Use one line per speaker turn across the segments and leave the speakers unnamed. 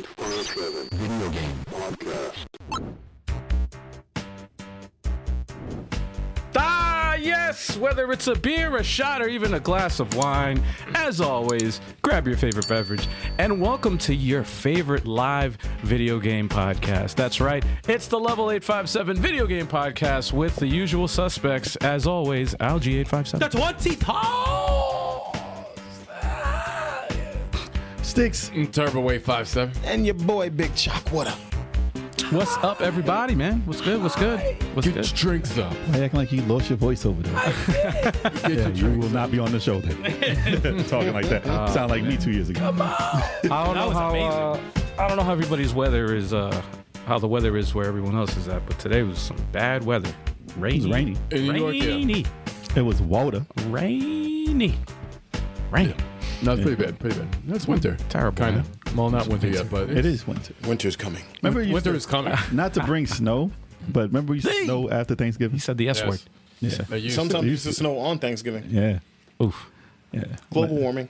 Driven Video Game Podcast.
Ah, yes! Whether it's a beer, a shot, or even a glass of wine, as always, grab your favorite beverage and welcome to your favorite live video game podcast. That's right, it's the Level 857 Video Game Podcast with the usual suspects, as always, Algie 857.
20 tall. Sticks
Turbo Wave 57.
and your boy Big Chuck. What up?
What's up, everybody, man? What's good? What's good? What's
Get your
good?
drinks up.
Why you acting like you lost your voice over there?
Get your
Yeah, you
drinks
will not be on the show then. Talking like that. Sound like me two years ago.
I don't know
was
how. Uh, I don't know how everybody's weather is. Uh, how the weather is where everyone else is at, but today was some bad weather. Rainy.
It was rainy.
In New York, yeah.
Rainy.
It was water.
rainy. Rain.
No, it's pretty bad. Pretty bad. That's winter.
Terrible,
Kind of. Well, not winter yet, but
It is winter.
Winter's coming.
Remember you
Winter
said-
is coming.
not to bring snow, but remember you said
Zing.
snow after Thanksgiving?
He said the S
Yes.
word.
Yeah.
Now, you-
Sometimes
You
it's the
s-
snow on Thanksgiving.
Yeah.
Oof.
Yeah.
Global warming.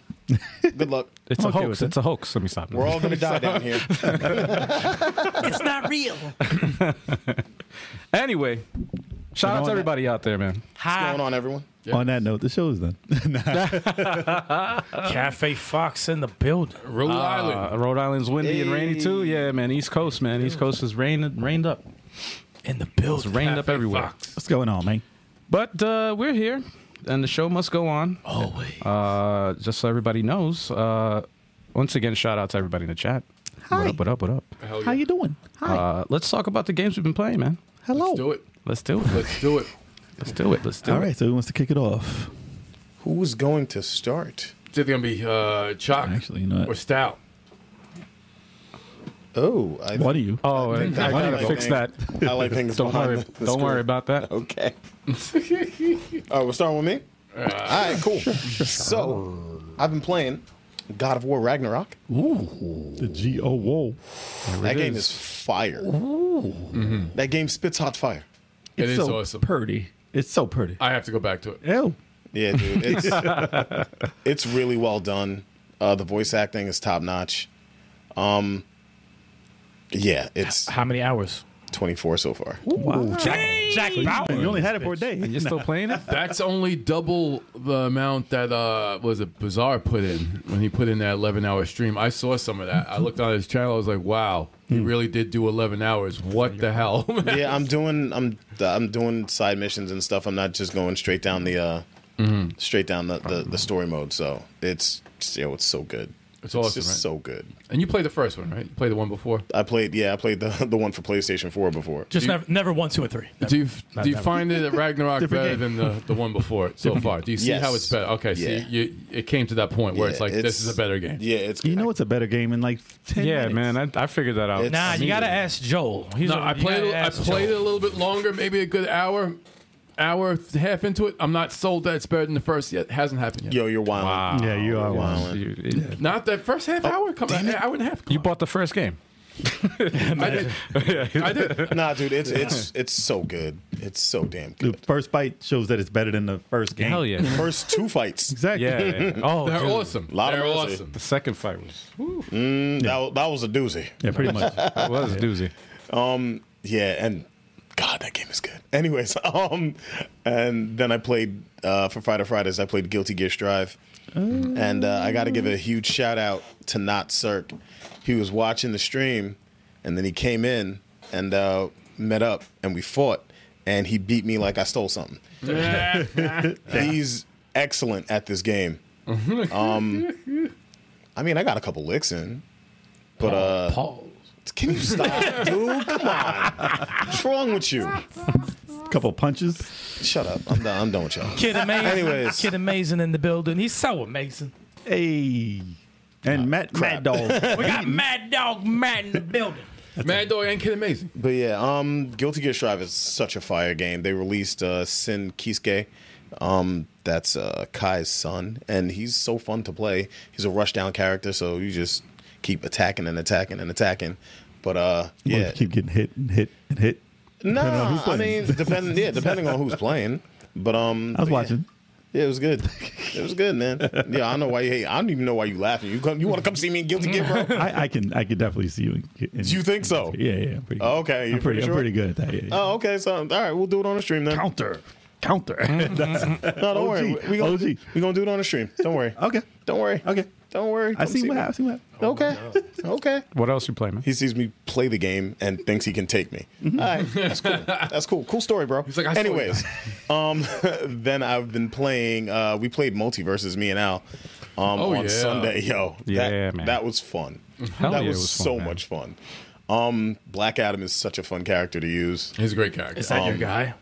Good luck.
It's
Okay
a
with
hoax.
that.
It's a hoax. Let me stop.
We're all gonna die down here.
anyway, shout out to everybody out there, man.
What's going on, everyone?
On that note, the show is done.
Cafe Fox in the building.
Rhode Island.
Uh, Rhode Island's windy and rainy too. Yeah, man. East Coast, man. East Coast is rained, rained up.
In the
It's
building.
rained up
Cafe
everywhere.
Fox.
What's going on, man?
But uh, we're here, and the show must go on.
Oh.
Oh,
Always.
Uh, just so everybody knows. Uh, once again, shout out to everybody in the chat. What
Hi.
up? What up? What up?
Hell
How
Oh, yeah.
you doing? Hi.
Uh, let's talk about the games we've been playing, man.
Hello.
Do it.
Let's do it.
Let's do it.
Let's do it. Let's do
All
it.
right, so who wants to kick it off?
Who's going to start?
It's either going to be uh, Chalk
Actually, you know
or
what?
Stout.
Oh, I,
One of you.
Oh, I,
that-
I gotta
that-
fix
that-
that.
I like things.
Don't
behind
worry.
the- the
Don't
screen.
worry about that.
Okay. All right, we're starting with me. All right, cool. So, I've been playing God of War Ragnarok.
The G O Whoa.
That game is fire. That game spits hot fire.
It is
so
awesome.
Pretty. It's so pretty.
I have to go back to it.
Ew.
Yeah, dude, it's it's really well done. Uh, the voice acting is top notch. Um, yeah, it's
How many hours?
24 so far.
Jack Bauer.
You only had it for a day.
You're still playing it?
That's only double the amount that uh was it Bizarre put in when he put in that eleven hour stream. I saw some of that. I looked on his channel. I was like, wow, he really did do eleven hours. What the hell?
Yeah, I'm doing I'm I'm doing side missions and stuff. I'm not just going straight down the uh
Mm-hmm.
straight down the, the, the story mode. So it's you know, it's so good.
It's awesome,
just
right?
so good.
and you played the first one, right? You played the one before.
I played yeah, I played the the one for PlayStation 4 before.
Just never, never one, two, and three.
Do you, do you
never.
find it at Ragnarok better
game.
than the, the one before it so far? Do you see
Yes.
how it's better? Okay,
Yeah.
see, you, it came to that point where it's
Yeah,
like this is a better game.
Yeah, it's
You know it's a better game in like 10
Yeah,
minutes.
man. I, I figured that out.
It's-
Nah, you gotta ask Joel. He's
No,
a-
I
you
played
gotta
it- I
ask
played it
Joel.
a little bit longer, maybe a good hour, hour and a half into it. I'm not sold that it's better than the first yet. Hasn't happened yet.
yo, you're wild.
Yeah, you are wild.
You,
Not that first half
Oh,
hour. Come on, hour and a half.
you bought the first game.
I did. I did.
Nah, dude, it's it's it's so good. It's so damn
The
good.
first fight shows that it's better than the first game.
Hell yeah.
First two fights.
Exactly.
Yeah. yeah. Oh,
They're
dude.
awesome.
Lot of
They're
mercy.
awesome.
The second fight was
That, wa- that was a doozy.
Yeah, pretty much.
that was a doozy.
Yeah, and God, that game is good. Anyways, um, and then I played uh, for Friday Fridays. I played Guilty Gear Strive, and uh, I got to give a huge shout out to Not Cirque. He was watching the stream, and then he came in and uh, met up, and we fought, and he beat me like I stole something. He's excellent at this game. Um, I mean, I got a couple licks in, but uh,
Pause.
can you stop, dude? Come on. What's wrong with you?
couple punches.
Shut up. I'm done. I'm done with y'all.
Kid amazing.
Anyways.
Kid amazing in the building. He's so amazing.
Hey. And Matt Mad Dog.
We got Mad Dog Matt in the building.
Mad Dog and Kid Amazing.
But yeah, um, Guilty Gear Strive is such a fire game. They released uh, Sin Kisuke. Um, that's uh, Kai's son, and he's so fun to play. He's a rushdown character, so you just keep attacking and attacking and attacking. But uh, yeah,
Keep getting hit and hit and hit.
no,
depending on who's
I
playing.
mean, depending, yeah, depending on who's playing. But um,
I was
but yeah.
watching.
Yeah, it was good. It was good, man. Yeah, I don't know why you hate. I don't even know why you laughing. You come, you want to come see me in Guilty Gear, bro?
I, I can I can definitely see you. In, in-
You think so?
Yeah, yeah. I'm pretty good.
Oh, okay, you're
I'm pretty,
pretty
I'm
sure?
pretty good at that. Yeah, yeah.
Oh, okay. So all right, we'll do it on the stream then.
counter, counter.
Mm-hmm.
That's-
No, don't worry.
OG.
We gonna,
OG.
we gonna do it on the stream. Don't worry.
okay,
Don't worry.
okay.
Don't worry.
I
Come
see what
me.
happened. I see what happened.
Okay. okay.
What else you playing? Man?
He sees me play the game and thinks he can take me. Mm-hmm. All right, that's cool. That's cool. Cool story, bro.
like, "I saw you."
Anyways, um, then I've been playing. Uh, we played multiverses, me and Al, um,
Oh,
on
yeah.
Sunday. Yo,
Yeah,
that,
man.
that was fun.
Hell
that
yeah, it
was,
was fun,
so
man.
much fun. Um, Black Adam is such a fun character to use.
He's a great character.
Is that
Um,
your guy?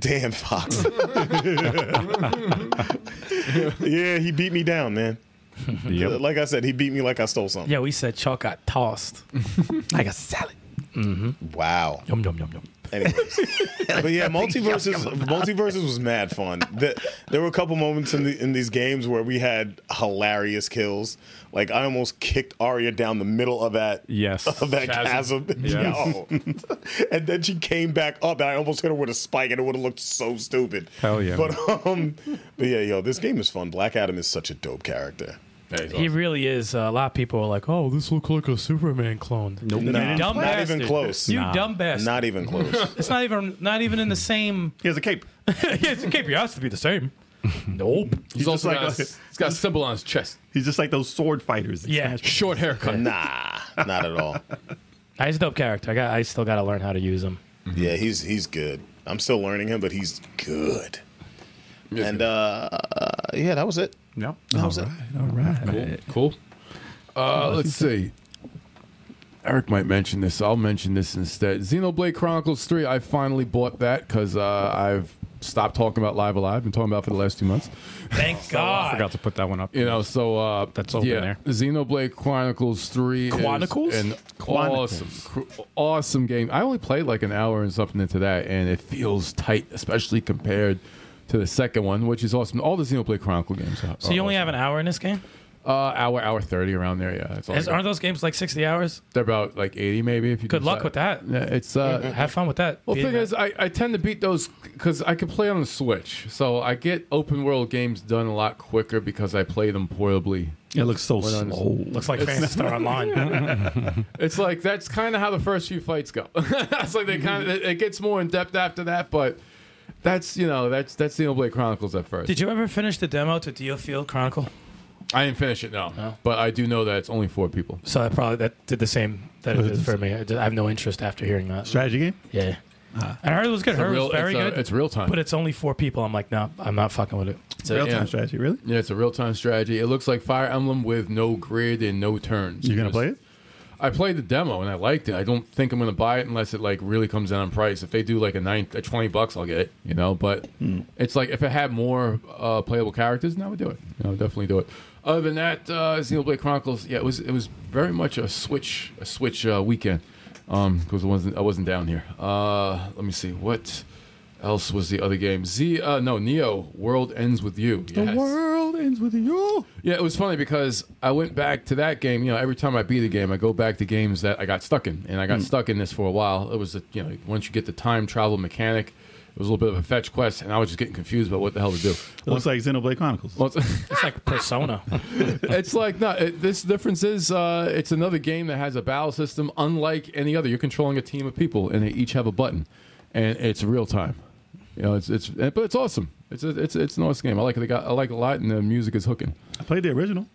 Damn Fox. yeah, he beat me down, man.
Yep.
Like I said, he beat me like I stole something.
Yeah, we said Chuck got tossed.
Like a salad.
Wow.
Yum yum yum yum.
Anyways. but yeah, multiverses multiverses was mad fun. The, there were a couple moments in the, in these games where we had hilarious kills. Like I almost kicked Arya down the middle of that
Yes.
of that
Chasm.
chasm. Yo. and then she came back up, and I almost hit her with a spike, and it would have looked so stupid.
Hell yeah.
But um, but yeah, yo, this game is fun. Black Adam is such a dope character.
Yeah, he's
He
awesome.
really is. Uh, a lot of people are like, "Oh, this looks like a Superman clone." Nope.
Nah,
Dumb
not
bastard.
even close.
You dumb bastard.
Not even close.
it's not even not even in the same.
He has a cape.
yeah, it's a cape. It has to be the same. nope.
He's also
just
got,
like-
a, he's got a symbol on his chest.
He's just like those sword fighters.
Yeah.
Short haircut.
nah, not at all.
Nah, He's a dope character. I got. I still got to learn how to use him.
Yeah, he's he's good. I'm still learning him, but he's good.
Yeah.
And uh, yeah, that was it.
Yep.
That was it.
All right.
Cool. Uh, let's see. Eric might mention this. I'll mention this instead. Xenoblade Chronicles 3, I finally bought that because uh, I've stopped talking about Live Alive. Been talking about it for the last two months.
Thank
I
God.
forgot to put that one up.
You know, so uh,
That's open
yeah,
there.
Xenoblade Chronicles Three, is
Chronicles?
an awesome, cr- awesome game. I only played like an hour and something into that, and it feels tight, especially compared to the second one, which is awesome. All the Xenoblade Chronicle games. Are,
So you
are
only have
awesome.
an hour in this game?
uh, hour, hour thirty around there. Yeah, that's all I
Is,
got.
aren't those games like sixty hours?
They're about like eighty, maybe. If you
Good
do
luck with that.
Yeah, it's uh,
Have fun with that.
Well,
Beat
thing
it.
is, I, I tend to beat those because I can play on the Switch, so I get open world games done a lot quicker because I play them portably.
It looks so
on.
slow.
looks like Phantasy Star Online.
It's like that's kind of how the first few fights go. it's like they kind of it gets more in depth after that, but that's you know that's that's Xenoblade Chronicles at first.
Did you ever finish the demo to Deal Field Chronicle?
I didn't finish it, no, but I do know that it's only four people.
So I probably that did the same that it did for me. I, did- I have no interest after hearing that.
Strategy game.
Yeah, and I heard it was good. I heard it was
Real-
very
Uh, it's, uh,
good.
it's real time.
but it's only four people. I'm like, no, I'm not fucking with it.
It's a-
Real time
yeah.
strategy. Really?
Yeah, it's a real time strategy. It looks like Fire Emblem with no grid and no turns.
You're gonna play it?
I played the demo and I liked it. I don't think I'm gonna buy it unless it like really comes down on price. If they do like a nine, a twenty bucks, I'll get it. You know, but it's like if it had more uh, playable characters, then I would do it. I would definitely do it. Other than that, uh, Xenoblade Chronicles, yeah, it was it was very much a switch a switch uh, weekend because I wasn't I wasn't down here. Uh, let me see what else was the other game. Z uh, no Neo World ends with you. Yes.
The world ends with you.
Yeah, it was funny because I went back to that game. You know, every time I beat a game, I go back to games that I got stuck in, and I got stuck in this for a while. It was, a, you know, once you get the time travel mechanic, it was a little bit of a fetch quest, and I was just getting confused about what the hell to do.
It looks like Xenoblade Chronicles.
Once-
It's like Persona.
it's like no, it, this difference is uh, it's another game that has a battle system unlike any other. You're controlling a team of people, and they each have a button, and it's real time. You know, it's it's but it's awesome. It's a, it's it's an awesome game. I like it. They got- I like it a lot, and the music is hooking.
I played the original.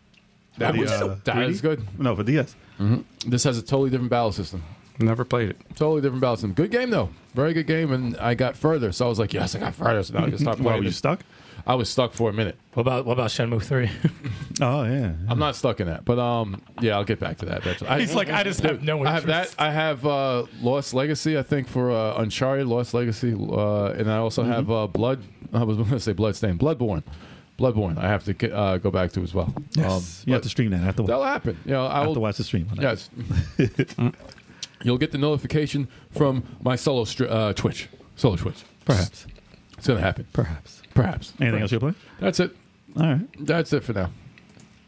That
The,
was-
uh,
that
3D?
is good.
No, for DS.
This has a totally different battle system.
Never played it.
Totally different battle system. Good game though. Very good game, and I got further. So I was like, yes, I got further. So now I can stop
Why
playing.
were you
this.
stuck?
I was stuck for a minute.
what about what about Shenmue Three?
Oh yeah.
I'm not stuck in that, but um, yeah, I'll get back to that. That's, I,
He's like, I just have no
I have
interest.
that. I have uh, Lost Legacy. I think for uh, Uncharted, Lost Legacy, uh, and I also
Mm-hmm.
have uh, Blood. I was going to say Bloodstained, Bloodborne, Bloodborne. I have to get, uh, go back to as well.
Yes. Um, you have
but
to stream that. I have to,
that'll
I
happen. You know, I
have to
will
watch the stream. on that.
Yes. You'll get the notification from my solo str- uh, Twitch. Solo Twitch.
Perhaps.
It's going to happen.
Perhaps.
Perhaps.
Anything else you're playing?
That's it.
All right.
That's it for now.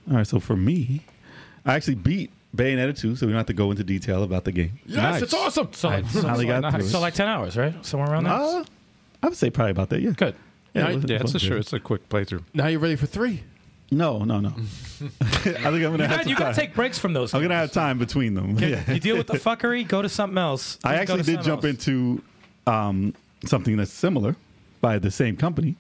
All right. So for me, I actually beat Bayonetta 2, so we don't have to go into detail about the game.
Yes, it's awesome.
so,
I finally got through it.
so like ten hours, right? Somewhere around there.
Uh, I would say probably about that. Yeah.
Good.
Yeah, it was-
Yeah,
it was
it's a
fun.
sure. It's a quick playthrough.
Now you're ready for three.
No, no, no. I think I'm gonna have
God,
some
you
time.
gotta take breaks from those.
I'm gonna
things.
have time between them. Yeah.
You deal with the fuckery, go to something else.
I
then go
actually
to
did
something
jump
else.
into um, something that's similar by the same company,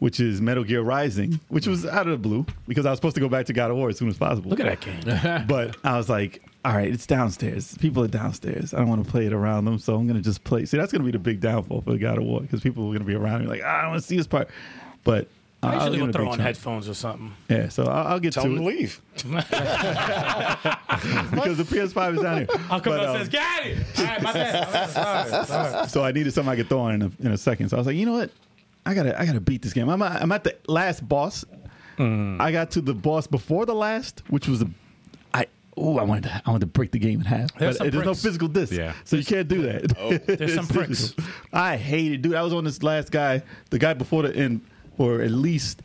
which is Metal Gear Rising, which was out of the blue because I was supposed to go back to God of War as soon as possible.
Look at that game.
But I was like, all right, it's downstairs. People are downstairs. I don't want to play it around them, so I'm going to just play. See, that's going to be the big downfall for God of War because people are going to be around me like, "Ah, I don't want to see this part. But I
I
I'll
usually
give it
will
a
throw
big
on
chance.
headphones or something.
Yeah, so I'll, I'll get
Tell
to
him to
it
leave.
because the PS5 is down here.
I'll come
But,
out
um,
and says, "Get out of here!" All right, my bad.
so I needed something I could throw on in a, in a second. So I was like, you know what? I gotta I gotta beat this game. I'm at, I'm at the last boss.
Mm.
I got to the boss before the last, which was a I oh I wanted to, I wanted to break the game in half.
There's some
but there's no
bricks.
physical disc,
Yeah.
so you can't do that.
There's some pricks.
I hated, dude. I was on this last guy, the guy before the end, for at least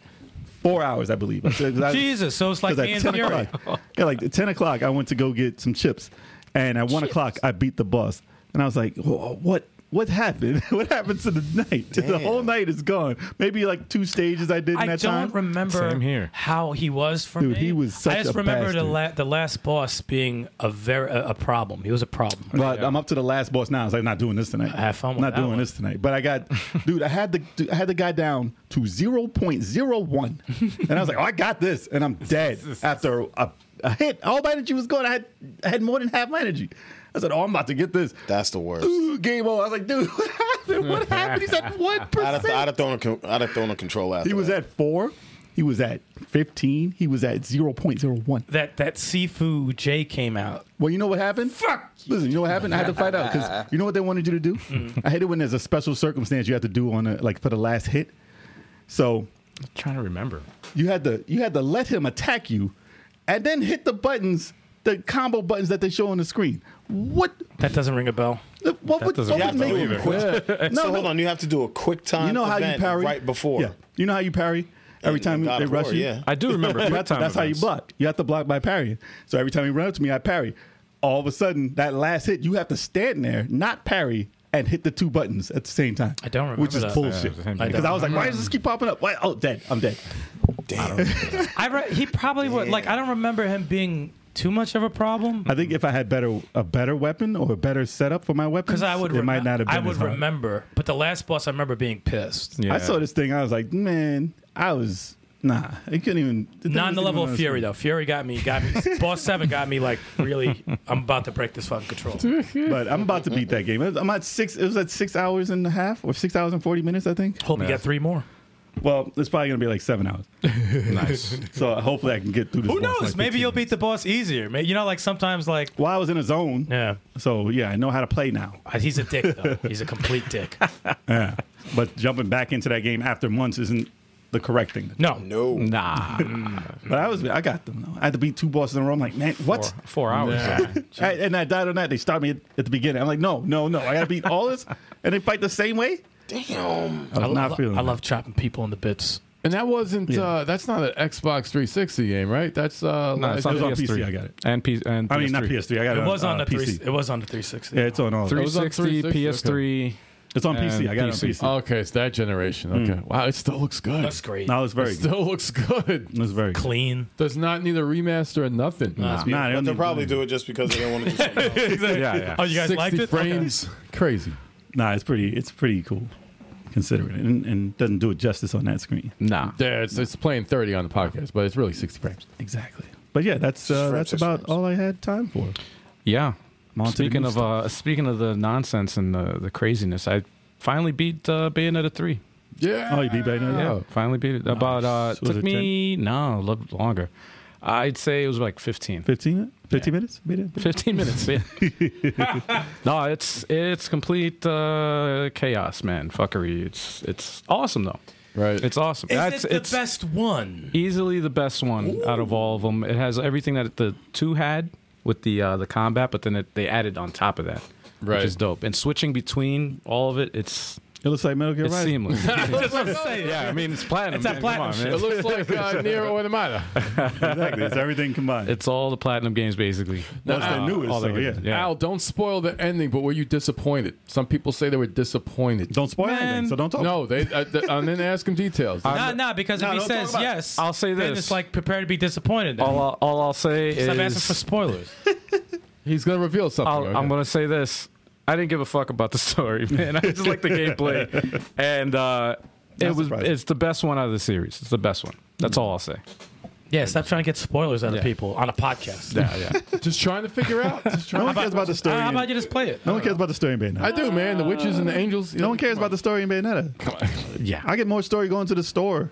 four hours, I believe. I said- 'cause I-
Jesus, so it's like
because
me and
at 10
Fury.
o'clock, yeah, like at 10 o'clock, I went to go get some chips. And at 1 o'clock, I beat the boss. And I was like, "Wha- what? What happened? What happened to the night? The whole night is gone. Maybe like two stages I did in
I
that
don't
time.
remember
Same here.
how he was for
Dude,
me.
he was such
I just
a
remember the,
bastard.
la- the last boss being a very a, a problem. He was a problem.
But I'm up to the last boss now. I was like, not doing this tonight.
Have fun with
Not
that
doing
one.
this tonight. But I got, dude, I had the dude, I had the guy down to 0.01, and I was like, oh, I got this, and I'm dead after a, a hit. All my energy was gone. I had I had more than half my energy. I said, oh, I'm about to get this.
That's the worst.
Ooh, game over. I was like, dude, what happened? What happened? He's at one
I'd have, I'd
percent.
have thrown a, con- I'd have thrown a control after.
He was
that.
at four. He was at 15. He was at 0.01.
That that Sifu J came out.
Well, you know what happened? Fuck. Listen, you Hmm. know what happened? I had to find out because you know what they wanted you to do. I hate it when there's a special circumstance you have to do on a, like for the last hit. So
I'm trying to remember.
you had to you had to let him attack you, and then hit the buttons, the combo buttons that they show on the screen. What?
That doesn't ring a bell.
What, what would,
doesn't
what
You
would
have to
make
do it
you?
quick.
No,
so
no.
hold on, you have to do a quick time.
You know how you
event
parry
right before.
Yeah. You know how you parry every
In-
time
in God
they
of
rush
War,
you.
yeah.
I do remember.
You
quick
have to-
time
that's how you
events.
block. You have to block by parrying. So every time he runs up to me, I parry. All of a sudden, that last hit, you have to stand there, not parry, and hit the two buttons at the same time.
I don't remember
Which is
that.
bullshit.
Yeah, same thing.
Because I was like, why does this keep popping up? Why? Oh, dead. I'm dead.
Damn.
I re- he probably would. Like I don't remember him being too much of a problem.
I think if I had better a better weapon or a better setup for my weapons,
Because I would,
it
remem-
might not have been
I would
as hard.
remember, but the last boss, I remember being pissed.
Yeah.
I saw this thing. I was like, man, I was nah. I couldn't even.
Not on the level of
of
Fury though. Fury got me, got me. boss seven got me like really. I'm about to break this fucking control.
But I'm about to beat that game. I'm at six. It was at six hours and a half, or six hours and forty minutes, I think.
Hope you got three more.
Well, it's probably gonna be like seven hours.
Nice.
So uh, hopefully I can get through this.
Who
boss in,
knows?
like,
Maybe
15
you'll beat the boss easier. May- You know, like sometimes, like
Well, I was in a zone.
yeah,
So yeah, I know how to play now.
Uh, he's a dick though. He's a complete dick.
Yeah. But jumping back into that game after months isn't the correct thing.
No,
No.
Nah,
But I was I got them though. I had to beat two bosses in a row. I'm like, man, what?
four, four hours.
I- and I died on that. They stopped me at, at the beginning. I'm like, no, no, no. I gotta beat all this and they fight the same way?
Damn.
I was
I, lo-
not feeling
I
it.
love chopping people into bits.
And that wasn't. Uh, that's not an Xbox 360 game, right? That's uh,
Nah,
last-
it's on
It was on
PS3.
PC, I got it.
And, P- and
I mean not PS3. I got it,
It was on
uh,
the
PC.
three. It was on the 360.
yeah, it's on all. of them.
was on
360,
360,
PS3.
It's on PC. I got it on
PC.
PC.
okay, it's that generation. Okay, wow, it still looks good.
That's great.
No, it's very good.
Still looks good.
It's very good.
Clean.
Does not need a remaster or nothing.
Nah, they
But
don't
they'll
need-
probably do it just because they don't want to do something else.
Yeah, yeah.
Oh, you guys
60
liked it?
frames. Crazy.
Nah, it's pretty it's pretty cool considering it and, and doesn't do it justice on that screen.
Nah.
Yeah, it's, it's playing 30 on the podcast, but it's really 60 frames.
Exactly. But yeah, that's uh,
Shrimp,
that's
shrimp,
about
shrimp.
all I had time for.
Yeah.
on to the
speaking
new
of uh, speaking of the nonsense and the, the craziness, I finally beat uh, Bayonetta three.
Yeah.
Oh, you beat Bayonetta?
Yeah,
Oh.
finally beat it. About uh,
Nice. Was
took
it
me no a little longer. I'd say it was like 15.
15, 15 minutes? Beat it?
15 minutes. Yeah. no, it's it's complete uh, chaos, man. Fuckery. It's it's awesome though.
Right.
It's awesome.
Is
That's
it the
it's
best one?
easily the best one out of all of them. It has everything that the two had with the uh, the combat, but then it, they added on top of that,
Right.
which is dope. And switching between all of it, it's
It looks like Metal Gear
It's
Rising.
seamless.
That's what I'm saying.
yeah, I mean it's platinum.
It's that
man.
platinum
Come on,
shit.
man.
It looks like uh, Nier Automata.
Exactly. It's everything combined.
It's all the platinum games basically.
That's their newest,
all the
so
games.
yeah.
yeah.
Al, don't spoil the ending. But were you disappointed? Some people say they were disappointed.
don't spoil
Man.
anything, so don't talk.
No, they. uh, I, th- I didn't ask him details.
Nah, nah, because if he
don't talk
says
about it.
yes,
I'll say
then
this.
it's like prepare to be disappointed. Then.
All, I'll, all I'll say
Stop asking
is
for spoilers.
He's gonna reveal something.
I'll,
okay.
I'm gonna say this. I didn't give a fuck about the story, man. I just like the gameplay, and uh, it
Not
was
surprising.
it's the best one out of the series. It's the best one. That's all I'll say.
yeah, stop trying to get spoilers out of
Yeah.
people on a podcast.
Yeah, yeah.
just trying to figure out. Just
No
trying.
one cares about the story.
Uh, how
in-
about you just play it?
No one cares about the story in Bayonetta.
I do, man. The witches and the angels.
no one cares about the story in Bayonetta.
yeah.
I get more story going to the store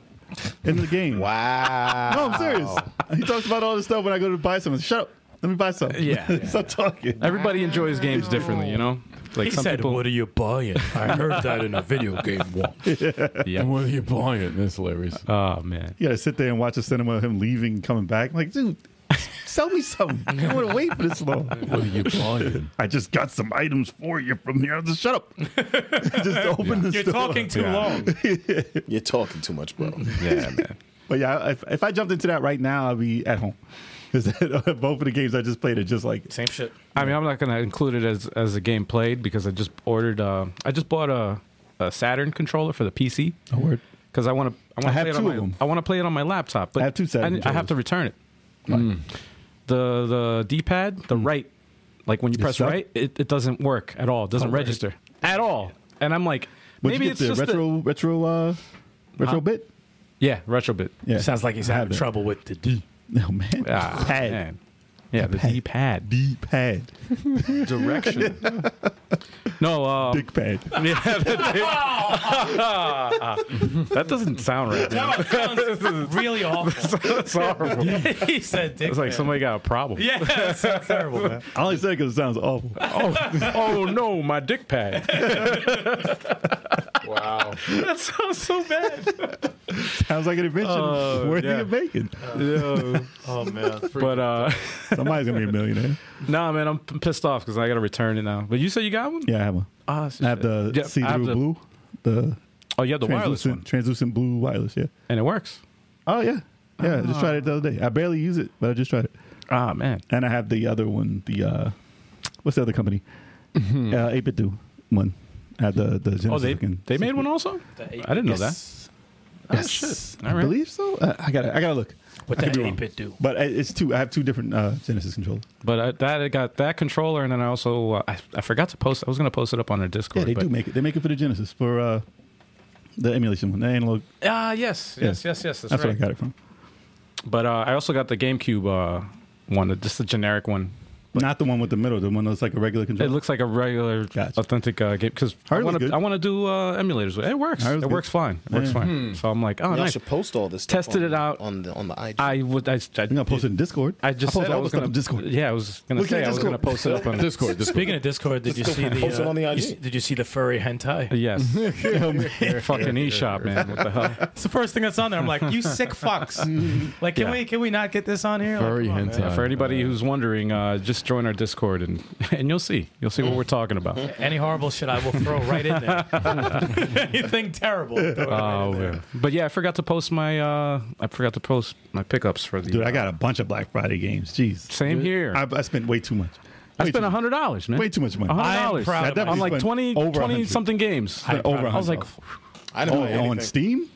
in the game.
Wow.
No, I'm serious. He talks about all this stuff when I go to buy something. Shut up. Let me buy something.
Yeah, yeah.
Stop talking.
Everybody enjoys games differently, you know. Like
He said, "What are you buying?" I heard that in a video game once. Uh,
And what are you buying? That's hilarious.
Oh man.
You gotta sit there and watch a cinema of him leaving, coming back. I'm like, dude, sell me something. I don't wanna wait for this long.
what are you buying?
I just got some items for you from here. Just shut up. just open the
You're
store.
talking too long.
You're talking too much, bro.
Yeah, man.
But yeah, if, if I jumped into that right now, I'd be at home. Because both of the games I just played are just like
Same shit.
I mean, I'm not gonna include it as as a game played because I just ordered. Uh, I just bought a, a Saturn controller for the PC. A word. Because I want to. I want
Oh, I
to
have
play it
two
on
of
my.
them.
I want to play it on my laptop. But
I have two Saturn
I, have to
controllers.
return it. Mm. The the D pad,
Mm.
the right, like when you press
stuck?
right, it, it doesn't work at all. It doesn't register at all. And I'm like,
But
maybe
Oh, you
it's
get the
just the-
retro, retro, uh, retro bit.
yeah, retro bit.
Yeah,
Sounds like he's
I
having
have
trouble with the D.
That. No Oh, man,
Ah,
pad,
man. Yeah, the
Pad.
D pad
D pad,
direction. no, um,
dick pad.
Yeah, that, that doesn't sound right. Man.
That sounds really awful.
That's horrible.
he said, "Dick."
It's like
man.
somebody got a problem.
Yeah, that sounds terrible, man.
I only said because it sounds awful.
Oh, oh no, my dick pad.
wow.
That sounds so bad.
sounds like an invention
Oh,
worth
yeah.
yeah. making.
Oh man.
But uh,
Somebody's gonna be a millionaire.
nah, man, I'm p- pissed off because I got to return it now. But you said you got one.
Yeah, I have one.
Ah, shit.
I have the
Yeah, I have
see-through
the-
blue, the,
Oh, you have the wireless
translucent,
one,
translucent blue wireless. Yeah.
and it works.
Oh yeah, yeah. I just tried it the other day. I barely use it, but I just tried it.
Ah, man.
And I have the other one. The uh, what's the other company? uh, Apidu one. I have the the
Mm-hmm. Oh,
Genesis
they
looking-
they made one also. I didn't know that.
Yes,
All
I
right.
believe so. Uh, I gotta, I gotta look.
What
I could
that
be wrong.
ape it do?
But I- it's two. I have two different uh, Genesis controllers.
But I, that I got that controller, and then I also uh, I, I forgot to post. I was gonna post it up on our Discord.
Yeah, they
but,
do make it. They make it for the Genesis for uh, the emulation one, the analog.
Ah, yes, yes,
Yeah.
yes, yes. That's,
That's
right.
where I got it from.
But uh, I also got the GameCube uh, one, just the generic one.
Not the one with the middle. The one that's like a regular
It
controller.
looks like a regular,
Gotcha.
authentic uh, game because I
Hardly
want
good.
to. I want to do uh, emulators. with It It works.
Hardly's
It
good.
works fine. It works
Yeah.
fine. So I'm like, oh,
Hmm. Y'all
nice.
should post all this. Stuff
Tested
on-
it out.
on the on the IG.
I would. I, I,
I'm gonna post it in Discord.
I just
I'll post
said I
all
was
the stuff
gonna.
in Discord.
Yeah, I was gonna
Look at
say I was
Discord.
gonna post it up on the
Discord. Discord.
Speaking of Discord, did you see the?
Post it
uh,
on the IG.
you see- Did you see the furry hentai?
Yes, fucking eShop man. What the hell?
It's the first thing that's on there. I'm like, you sick fucks. like, can
Yeah.
we can we not get this on here? Like,
Furry
come on, man.
hentai.
For anybody who's wondering, uh, just join our Discord and and you'll see. You'll see what we're talking about.
Any horrible shit, I will throw right in there. Anything terrible. throw it right
Oh
in there.
man. But yeah, I forgot to post my. Uh, I forgot to post my pickups for the.
Dude, I got a bunch of Black Friday games. Jeez,
Same here.
I, I spent way too much.
I
Way
spent
too much.
hundred dollars, man.
Way too much money.
I am
$100.
proud
I
of
definitely
I'm like
myself.
spent
20,
over
20
100.
something games.
Spent over
I was like,
$100.
I didn't
Oh,
buy
on
anything.
Steam.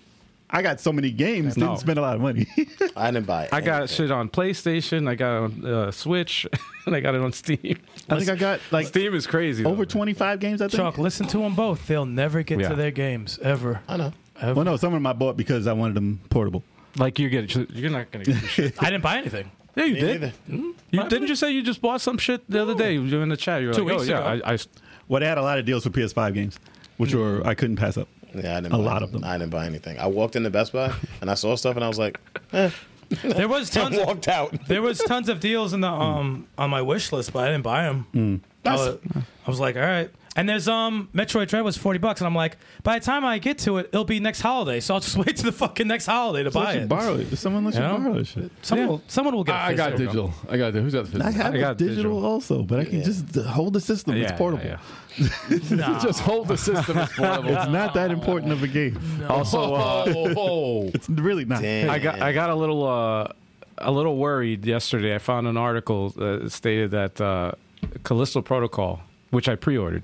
I got so many games.
No.
Didn't spend a lot of money.
I didn't buy.
I got
anything.
shit on PlayStation, I got on uh, Switch, and I got it on Steam.
I think I got like
Steam is crazy. though.
over 25 games. I think.
Chalk, listen to them both. They'll never get
Yeah.
to their games ever.
I know.
ever.
Well, no, some of them I bought because I wanted them portable.
Like you get, you're not gonna get. shit.
I didn't buy anything.
Yeah, you
Me
did. Hmm?
neither.
You didn't you say you just bought some shit the other day? You were in the chat. You were
Two
like,
weeks
oh yeah,
ago.
I, I
Well, they had a lot of deals for PS5 games,
Hmm.
which were I couldn't pass up.
Yeah, I didn't
A
buy
lot
anything.
of them.
I didn't buy anything. I walked into Best Buy and I saw stuff and I was like,
There was tons. Of,
walked out.
Mm.
there was tons of deals in the um on my wish list, but I didn't buy them.
That's,
Uh, I was like, all right. And there's um Metroid Dread was forty bucks, and I'm like, by the time I get to it, it'll be next holiday, so I'll just wait to the fucking next holiday to buy
Let you
it.
borrow it. Someone let you
You know?
borrow this shit.
Someone, will, someone will get. I
I got digital. I got digital. Who's got the
I
physical?
have
I got
it digital,
digital.
also, but I can just hold the system.
Yeah,
it's
yeah,
portable.
yeah.
Just hold the system. It's
It's
portable.
not that important of a game.
Also, uh,
oh,
It's really not.
I got I got a little uh, a little worried yesterday. I found an article that stated that uh, Callisto Protocol, which I pre-ordered,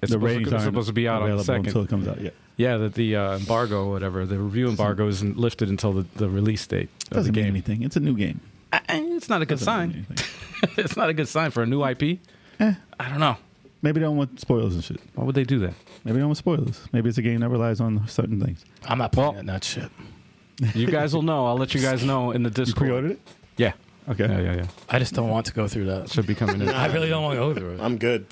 it's
The
supposed,
ratings
to, it's
aren't
supposed to be out on the
available
second.
until it comes out. Yeah,
yeah, that the uh, embargo, or whatever, the review embargo isn't lifted until the, the release date.
it doesn't mean anything. It's a new game.
I- I- it's not a good
Doesn't mean Eh.
sign.
anything.
it's not a good sign for a new IP. I don't know.
Maybe they don't want spoilers and shit.
Why would they do that?
Maybe they don't want spoilers. Maybe it's a game that relies on certain things.
I'm not playing that shit.
You guys will know. I'll let you guys know in the
You
Discord.
pre-ordered it?
Yeah.
Okay.
Yeah, yeah, yeah.
I just don't want to go through that.
Should be coming in.
I really don't want to go through it.
I'm good.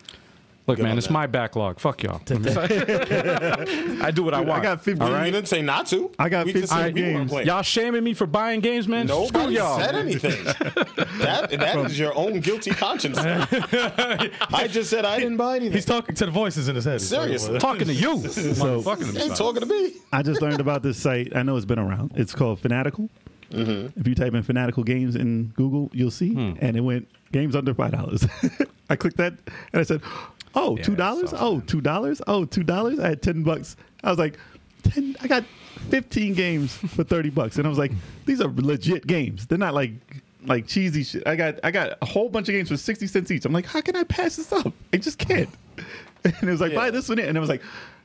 Look,
on
man, it's
that.
my backlog. Fuck y'all. I do what I want.
I got 50.
All right. You didn't say not to.
I got
we just
15
said we weren't
games.
playing.
Y'all shaming me for buying games, man? Screw
Nobody
y'all.
said anything. that that is your own guilty conscience. I just said I didn't buy anything.
He's talking to the voices in his head.
Seriously,
Talking to you. Motherfucking
He ain't talking to me.
I just learned about this site. I know it's been around. It's called Fanatical. If you type in Fanatical Games in Google, you'll see. And it went games under five dollars. I clicked that and I said, "Oh, two dollars.
something.
Oh, two dollars. Oh, two dollars." I had ten bucks. I was like, 10, I got fifteen games for thirty bucks, and I was like, "These are legit games. They're not like." Like cheesy shit. I got I got a whole bunch of games for sixty cents each. I'm like, how can I pass this up? I just can't. And it was like, buy this one, in. and I was like,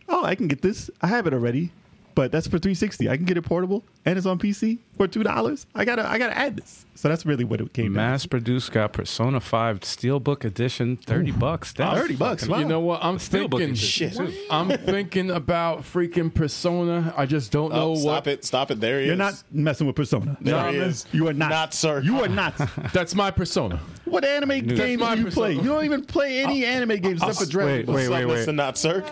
oh, I can get this. I have it already, but that's for 360. I can get it portable, and it's on PC for two dollars. I gotta, I gotta add this. So that's really what it came. down
Mass produced got Persona 5 Steelbook Edition, 30 bucks.
to.
That's
thirty bucks. Wow.
You know what? I'm
booking
thinking.
shit.
I'm thinking about freaking Persona. I just don't know
Oh,
what.
stop it! Stop it! There he
You're
is.
not messing with Persona.
There he
Thomas.
is.
You are not.
Not, sir.
You are not.
That's my Persona.
what anime
That's
game
my
do you play?
Persona.
You don't even play any anime games except for Dragon.
Wait,
Ball.
wait,
Stop
wait,
this
wait.
and not, sir.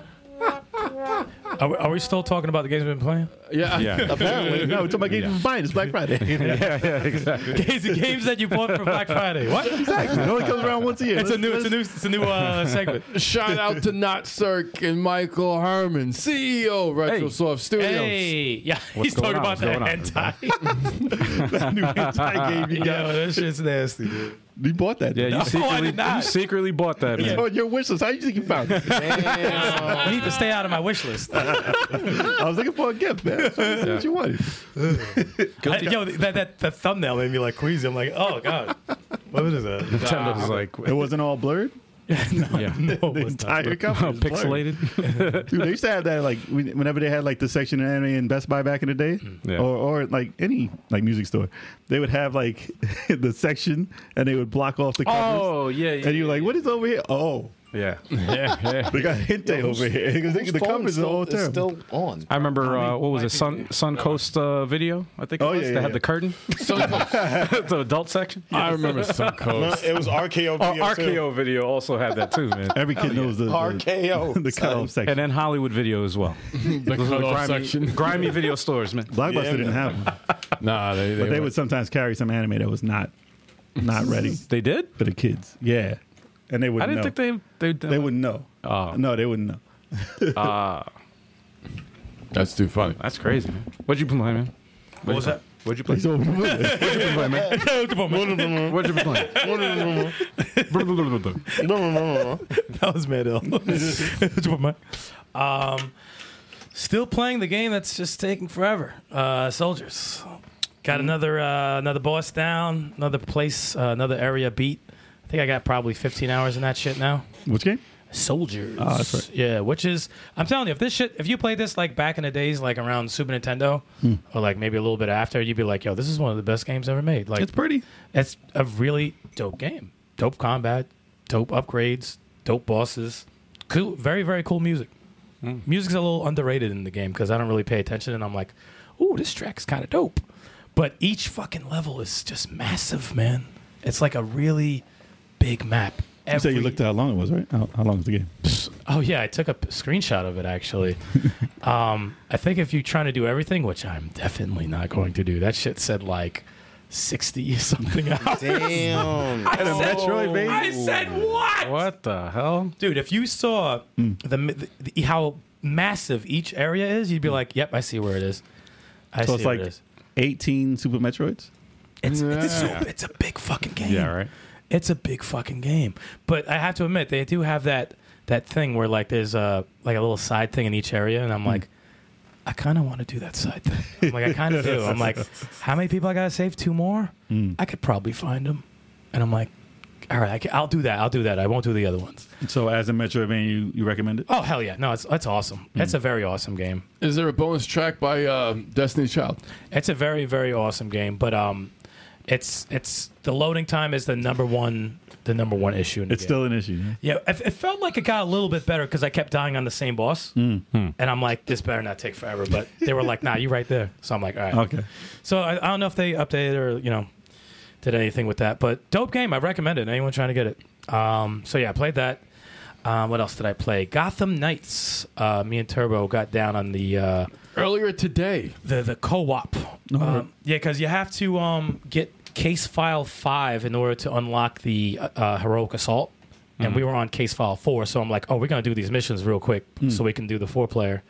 Are, we- are we still talking about the games we've been playing?
Yeah.
Yeah.
Apparently,
No, it's about games you're buying. It's Black Friday.
yeah, yeah, exactly.
Games, the games that you bought for Black Friday. What?
exactly. It only comes around once a year.
It's a new, it's a new, it's a new uh, segment.
Shout out to Not Circ and Michael Herman, CEO of Retrosoft Studios.
Hey, yeah, he's
going
talking
on?
about
What's
the
going on,
hentai.
new anti game you
Yo,
got.
that shit's nasty, dude.
You bought that.
Yeah,
didn't
you,
you?
I
secretly,
did not.
you secretly bought that, man.
on your wish list. How you think you found it?
I need to stay out of my wish list.
I was looking for a gift, man. That's what- that's what you wanted.
I- yo, that, that that thumbnail made me like queasy. I'm like, oh god, what is that?
Nintendo was like,
It wasn't all blurred.
yeah.
No,
The
it's not.
entire company was blurred.
Pixelated.
Dude, they used to have that like when- whenever they had like the section in anime in Best Buy back in the day,
Yeah.
or or like any like music store, they would have like the section and they would block off the covers.
Oh, yeah, yeah.
And you're like, what is over here? Oh,
Yeah. yeah, yeah.
they got hentai over here because they- the
Phone
covers are
still-
all
is
terrible.
still on.
I remember uh, what was it, Sun Suncoast uh, video? I think it
Oh,
was.
yeah,
they
yeah,
had
yeah.
the curtain,
Suncoast.
the adult section.
I remember Suncoast.
No, it was RKO.
Oh,
video,
RKO video also had that too, man.
Every kid knows the
too.
the,
RKO.
the cutoff section.
And then Hollywood video as well.
the
Those are the
cutoff
grimy,
section.
grimy video stores, man.
Blockbuster
Yeah,
didn't have
man.
one,
Nah, they, they,
but they would sometimes carry some anime that was not not ready.
They did?
for the kids. Yeah, and they would.
I didn't
know.
think they they did.
They wouldn't know.
Oh.
no, they wouldn't know.
That's too funny.
That's crazy, man. What'd you play, man?
What was that?
What'd you play?
So, yeah,
What'd you play, man? What'd you play?
That was mad ill. Which one, man? um, still playing the game that's just taking forever. Uh, soldiers
Mm-hmm.
got another uh, another boss down, another place, uh, another area beat. I think I got probably 15 hours in that shit now.
which game?
Soldiers.
Ah, that's right.
Yeah, which is I'm telling you, if this shit, if you played this like back in the days, like around Super Nintendo,
Hmm.
or like maybe a little bit after, you'd be like, "Yo, this is one of the best games ever made." Like,
It's pretty.
it's a really dope game. Dope combat, dope upgrades, dope bosses. Cool, very very cool music. Music's a little underrated in the game because I don't really pay attention, and I'm like, "Ooh, this track's kind of dope." But each fucking level is just massive, man. It's like a really big map.
You said you
Every-
looked at how long it was, right? How, how long is the game?
Oh yeah, I took a p- screenshot of it actually. um, I think if you're trying to do everything, which I'm definitely not going to do, that shit said like sixty something hours.
And
Damn.
a Metroid, baby.
I said what?
What the hell?
dude? If you saw
Hmm.
the, the, the how massive each area is, you'd be like, "Yep, I see where it is." I
Hmm. So
see
it's
where
like
it is.
18 Super Metroids.
It's it's, super, it's a big fucking game.
Yeah, right.
It's a big fucking game. But I have to admit, they do have that that thing where like there's a like a little side thing in each area, and I'm
Hmm.
like, I kind of want to do that side thing. I'm like I kind of do. I'm like, how many people I gotta save? Two more?
Hmm.
I could probably find them. And I'm like, all right, I can, I'll do that. I'll do that. I won't do the other ones.
So as a Metroidvania, you, you recommend it?
Oh hell yeah! No, it's that's awesome.
Hmm.
It's a very awesome game.
Is there a bonus track by uh, Destiny's Child?
It's a very very awesome game, but um, it's it's the loading time is the number one the number one issue. In the
It's
game.
still an issue. huh?
yeah. It, it felt like it got a little bit better because I kept dying on the same boss, and I'm like, this better not take forever. But they were like, nah, you right there. So I'm like, all right,
Okay.
So I, I don't know if they updated or you know did anything with that, but dope game. I recommend it. Anyone trying to get it? Um, so yeah, I played that. Um, what else did I play? Gotham Knights. Uh, me and Turbo got down on the. Uh,
Earlier today,
the the co-op. Um, yeah, because you have to um, get case file five in order to unlock the uh, uh, heroic assault, and we were on case file four. So I'm like, oh, we're gonna do these missions real quick so we can do the four player.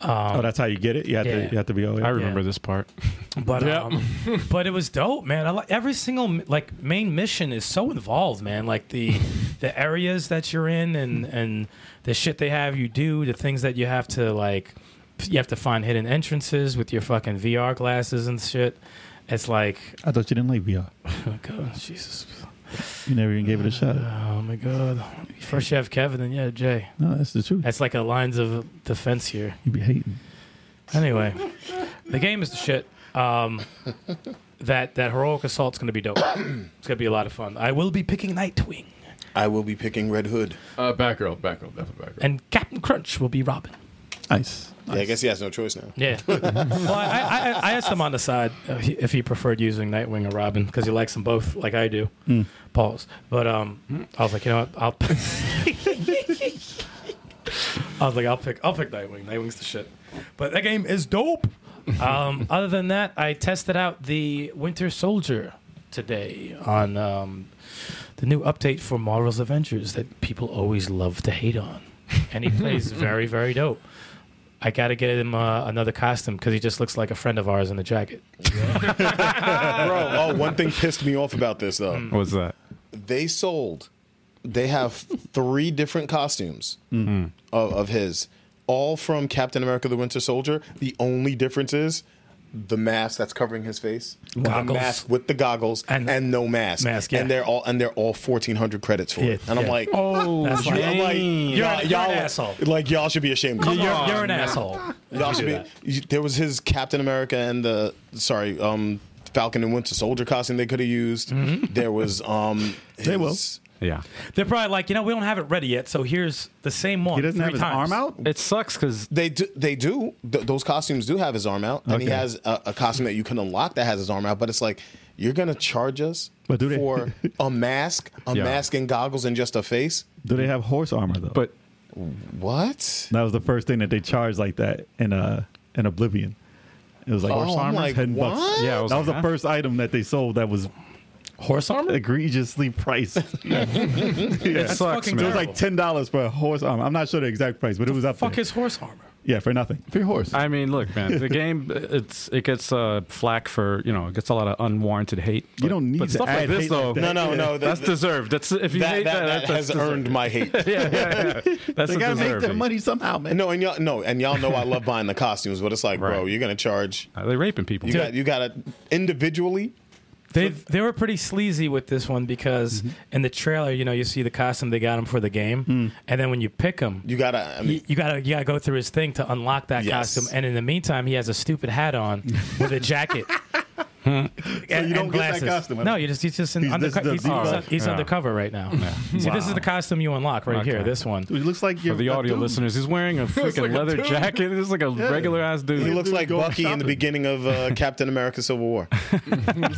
oh, that's how you get it? You have,
yeah.
to, you have to be all
I
in?
remember
Yeah.
this part.
But
Yeah.
um, but it was dope, man. I like every single like main mission is so involved, man. Like the the areas that you're in and and the shit they have you do, the things that you have to like, you have to find hidden entrances with your fucking VR glasses and shit. It's like,
I thought you didn't like VR.
oh god, Jesus,
You never even gave it a shot.
oh my god. First you have Kevin, then yeah, Jay.
No, that's the truth.
That's like a lines of defense here.
You be hating.
Anyway, the game is the shit. Um, that that heroic assault's gonna be dope. it's gonna be a lot of fun. I will be picking Nightwing,
I will be picking Red Hood.
uh, Batgirl, Batgirl, definitely Batgirl.
and Captain Crunch will be Robin.
Nice.
Yeah, I guess he has no choice now.
Yeah. well, I, I, I asked him on the side uh, he- if he preferred using Nightwing or Robin because he likes them both, like I do. Pause. But um, I was like, you know what? I'll. I was like, I'll pick, I'll pick Nightwing. Nightwing's the shit. But that game is dope. Um, other than that, I tested out the Winter Soldier today on um, the new update for Marvel's Avengers that people always love to hate on, and he plays very, very dope. I gotta get him uh, another costume because he just looks like a friend of ours in a jacket.
Bro, oh, one thing pissed me off about this, though.
What's that?
They sold, they have three different costumes
Mm-hmm.
of, of his, all from Captain America the Winter Soldier. The only difference is the mask that's covering his face, the
Goggles.
mask with the goggles,
And-
and, no mask.
Mask, yeah.
And they're all and they're all fourteen hundred credits for it.
Yeah,
And I'm
yeah.
like,
Oh,
That's
I'm
right.
like,
You're
y'all,
an- you're
y'all,
an asshole.
like y'all should be ashamed. of
You're,
yourself.
you're an asshole.
Y'all should be- you- there was his Captain America and the sorry, um, Falcon and Winter Soldier costume they could have used.
Mm-hmm.
There was um, his,
They will.
yeah.
They're probably like, you know, we don't have it ready yet, so here's the same one.
He doesn't
three
have his
times.
arm out?
It sucks because
They do. They do. Th- those costumes do have his arm out, and he
Okay.
has a, a costume that you can unlock that has his arm out. But it's like you're gonna charge us
But do they-
for a mask, a
Yeah.
mask and goggles, and just a face.
Do they have horse armor, though?
but
What?
That was the first thing that they charged like that in uh in Oblivion. It was like
Oh, I'm like, what?
Yeah,
Yeah, I was
that
like,
was the
huh?
first item that they sold that was
Horse armor?
egregiously priced. yeah.
it sucks,
fucking
It
man.
was like ten dollars for a horse armor. I'm not sure the exact price, but it was up
Fuck
there.
his horse armor.
yeah, for nothing.
For your horse.
I mean, look, man, the game it's it gets uh, flack for you know it gets a lot of unwarranted hate.
You don't need
but
to
stuff
add
like this
hate
though.
like that.
No, no, no. th-
That's
th-
deserved. That's if you
that,
hate
that, that,
that's
has earned my hate.
yeah, yeah, yeah. That's
They
a
gotta make that
deserving.
money somehow, man.
No, and y'all no, and y'all know I love buying the costumes, but it's like, bro,
Right.
you're gonna charge.
Uh, They're raping people.
You got you got to individually.
They they were pretty sleazy with this one because in the trailer, you know, you see the costume they got him for the game,
Mm.
and then when you pick him,
You got to. I
you,
mean,
you gotta you gotta go through his thing to unlock that
Yes.
costume, and in the meantime, he has a stupid hat on with a jacket. And,
you don't
and
get that costume, huh?
No, you just he's just in
He's- this
underco-
is the
he's, he's,
default.
un- he's
Yeah.
undercover right now. See, this is the costume you unlock right here.
Okay.
This one.
It looks like
For
you're
the
a
audio
dude.
listeners, he's wearing a freaking
like a
leather
dude.
jacket. This is like a regular ass dude.
he looks
dude
like
going
Bucky in the
shopping.
beginning of uh, Captain America: Civil War.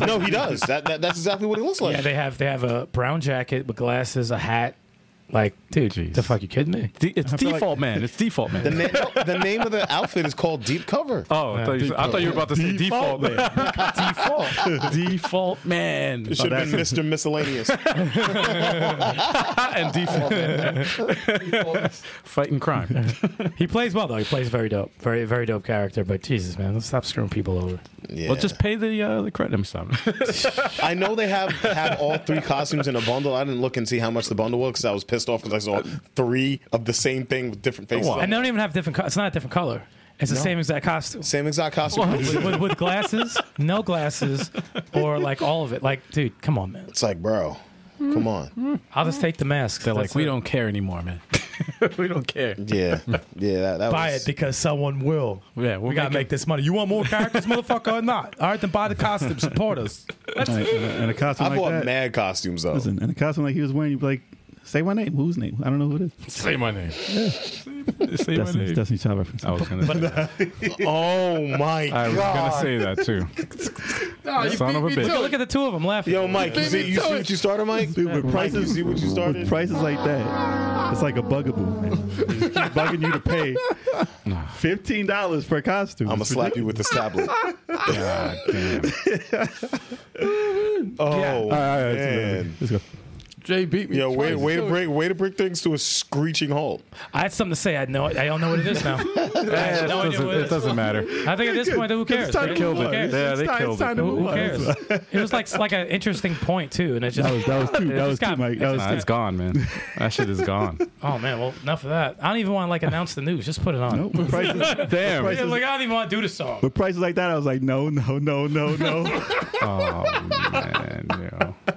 no, he does. That, that that's exactly what he looks like.
Yeah, they have they have a brown jacket with glasses, a hat, Like, dude,
Jeez.
the fuck you kidding me?
D- it's default man. It's default man.
The, na- no, the name of the outfit is called Deep Cover.
oh, I, thought you, I thought you were about to say default, man. default. default man.
It should have been Mr. Miscellaneous.
and default man. Fighting crime.
He plays well though. He plays very dope. Very very dope character. But Jesus, man, let's stop screwing people over.
Yeah.
Well, just pay the uh, the credit. Let me stop.
I know they have have all three costumes in a bundle. I didn't look and see how much the bundle was because I was pissed off because I saw three of the same thing with different faces.
And they don't even have different. Co- it's not a different color. It's the same exact costume.
Same exact costume.
with, with, with glasses, no glasses, or like all of it. Like, dude, come on, man.
It's like, bro, come
Hmm.
on.
I'll just take the mask.
They're like,
That's
we
it.
don't care anymore, man. we don't care.
Yeah, yeah. That, that
buy it
was,
because someone will.
Yeah, we're
we gotta
making-
make this money. You want more characters, motherfucker, or not? All right, then buy the costume. Support us.
Like, and a costume
I
like
bought
that.
mad costumes though.
Listen, and a costume like he was wearing, you'd be like, say my name. Whose name? I don't know who it is.
Say my name.
Say my
Destiny's,
name.
Destiny's Child reference.
I was gonna. Say that.
Oh my
I was
god.
gonna say that too. Son of a bitch.
Look at the two of them laughing.
Yo, Mike, you see, you see what you started, Mike?
Dude, with
you
prices,
see what you
with
started?
prices like that, it's like a bugaboo. Man. It's bugging you to pay fifteen dollars per costume.
I'm gonna
It's
slap you with this tablet.
God damn.
Oh
ridiculous.
man.
Let's go.
Jay beat me.
Yo, way,
twice.
way to break, way to break things to a screeching halt.
I had something to say. I know. I don't know what it is now. I
It
had no idea
doesn't,
what
it doesn't matter.
I think at this point, who cares?
It's time
right?
to move
Who
on.
cares?
Yeah, they
It's time-
killed
it's time
it.
to
Who
move on.
cares? it was like like an interesting point too, and it just
That was that was two. That was
just
two,
got-
Mike. That was
Nah, it's gone, man. That shit is gone.
oh man, well enough of that. I don't even want to like announce the news. Just put it on.
Nope, with prices,
Damn.
Price-
Yeah, like I don't even want to do the song.
with prices like that, I was like, no, no, no, no, no.
Oh man. Yo.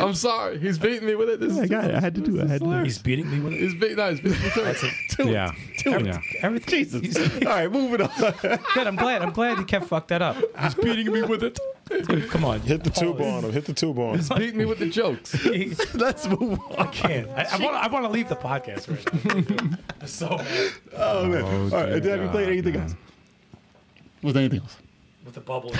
I'm sorry. He's beating me with it. This
I
is
got it. I had to do it. I had to do it.
He's beating me with it.
he's beating. No, he's beating me too.
Yeah. yeah.
everything.
Jesus. All right, moving on.
Good. I'm glad. I'm glad he kept fucked that up.
He's beating me with it.
Dude, come on.
Hit the tube on him. Hit the tube on him.
He's beating me with the jokes.
Let's move on.
can't. I, I want. I want to leave the podcast right now. I'm so mad
Oh, man.
Oh,
All
dear
right, did have you played
God,
anything
man.
else? Was there anything else?
with the bubble.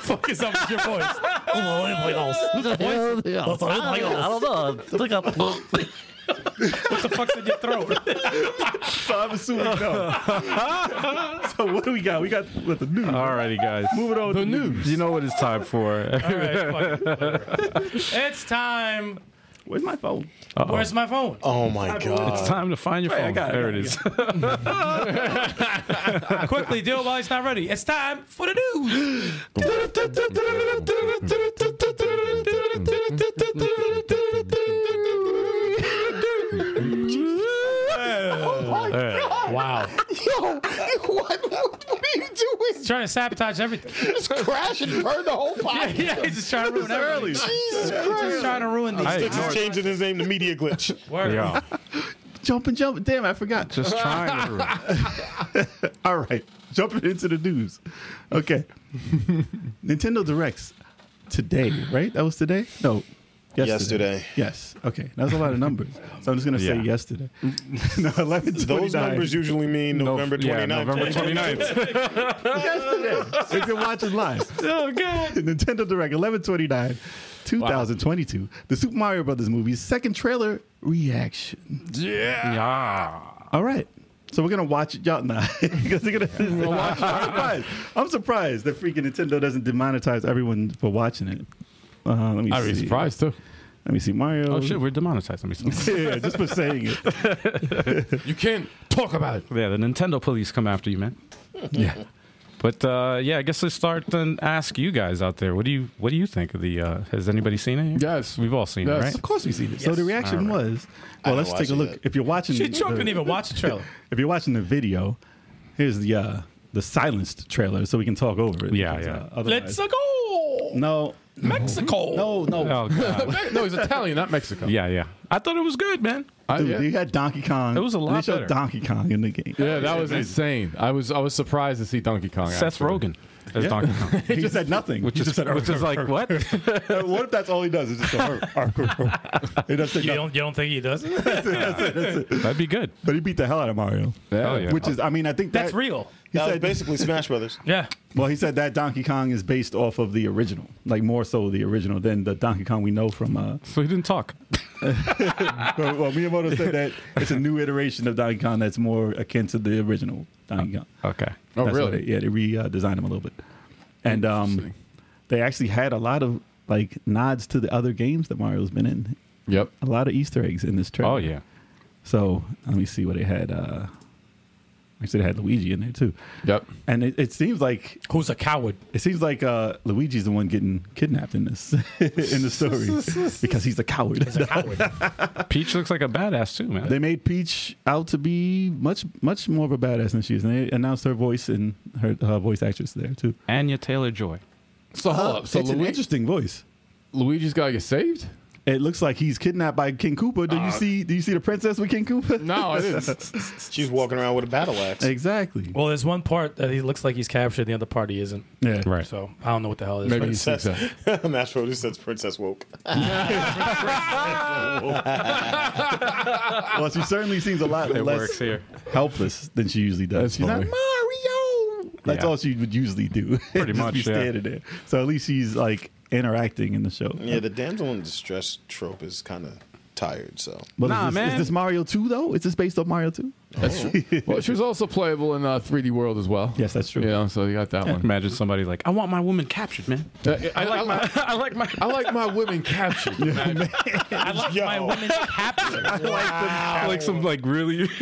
Focus on your voice. Oh, anything else? That's anything else. What the fuck's in your throat?
So I'm assuming no. so what do we got? We got what the news.
Oh, Alrighty, guys.
Moving on.
The news.
You know what it's time for.
Uh,
All right, fuck it. it's time.
Where's my phone?
Where's my phone?
Oh my
It's
god.
time to find your phone.
got it,
there it
I
is.
Uh, Quickly, do it while he's not ready. It's time for the news.
Oh,
Wow.
Yo, what, what are you doing?
He's trying to sabotage everything.
Just crash and burn the whole podcast.
yeah, he's just trying to ruin everything.
Jesus
He's just
Christ.
trying to ruin these.
I
Sticks is changing his name to Media Glitch.
Word.
Yeah.
Jumping, jumping. Damn, I forgot.
Just trying to.
All right, jumping into the news. Okay, Nintendo directs today, right? That was today. No, yesterday.
Yesterday.
Yes. Okay, that's a lot of numbers. So I'm just gonna say
Yeah.
yesterday. no, eleven
Those numbers usually mean November 29th.
yeah, November 29th.
yesterday. if you're watching live,
Oh god.
Nintendo Direct 1129, 2022. The Super Mario Brothers movie's second trailer reaction.
yeah. Oh,
All right. So we're gonna watch it, y'all. Nah, because they're gonna watch. I'm surprised. I'm surprised that freaking Nintendo doesn't demonetize everyone for watching it. Uh, let me
I'd be
see.
surprised too.
Let me see Mario.
Oh shit, we're demonetized. Let me see.
yeah, just for saying it.
You can't talk about it.
Yeah, the Nintendo police come after you, man.
Yeah.
But uh, yeah, I guess let's start and ask you guys out there. What do you What do you think of the? Uh, has anybody seen it? here?
Yes,
we've all seen
Yes.
it,
Of
right?
course we see this. So the reaction was, well,
I
let's take
haven't
a
watched it
look.
yet.
If you're watching,
Shit, Joe
the-
couldn't even watch the trailer.
if you're watching the video, here's the uh, the silenced trailer, so we can talk over it.
Yeah,
because,
yeah.
uh, otherwise-
Let's go.
No,
Mexico.
no, no.
Oh god.
no, he's Italian, not Mexico.
yeah, yeah. I thought it was good, man.
I-
Dude,
yeah.
you had Donkey Kong.
It was a
and
lot
They showed
better.
Donkey Kong in the game.
Yeah, that was insane. I was I was surprised to see Donkey Kong.
Seth
actually.
Rogen as Donkey Kong,
He just said nothing.
which
He
is
just said,
which is like what?
what if that's all he does? Is just go, he does say
You
nothing.
don't, you don't think he does?
That'd be good.
But he beat the hell out of Mario.
Hell yeah.
Which is, I mean, I think that,
That's real.
He
That was
said,
basically Smash Brothers.
Yeah.
well, he said that Donkey Kong is based off of the original, like more so the original than the Donkey Kong we know from. Uh,
So he didn't talk.
well, well, Miyamoto said that it's a new iteration of Donkey Kong that's more akin to the original Donkey Kong.
Okay.
That's
Oh,
what
really?
they- yeah, they redesigned him a little bit, and um,
Interesting.
they actually had a lot of like nods to the other games that Mario's been in.
Yep.
A lot of Easter eggs in this trailer.
Oh yeah.
So let me see what they had. Uh, actually, they had Luigi in there too,
Yep.
and it, it seems like
Who's a coward?
it seems like uh, Luigi's the one getting kidnapped in this in the story because he's a coward.
He's a coward.
Peach looks like a badass too, man.
They made Peach out to be much, much more of a badass than she is, and they announced her voice and her uh, voice actress there too.
Anya Taylor Joy.
So hold up. So
it's an
Luigi,
interesting voice.
Luigi's got to get saved?
It looks like he's kidnapped by King Koopa. Do you see? Do you see the princess with King Koopa?
Uh, No, I didn't.
She's walking around with a battle axe.
exactly.
well, there's one part that he looks like he's captured, the other part he isn't.
Yeah,
Right.
So I don't know what the hell it is.
Maybe
but
he's
That's-
successful.
Mass Produce says Princess Woke.
Well, she certainly seems a lot
It
less
works here.
helpless than she usually does.
That's
she's like
funny.
Mario. That's
Yeah.
all she would usually do.
Pretty
Just
much,
be
yeah.
standing there. So at least she's like interacting in the show.
Yeah, the damsel in distress trope is kind of tired. So
But
Nah,
is, this,
man. Oh.
is this Mario Two though? Is this based on Mario Two?
That's true. Well, she was also playable in uh, 3D World as well.
Yes, that's true.
You know, so you got that one.
Imagine somebody like, I want my woman captured, man.
Uh, I, I like,
I like my.
I like my women captured. man.
I like
Yo.
my women captured.
I like some like really.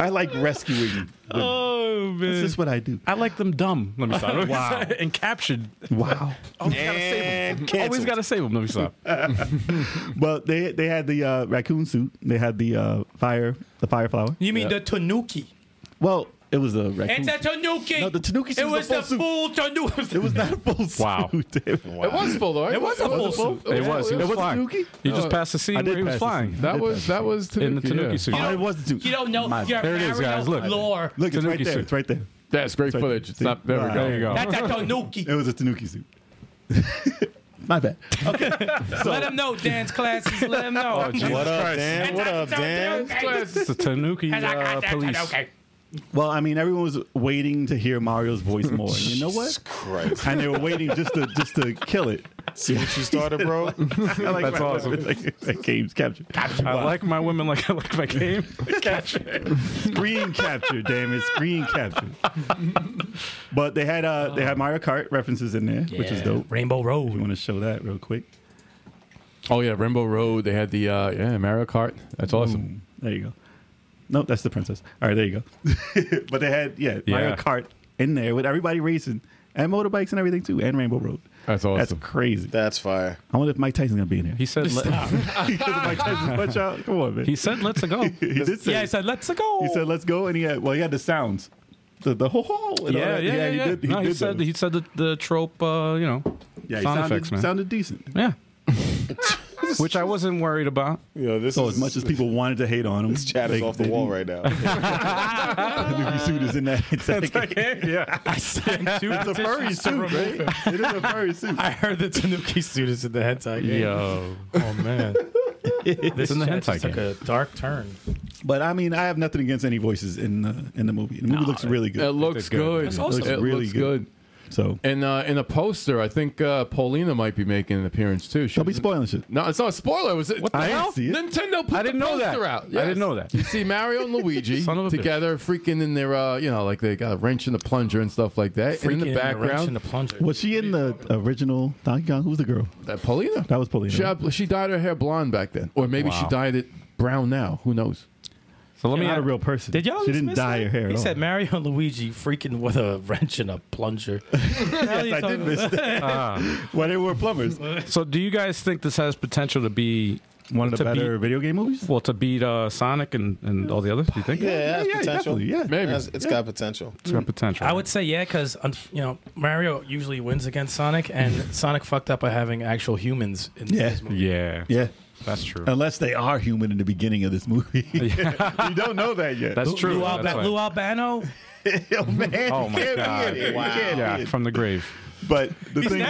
I like rescuing. Women.
oh
This
man.
is what I do.
I like them dumb. Let me stop. wow. and captured.
Wow.
Always gotta save them.
canceled.
Always gotta save them. Let me stop.
Well, they they had the uh, raccoon suit. They had the uh, fire the fire flower.
You mean the Tanuki?
Well, it was a raccoon. suit.
Tanuki.
No, the Tanuki suit
It was
was a
the
full suit.
full Tanuki.
It was not a full suit.
Wow.
Wow.
It was full though. right?
It was a full suit.
It was. He was
was
flying.
Tanuki? Uh,
You just
No,
passed the scene
I did
where he was
pass the
flying
scene.
That was that was Tanuki,
in the Tanuki
yeah.
suit.
Oh, it was the suit.
You don't know.
My
You're
bad.
There it is,
Mario
guys. Look.
lore.
Look, it's right
Tanuki
there.
suit.
It's right there.
That's great
Sorry.
footage. It's not, there we
Wow.
go.
there you go.
That's a Tanuki.
It was a Tanuki suit. My bad.
Let him know, dance classes. Let him know.
Oh, Jesus
what up,
Christ.
Dan? What up, Dan?
It's the Tanuki uh, police.
Well, I mean, everyone was waiting to hear Mario's voice more. And you know what?
Christ,
And they were waiting just to just to kill it.
see what you started,
I
bro.
like
That's
my-
awesome.
Like, that game's captured.
I like my women like I like my game.
Screen capture, damn it, screen capture. But they had uh they had Mario Kart references in there, which is dope.
Rainbow
You
Road.
want to show that real quick?
Oh yeah, Rainbow Road. They had the uh, yeah Mario Kart. That's awesome.
There you go. No, that's the princess. All right, there you go. but they had yeah,
Yeah.
Mario Kart in there with everybody racing and motorbikes and everything too, and Rainbow Road.
That's awesome.
That's crazy.
That's fire.
I wonder if Mike Tyson's gonna be in here.
He said let,
Because of Mike Tyson's punch out. Come on, man.
he said let's go.
he did say
Yeah, he said, "Let's go."
he said let's go, and he had well he had the sounds, the the ho ho. and all
Yeah, yeah,
that.
yeah. yeah,
he did. He
no,
did
he said
those.
he said the, the trope. Uh, you know,
yeah, he
sound
sounded,
effects, man.
sounded decent.
yeah. Which I wasn't worried about.
You know, this
So
is
as much as people wanted to hate on him,
this chat is
they-
off the
they
wall
didn't.
right now.
Nuki suit is in that. It's like-
yeah.
I signed two
it's a furry
petitions to
suit,
remove him.
right? It is a furry suit.
I heard the Tanuki students in the hentai game.
Yo.
Oh man, this
in the
chat
hentai
just took
game.
a dark turn.
But I mean, I have nothing against any voices in the in the movie. The movie looks really
It
good.
looks
good.
good.
That's
awesome.
It
Looks really
looks
good.
good.
so
And uh, in a poster, I think uh, Paulina might be making an appearance too.
don't be spoiling shit.
No, it's not a spoiler. Was it? What
the I hell? didn't see it.
Nintendo put
I didn't
the
know that.
poster out.
I didn't know that.
You see Mario and Luigi
Son of a bitch.
together, freaking in their, uh, you know, like they got a wrench and a plunger and stuff like that. and in the background,
in the plunger.
Was she in the original Donkey Kong? Who's the girl?
that uh, Paulina.
That was Paulina.
She, had- she dyed her hair blonde back then, or maybe she
Wow.
dyed it brown now. Who knows?
So let me
Not a
ask-
real person.
Did y'all?
She didn't
dismiss
dye
that?
her hair.
He
at all.
said Mario and Luigi freaking with a wrench and a plunger.
I did miss that. when they were plumbers,
So do you guys think this has potential to be
one of the
To
better
beat-
video game movies.
well to beat uh, Sonic and, and all the others? Do you think
Yeah, it has
yeah,
potential.
definitely, yeah.
Maybe.
It has- it's got potential.
it's got potential?
I would say yeah, because you know Mario usually wins against Sonic, and Sonic fucked up by having actual humans in
Yeah.
his movie.
Yeah.
Yeah, Uh,
That's true.
unless they are human in the beginning of this movie. we don't know that yet.
That's true.
Lou, Alba-
That's why-
Lou Albano,
Yo, man,
Oh
you
my
can't be
god.
in it. You can't be in
Yeah,
it.
from the grave.
But the thing,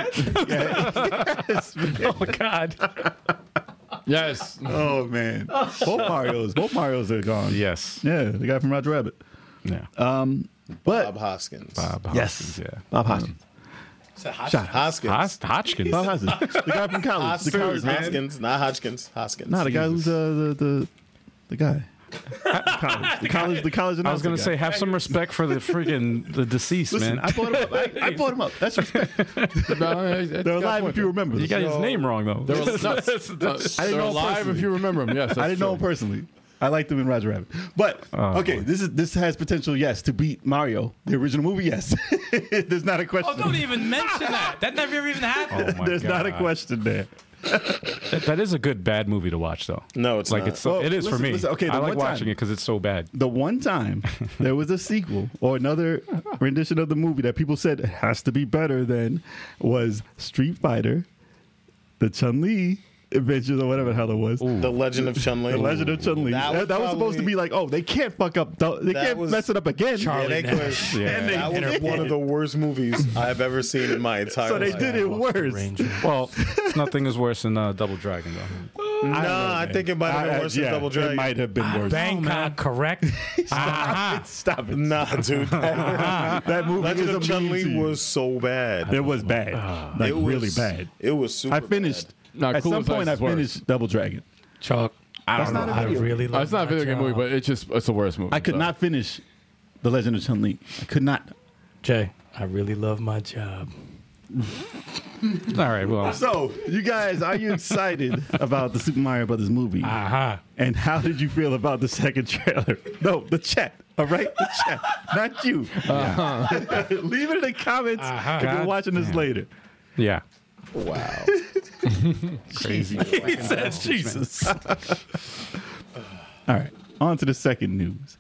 Yeah. Yes, man.
oh god,
Yes.
Oh man, both Mario's, both Mario's are gone.
Yes.
yeah, the guy from Roger Rabbit.
Yeah.
But
Bob Hoskins.
Bob Hoskins,
yes,
Yeah.
Bob Hoskins. Shot.
Hoskins.
Hos- Hodgkins.
Bob Hoskins. The guy from college. The
Hoskins,
college man.
Hoskins, not Hodgkins. Hoskins.
Nah, the guy who's uh, the the the guy. college, the college, the college.
I was gonna
announcer
say,
guy.
have some respect for the freaking the deceased
Listen,
man.
I brought him up. I, I brought him up. That's respect. They're
They're
alive if you remember.
you
Them.
got his name wrong though.
They're, al- no, no, they're
know
alive
personally.
if you remember them. Yes, that's
I didn't know him
true.
personally. I liked him in Roger Rabbit. But okay, this is this has potential. Yes, to beat Mario, the original movie. Yes, there's not a question.
Oh, don't even mention that. That never even happened.
Oh my
there's not a
God.
question there.
That- that is a good bad movie to watch though.
No, it's
like
not.
it's so,
Well,
it is for
listen-
me.
listen, okay,
I
the
like
one
watching
time-
it because it's so bad.
The one time there was a sequel or another rendition of the movie that people said has to be better than was Street Fighter, the Chun Li Adventures or whatever the hell it was.
the Legend of Chun Li.
The Legend of Chun Li. That, that was supposed to be like, oh, they can't fuck up. They
That
can't
was
mess it up again.
Yeah,
Charlie
they
Nash.
could-
Yeah.
that was one of the worst movies I've ever seen in my entire
So they
life.
did it worse.
Ranger.
Well, nothing is worse than uh, Double Dragon though.
Nah, I, think it might have been
I-
worse than Double
It
Dragon.
might have been worse.
Bangkok, correct? Aha.
Stop it.
Nah, dude. that
That movie
Legend
is a
of Chun Li
meme to you.
was so bad.
It was bad. like
it was
really bad.
It was super.
I finished.
Nah,
at
Cool
some
as Ice
point, I
is worse.
finished Double Dragon.
Chuck. I
That's not
I
a video.
really
Uh,
love
it's not a
that
video game
job.
movie, but it's just it's the worst movie.
I could
so.
not finish The Legend of Chun Li. I could not.
Jay, I really love my job.
All right, well,
So, you guys, are you excited about the Super Mario Brothers movie?
Ah. uh-huh.
Aha.
And how did you feel about the second trailer? No, the chat. All right, the chat, not you. Leave it in the comments
Uh-huh.
if you're
God
watching this later.
yeah.
Wow.
He says Jesus.
All right, on to the second news.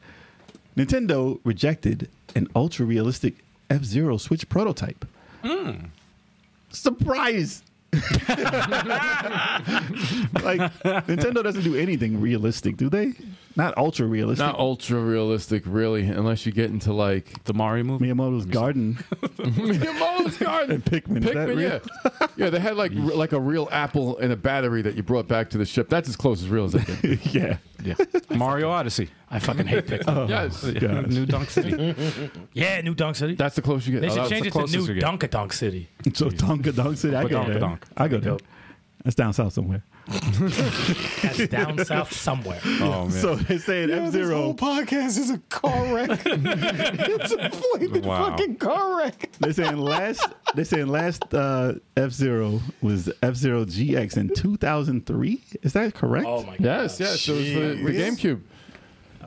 Nintendo rejected an ultra realistic F Zero Switch prototype. Surprise! like Nintendo doesn't do anything realistic, do they? Not ultra realistic.
Not ultra realistic, really, unless you get into like
The Mario movie.
Miyamoto's garden
Miyamoto's garden.
and Pikmin. Is that real?
Pikmin, yeah, yeah. They had like re- like a real apple and a battery that you brought back to the ship. That's as close as real as I can.
yeah.
Mario Odyssey.
I fucking hate Pikmin.
yes,
New Dunk City.
Yeah, New Dunk City.
that's the closest you get.
They
Oh,
should
that was
change
the
it to
closest we
New
get.
Dunka Dunk City.
So Tonka Dunk City, I go
Donka
there.
Donk.
I go there. That's down south somewhere.
That's down south somewhere.
Oh man.
So they say in F
This whole
Zero,
podcast is a car wreck. it's a flaming
Wow.
fucking car wreck.
they saying last, they saying last uh, F Zero was F Zero GX in two thousand three. Is that correct?
Oh my god.
Yes, yes. It was the, the
Jeez.
GameCube.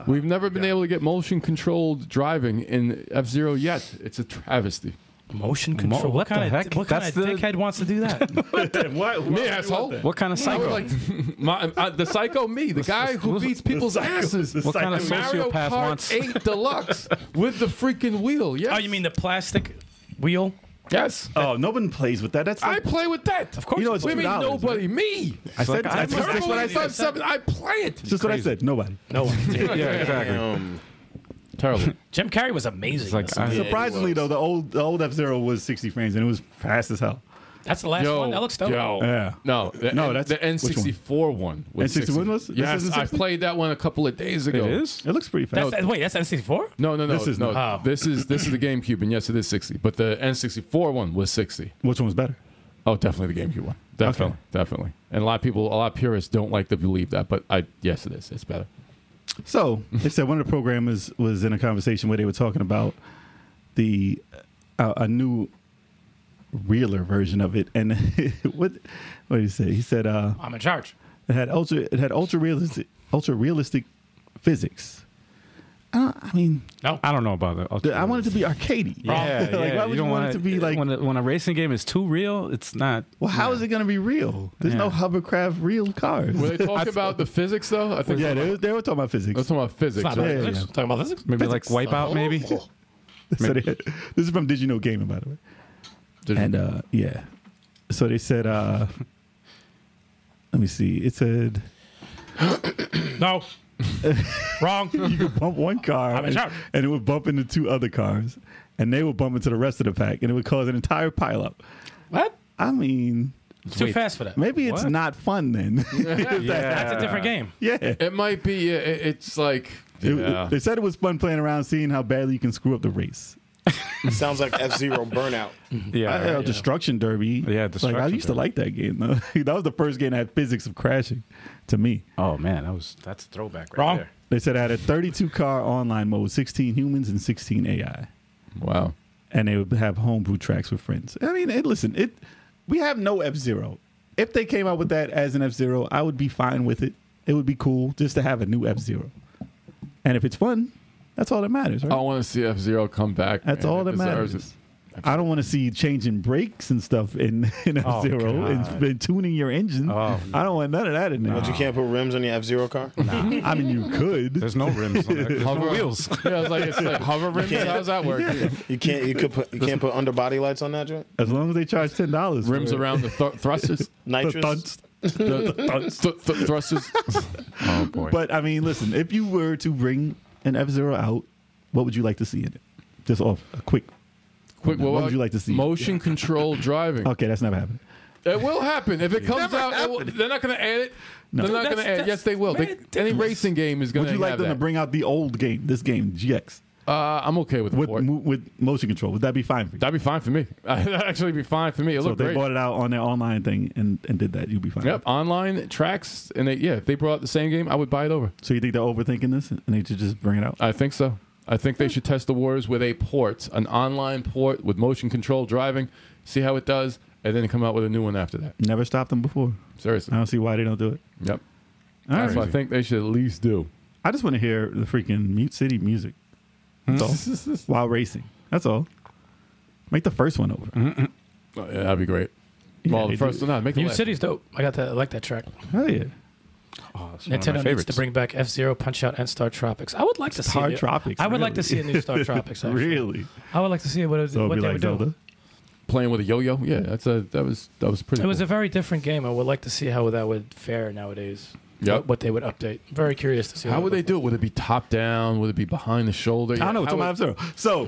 We've never been able to get motion controlled driving in F Zero yet. It's a travesty.
Motion control. what,
what the
kind
heck?
of what kind
That's
of
the-
dickhead wants to do that?
Why- why-
Me asshole.
what kind of
I would
psycho?
like to- my, uh, the psycho me, the guy who beats people's asses.
what kind of
Mario
sociopath
Kart
wants?
8 Deluxe with the freaking wheel. Yes.
oh, you mean the plastic wheel?
yes?
Oh, nobody plays with that. That's
I
like,
play with that. Of
course You know you it's do.
we mean
$2,
nobody. Me.
I,
like,
said. I
I'm
just,
That's
that's what I said.
said. Seven. I play it.
Just what I said. Nobody.
No.
yeah, exactly.
Um,
Terrible.
Jim Carrey was amazing.
It's like
That's-
I,
Surprisingly,
was.
though, the old the old F Zero was sixty frames and it was fast as hell.
that's the last one. That looks dope.
Yo.
Yeah.
No, the,
No,
no,
that's-
that's the N
which one?
sixty four one.
N64 was? This
Yes,
isn't
I
64?
played that one a couple of days ago.
it is.
It looks pretty
That's,
fast.
wait, that's N64.
No, no, no.
This is
no.
not- Oh.
This is this is the GameCube, and yes, it is sixty. But the N sixty four one was sixty.
Which one was better?
Oh, definitely the GameCube one. Definitely,
Okay.
definitely. And a lot of people, a lot of purists don't like to believe that, but I yes, it is. It's better.
So they said one of the programmers was in a conversation where they were talking about the uh, a new realer version of it, and what what did he say? He said uh,
I'm in charge.
it had ultra it had ultra realistic ultra realistic physics. Uh, I mean,
No.
I don't know about that.
th- I want it to be arcadey.
Yeah,
like,
yeah.
why would you,
don't
want
wanna-
it to be like?
when a, when a racing game is too real, it's not.
well, how is it going to be real? There's no
Yeah.
hovercraft real cars.
Were they talking about the physics though? I think.
yeah,
they
they, were- they were talking about physics.
Let's talk about physics.
It's not
right?
about
yeah,
physics.
yeah.
Talking about physics.
Maybe like Wipeout, maybe.
So they- this is from Did You Know Gaming, by the way.
Did-
And uh, yeah, so they said, uh, let me see. It said
No. Wrong.
you could bump one car,
I'm in
and,
charge.
and it would bump into two other cars, and they would bump into the rest of the pack, and it would cause an entire pileup.
What?
I mean,
Too fast for that.
maybe it's
What?
not fun then. If that-
That's a different game.
yeah.
it might be. uh, It, it's like.
It-
yeah.
they said it was fun playing around, seeing how badly you can screw up the race.
Sounds like F Zero Burnout.
Yeah.
I- uh, Destruction Derby.
Yeah,
like I
Destruction
used to
Derby.
like that game. Though. that was the first game that had physics of crashing. To me,
Oh man, that was that's a throwback right
Wrong.
there.
they said it had a 32 car online mode, 16 humans and 16 AI,
Wow.
and they would have homebrew tracks with friends. I mean, it, listen, it we have no F Zero. If they came out with that as an F Zero, I would be fine with it. It would be cool just to have a new F Zero, and if it's fun, that's all that matters. Right?
Oh,
I want to see F Zero come back.
That's
man.
all
It
that
deserves
matters.
it.
I don't want to see changing brakes and stuff in, in
Oh,
F Zero
God.
and, and tuning your engine.
Oh.
I don't want none of that in there.
But you can't put rims on your F Zero car.
I mean, you could.
There's no rims on that. There's no
Hover
wheels.
Yeah, it's like it's like hover rims. How's that work?
You can't. You could put. You can't put underbody lights on that joint.
As long as they charge ten dollars.
Rims around the thr thrusters.
Nitrous.
The, th- th- thrusters.
Oh boy.
But I mean, listen. If you were to bring an F Zero out, what would you like to see in it? Just off a quick.
Quick.
What would you like to see?
Motion control driving.
Okay, that's never happening.
It will happen if it comes out. it will- they're not going to add it. They're not going to add. Yes, they will. They, any racing game is going
Would
to
you
have
like them
that.
to bring out the old game, this game GX,
uh, I'm okay with
with
it.
mo- with motion control? Would that be fine for you?
That'd be fine for me. That'd actually be fine for me.
so
It
if
looked
they
great.
bought it out on their online thing and, and did that, you'd be fine.
Yep, online tracks, and they yeah, if they brought out the same game, I would buy it over.
So you think they're overthinking this and they should just bring it out?
I think so. I think they should test the waters with a port, an online port with motion control driving, see how it does, and then come out with a new one after that.
Never stopped them before. I
Seriously.
don't see why they don't do it.
Yep.
All
That's what I
right.
think they should at least do.
I just want to hear the freaking Mute City music. That's
Hmm?
all. While racing. That's all. Make the first one over.
Oh, yeah, that'd be great. well,
they
the first
do.
one, no, make the
New
last.
City's dope. I got that. I like that track.
Hell yeah.
oh, it's one of my
Nintendo needs
favorites.
to bring back F Zero, Punch Out, and Star Tropics. I would like to see.
Star
a new-
Tropics,
I would like to
really?
see a new Star Tropics. Actually.
Really?
I would like to see what it,
So
what
it'd be
they
like
would
Zelda.
do.
Playing with a yo-yo. Yeah, that's a that was that was pretty.
It was a
cool.
very different game. I would like to see how that would fare nowadays.
Yep.
What, what they would update. Very curious to see.
how would they do it? Would it be top down? Would it be behind the shoulder?
I don't know. It's
How
on my F Zero. So,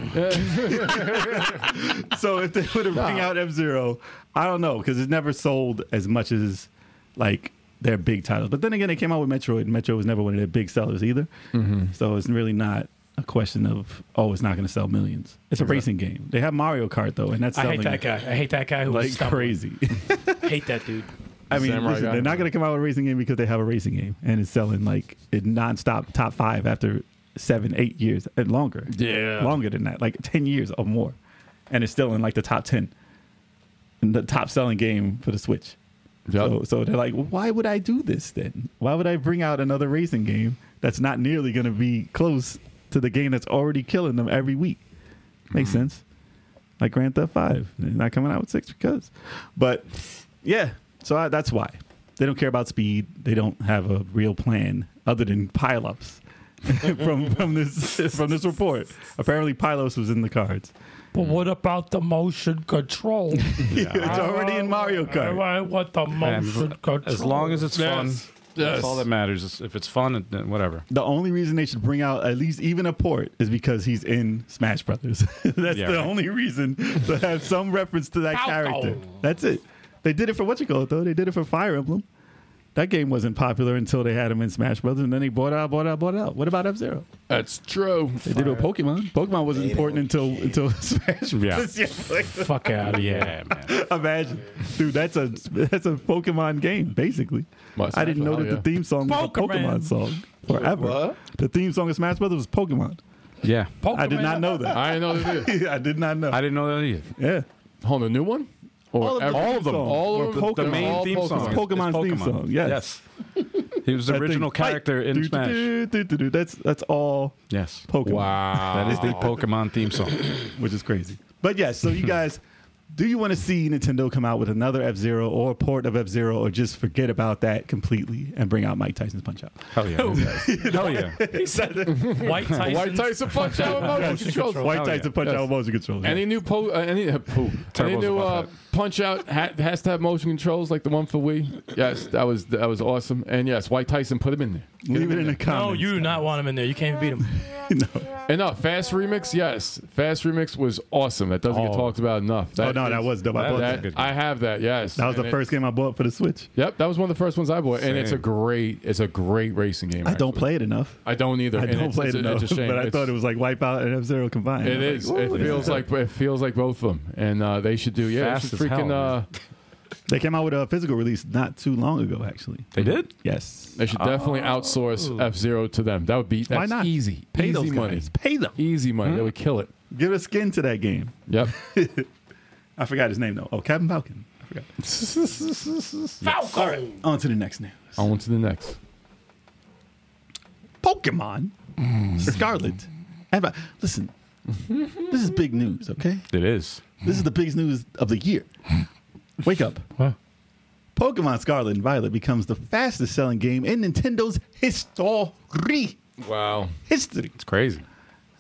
so if they would have bring out F Zero, I don't know because it never sold as much as like their big titles. But then again, they came out with Metroid, and Metro was never one of their big sellers either.
Mm-hmm.
So it's really not a question of oh, it's not going to sell millions. It's a racing game. They have Mario Kart though, and that's
I hate
selling
that guy. I hate that guy who was
like
stumbling.
crazy.
I hate that dude.
I mean,
Samurai
listen,
guy.
they're not going to come out with a racing game because they have a racing game and it's selling like it nonstop top five after seven, eight years and longer.
Yeah.
Longer than that, like 10 years or more. And it's still in like the top 10 and the top selling game for the Switch.
Yep.
So, so they're like, why would I do this then? Why would I bring out another racing game that's not nearly going to be close to the game that's already killing them every week? Makes sense. Like Grand Theft Five, they're not coming out with six because, but yeah, so I, that's why they don't care about speed. They don't have a real plan other than pileups from from this from this report. Apparently, pileups was in the cards.
But what about the motion control?
it's already in Mario Kart.
I want the motion control.
As long as it's fun.
Yes.
That's all that matters. Is If it's fun, then whatever.
The only reason they should bring out at least even a port is because he's in Smash Brothers. That's
Yeah,
the
right.
only reason to have some reference to that
Falco.
character. That's it. They did it for what you call it though. They did it for Fire Emblem. That game wasn't popular until they had him in Smash Brothers, and then they bought it out, bought it out, bought it out. What about F Zero?
That's true.
They did it with Pokemon. Pokemon wasn't important until until Smash Brothers. Yeah. like,
Fuck out of here.
imagine, dude. That's a that's a Pokemon game basically.
Must
I didn't know
have,
that
yeah.
the theme song was a
Pokemon.
Pokemon song forever.
What?
The theme song of Smash Brothers was Pokemon.
Yeah.
I did not know that.
I didn't know they did.
I did not know.
I didn't know that either.
yeah.
Hold on, a new one? Or
All of the
every-
theme song.
All of
Or
them.
Pokemon.
The main
All
theme song. is- is
Pokemon's theme song, yes.
Yes. He was the
That thing,
original
fight.
character in
Do, do,
Smash.
do, do, do, do. That's that's all
Yes.
Pokemon.
Wow.
That is the Pokemon theme song.
Which is crazy. But yes, so you guys do you want to see Nintendo come out with another F Zero or a port of F Zero or just forget about that completely and bring out Mike Tyson's punch out?
Hell yeah. Hell yeah.
White Tyson.
White Tyson punch out with motion controls.
White Tyson punch
Yes.
out with motion controls.
Any new po- uh, any uh, poo. any
Terribles
new
about
uh,
that.
Punch Out ha- has to have motion controls like the one for Wii. Yes, that was that was awesome. And yes, White Tyson put him in there.
Leave it in the comments.
No, you do not want him in there. You can't beat him.
And no, Fast Remix, yes, Fast Remix was awesome. That doesn't get talked about enough.
Oh no, that
is-
was dope. I bought
that-
that.
I have that. Yes,
That was
And
the
it-
first game I bought for the Switch.
Yep, that was one of the first ones I bought, and it's a
Same.
great, it's a great racing game.
I don't
actually.
play it enough.
I don't either.
I
and
don't
it's,
play it
it's a-
enough,
it's a shame.
but I
It's-
thought it was like Wipeout and F Zero combined.
It
I was
is.
like, "Ooh,
it
this
feels
is
like it feels like both of them, and uh, they should do. Yeah, they
Fast
should
as hell,
freaking.
man.
uh,
They came out with a physical release not too long ago, actually.
They did?
Yes.
they should definitely outsource F Zero to them. That would be that's
Oh. Why not?
easy,
Pay
easy
those
money,
guys. Pay them.
easy money. They would kill it.
Give a skin to that game.
Yep.
I forgot his name though. Oh, Captain Falcon. I forgot.
Falco.
On to the next news.
On to the next.
Pokemon Mm. Scarlet. And I- Listen, this is big news. Okay,
It is.
this is the biggest news of the year. Wake up. Pokemon Scarlet and Violet becomes the fastest selling game in Nintendo's history.
Wow.
History.
It's crazy.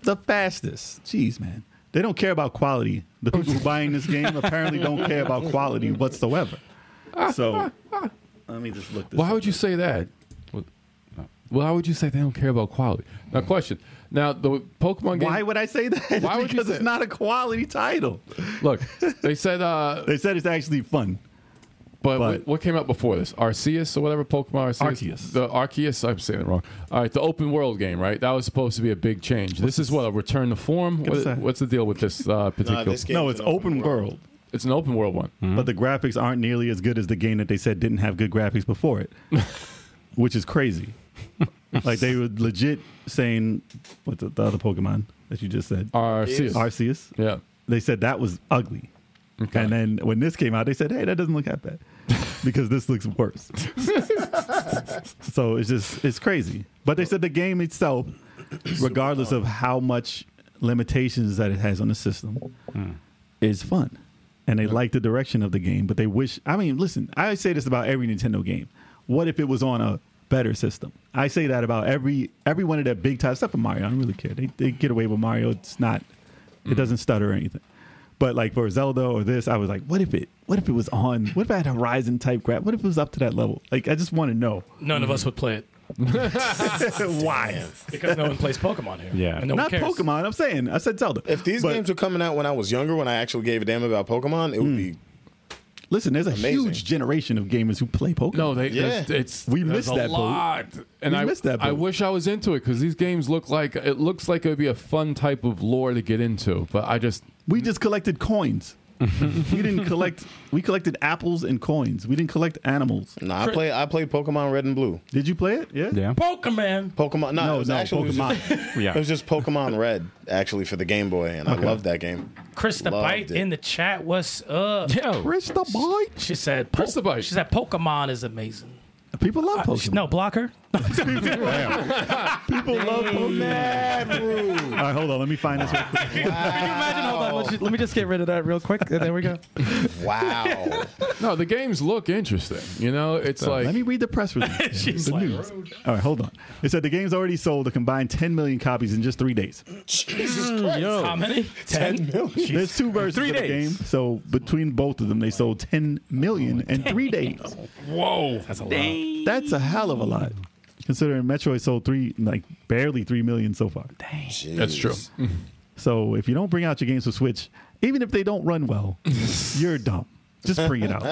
the fastest. Jeez, man. They don't care about quality. The people who buying this game apparently don't care about quality whatsoever. So let me just look this.
Why would you say that? Well, how would you say they don't care about quality? Now, question. Now, the Pokemon game.
Why would I say that?
Why would you
because
say-
it's not a quality title.
Look, they said, uh,
They said it's actually fun.
but,
But-
what came out before this? Arceus or whatever Pokemon Arceus?
Arceus.
The Arceus, I'm saying it wrong. All right, the open world game, right? That was supposed to be a big change. This is what, a return to form? What-
that?
what's the deal with this uh, particular?
Nah, this Hmm. game's
No, it's
an
open world,
it's an open world one.
but the graphics aren't nearly as good as the game that they said didn't have good graphics before it, which is crazy. like they were legit saying what the, the other Pokemon that you just said,
Arceus.
Arceus.
Yeah.
they said that was ugly. And then when this came out, they said, "Hey, that doesn't look that bad," because this looks worse. so it's just it's crazy. But they said the game itself, regardless of how much limitations that it has on the system, is fun, and they like the direction of the game. But they wish. I mean, listen, I say this about every Nintendo game. What if it was on a better system? I say that about every every one of their big titles, except for Mario. I don't really care. They they get away with Mario. It's not. It doesn't stutter or anything. But like for Zelda or this, I was like, what if it? What if it was on? What if I had Horizon type grab? What if it was up to that level? Like I just want to know
None of us would play it
why.
because no one plays Pokemon here.
Yeah.
And no
Not
one cares.
Pokemon. I'm saying I said Zelda.
If these
But
games were coming out when I was younger, when I actually gave a damn about Pokemon,
Hmm.
it would be
listen, there's a
Amazing.
huge generation of gamers who play Pokemon.
No, they
Yeah.
there's- it's
We
there's
missed
a
that boat.
lot, and
We
I
missed that
I
boat.
wish I was into it because these games look like it looks like it would be a fun type of lore to get into, but I just
we just collected coins. we didn't collect. We collected apples and coins. We didn't collect animals.
No, I play. I played Pokemon Red and Blue.
Did you play it? Yeah.
Yeah.
Pokemon.
Pokemon. No,
No,
it was
no,
actually Pokemon. It was,
Pokemon.
just,
Yeah.
it was just Pokemon Red actually for the Game Boy, and I loved that game.
Chris the
Loved
Bite
it.
in the chat. What's up?
Yo.
Rich the boy.
She said.
Chris the Bite.
She said Pokemon is amazing.
People love
She-
Pokemon.
No blocker.
people love Pokemon. All right, hold on. Let me find this. One.
Imagine. Hold on. Let me- Let me just get rid of that real quick, and there we go.
Wow.
no. The games look interesting. You know, it's like
Let me read the press release. the news. All right, hold on. It said the game's already sold a combined 10 million copies in just three days.
Jesus Christ.
How many? Ten.
There's two versions
Three
of the
days.
game, so between both of them, they sold 10 million in three days.
whoa.
That's a lot.
That's a hell of a lot, considering Metroid sold three, like barely three million so far.
That's true.
So if you don't bring out your games for Switch, even if they don't run well, you're dumb. Just bring it out.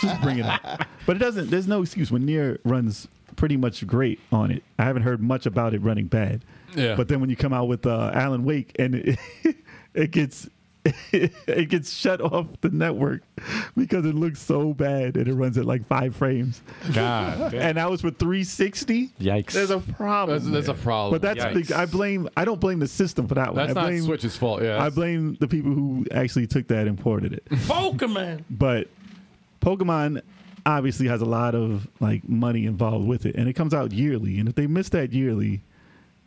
Just bring it out. But it doesn't. There's no excuse when Nier runs pretty much great on it. I haven't heard much about it running bad.
Yeah.
But then when you come out with uh, Alan Wake and it, it gets it gets shut off the network because it looks so bad and it runs at like five frames.
God.
And that was for 360.
Yikes.
There's a problem.
That's- that's a
there.
problem.
But that's
Yikes.
the, I blame. I don't blame the system for that one.
That's
I
not
blame,
Switch's fault. Yeah,
I
that's-
blame the people who actually took that and ported it.
Pokemon.
But Pokemon obviously has a lot of like money involved with it, and it comes out yearly. And if they miss that yearly,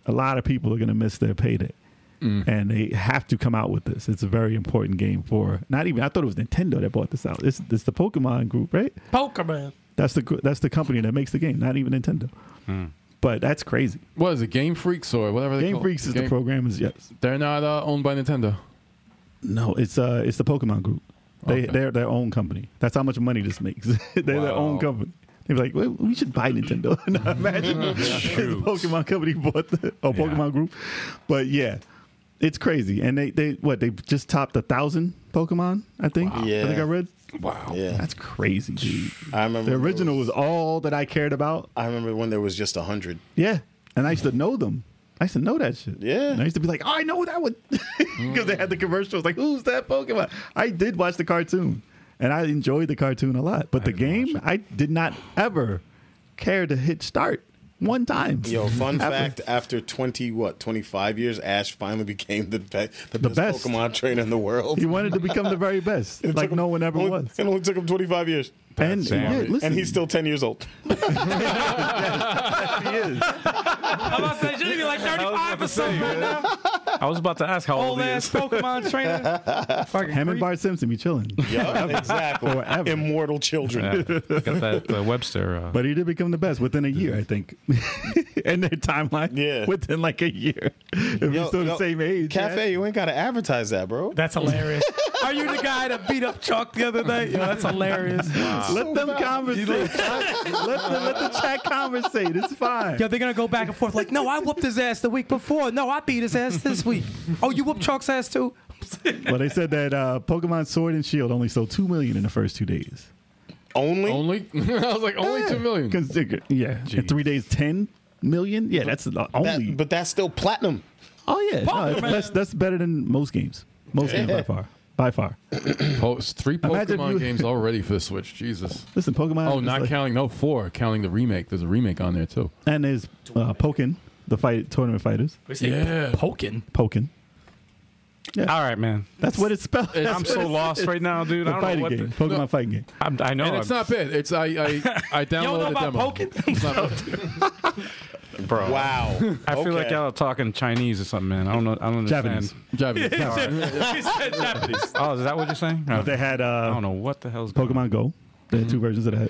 a lot of people are going to miss their payday.
Mm.
And they have to come out with this. It's a very important game for not even. I thought it was Nintendo that bought this out. It's, it's the Pokemon group, right?
Pokemon.
That's the gr- that's the company that makes the game. Not even Nintendo. But that's crazy.
What is it? Game Freaks or whatever. Hmm. They
Game
call
Freaks
it.
is the
Game-
program. Is yes.
They're not uh, owned by Nintendo.
No, it's uh, it's the Pokemon group. They
Okay.
they're their own company. That's how much money this makes. they're their own
Wow.
company. They're like, well, we should buy Nintendo. Now, Imagine the Pokemon company bought the or
Yeah.
Pokemon Group, but yeah, it's crazy. And they they what they just topped a thousand Pokemon. I think. I think
Yeah.
I read.
Wow.
Yeah,
That's crazy, dude.
I remember
The
when there
original was all that I cared about.
I remember when there was just a hundred.
Yeah. And I used to know them. I used to know that shit.
Yeah.
And I used to be like, oh, I know that one. Because they had the commercials. Like, who's that Pokemon? I did watch the cartoon. And I enjoyed the cartoon a lot. But the game, I did not ever care to hit start one time.
Yo, fun
After-
fact: after twenty what twenty five years, Ash finally became the be- the,
The
best,
best.
Pokemon trainer in the world.
He wanted to become the very best.
It
like
took him-
no one ever
only-
was.
It only took him twenty five years,
And,
Sam.
yeah, listen,
and he's still ten years old.
he is.
I'm about to say, shouldn't he be like 35 or something right now?
I was about to ask how old
Old
he
ass
is.
Pokemon trainer. Fucking
Him and
creep.
Bart Simpson be chilling.
Yeah, exactly.
Forever.
Immortal children.
Yeah, got that uh, Webster. Uh,
But he did become the best within a year, I think. In their timeline.
Yeah.
Within like a year. If you're still the same age. yeah.
Cafe, you ain't gotta advertise that, bro.
That's hilarious. Are you the guy that beat up Chuck the other night? Yo, that's hilarious.
Let them conversate. let, the, let the chat conversate. It's fine.
Yo, they're gonna go back and forth like, no, I whooped his ass the week before. No, I beat his ass this week. Oh, you whooped Chuck's ass too?
Well, they said that uh, Pokemon Sword and Shield only sold two million in the first two days.
Only.
Only I was like only two million.
Cons- yeah, in three days, ten million. Yeah, that's the
That-
only.
but that's still platinum.
oh yeah, no, it's- that's that's better than most games. Most games by far, by far.
Po- three
Imagine
Pokemon
you-
games already for the Switch. Jesus.
Listen, Pokemon.
Oh,
is
not
like-
counting. No, four. Counting the remake. There's a remake on there too.
And there's uh, Pokken, the fight tournament fighters.
Yeah.
Poking.
Pokken.
all right, man.
That's what it's spelled. That's
I'm
what
so
it's-
lost right now, dude.
The
I don't know
fighting
what.
game,
The,
Pokemon fighting game.
I'm, I know.
And it's
I'm-
not bad. It's I I I
know
downloaded the
about
demo.
Pokken?
It's not bad.
bro.
Wow.
I feel like y'all are talking Chinese or something, man. I don't know. I don't understand.
Japanese.
Japanese.
Oh, is that what you're saying? No.
They had.
I
Uh,
don't know what the hell's going on.
Pokemon Go. They had two versions of that.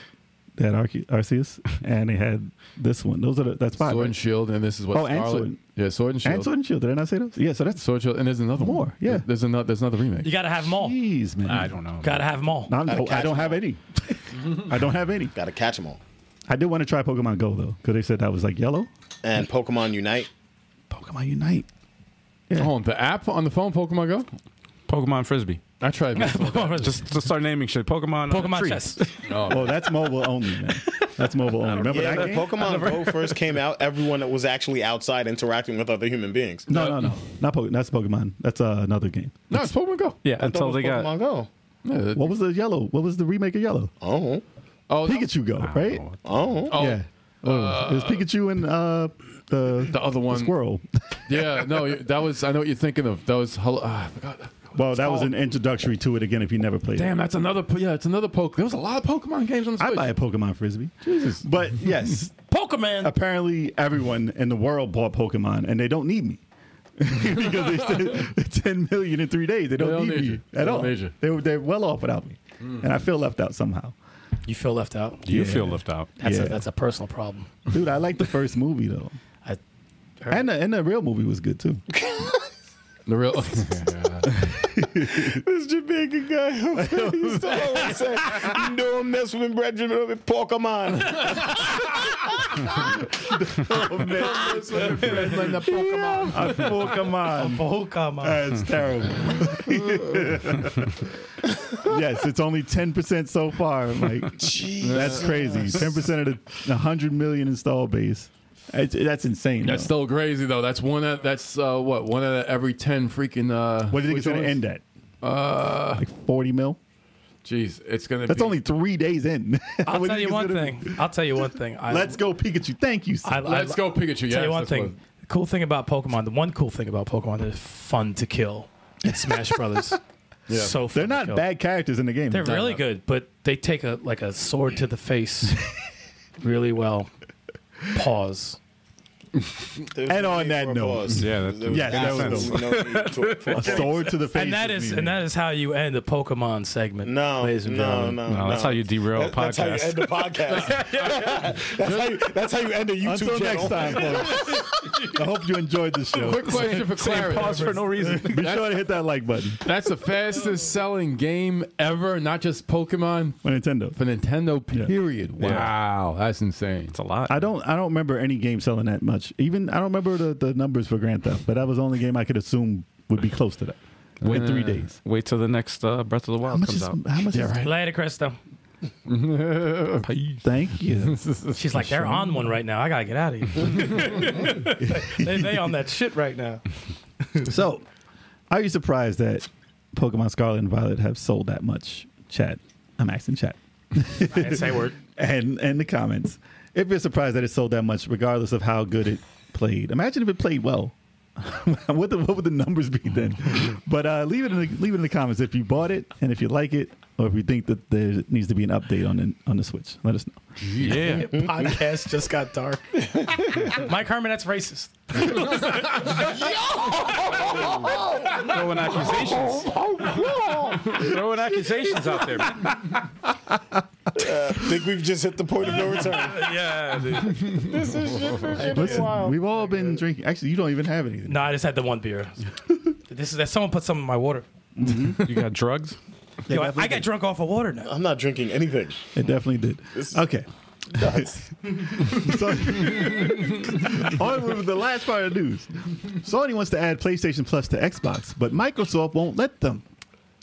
They had Arce- Arceus and they had this one. Those are the, that's five.
Sword and
Right?
Shield, and this is what
Oh, and
Scarlet.
Sword.
Yeah, Sword and Shield.
And Sword and Shield. Did I not say those? Yeah. So that's
Sword and Shield, and there's another one.
More, yeah.
There's another. There's another remake.
You gotta have them all.
jeez, man.
I don't know.
Gotta have them all.
I'm-
Gotta
I
catch
don't
'em
have any. I don't have any.
Gotta catch them all.
I did want to try Pokemon Go though, because they said that was like yellow.
And Pokemon Unite.
Pokemon Unite.
Oh, the app on the phone, Pokemon Go.
Pokemon Frisbee.
I tried. messing with that.
Just, just start naming shit. Pokemon. uh,
Pokemon
tree.
chess.
Oh,
Oh, that's mobile only, man. That's mobile only. Remember
Yeah,
that
when
game?
Pokemon Go first came out, everyone was actually outside interacting with other human beings.
no, no, no. Not Pokemon. That's Pokemon. That's uh, another game.
no, it's Pokemon Go.
Yeah,
I thought it
until
was
they got.
Pokemon Go.
Yeah,
What was the yellow? What was the remake of Yellow?
Oh,
Oh, that-
Pikachu Go, right?
oh,
Oh,
Yeah. Oh, it was Pikachu and uh, the,
The other one.
squirrel.
Yeah, no, that was. I know what you're thinking of. That was. hello- Ah, I forgot.
Well, that was an introductory to it again if you never played
Damn,
it.
that's another. po- Yeah, it's another Pokemon. There was a lot of Pokemon games on the
I
Switch.
buy a Pokemon Frisbee. Jesus. But yes,
Pokemon.
apparently everyone in the world bought Pokemon and they don't need me. because they said 10 million in three days. They don't,
don't
need
need
me
you.
at
They don't
all.
need you. Hmm.
They, were- they're well off without me. And I feel left out somehow.
You feel left out.
You feel left out.
That's,
Yeah.
a, that's a personal problem.
Dude, I like the first movie though.
I,
And the, and the real movie was good too.
the real.
this Jamaican guy. he used to always say, "You know, I'm messing with Benjamin with Pokemon."
I feel, come on.
Pokemon.
That's Uh, terrible. yes, it's only 10% so far. Like, That's crazy. 10% of the 100 million install base. It's, that's insane.
That's
though.
still crazy though. That's one. Of, that's uh, what one out of every ten freaking. Uh,
what do you think it's
Switch
going to end
owners?
at? Uh, like 40 mil?
Jeez, it's gonna.
That's
be,
only three days in.
I'll
What do
tell you
think
one
it's gonna be?
thing. I'll tell you one thing. I,
Let's go, Pikachu. Thank you.
I,
sir.
I-
Let's go Pikachu.
tell
Yes,
you one
that's
thing.
what-
The cool thing about Pokemon, the one cool thing about Pokemon that is fun to kill in Smash Brothers.
Yeah.
So fun
They're
to
not
kill.
bad characters in the game.
They're
though.
really good, but they take a like a sword to the face really well. Pause.
And on that note.
Yeah, that-
Yeah, that was a sword to the face.
And that is and that is how you end the Pokemon segment.
No,
ladies and
no, no,
gentlemen.
Oh,
No,
no.
that's how you derail a
That's how you
podcast.
end the podcast. that's, how you, that's how you end a YouTube
Until
channel.
next time, folks. I hope you enjoyed the show.
Quick question for
Same
clarity.
pause for no reason.
Be sure to hit that like button
That's the fastest selling game ever, not just Pokemon
for Nintendo.
for Nintendo.
Yeah.
Period. Wow, that's insane.
It's a lot.
I don't. I don't remember any game selling that much. Even I don't remember the, the numbers for Grand Theft, but that was the only game I could assume would be close to that. Wait three days.
Wait till the next uh, Breath of the
How
Wild
much
Uh, comes out.
is? How much? is-
Later, Krista.
Thank you.
She's like, they're on one right now. I gotta get out of here. they, they on that shit right now.
so, are you surprised that Pokemon Scarlet and Violet have sold that much? Chat. I'm asking chat
I didn't say a word.
and and the comments. If you're surprised that it sold that much, regardless of how good it played, imagine if it played well. what the, what would the numbers be then? but uh, leave it in the, leave it in the comments if you bought it and if you like it, or if you think that there needs to be an update on the, on the Switch. Let us know.
Yeah.
Podcast just got dark. Mike Herman, that's racist.
Throwing accusations.
Oh,
Throwing accusations out there.
I think we've just hit the point of no return.
Yeah.
Listen, we've all been drinking. Actually, you don't even have anything.
No, I just had the one beer. this is that someone put some in my water.
You got drugs?
Yo, I, I got drunk off of water now.
I'm not drinking anything.
It definitely did. Okay. so, on with the last part of the news. Sony wants to add PlayStation Plus to Xbox, but Microsoft won't let them.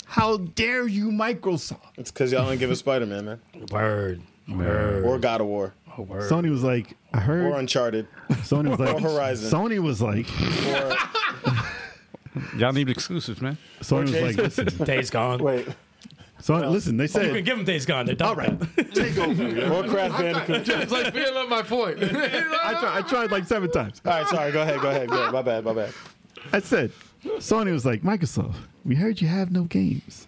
How dare you, Microsoft?
It's because y'all didn't give us Spider Man, man,
Word.
or God of War,
Sony was like, I heard.
or Uncharted,
Sony was like,
or Horizon.
Sony was like,
or
Y'all need exclusives, man.
Sony was like,
Jason.
listen,
Days gone.
wait,
Sony, listen. They
You can
said,
give them days gone. They're done. All right.
or Crash Bandicoot.
It's like feeling up my point.
I tried, I tried like seven times.
All right, sorry. Go ahead. Go ahead. Go ahead. My bad. My bad.
I said, Sony was like, Microsoft, we heard you have no games.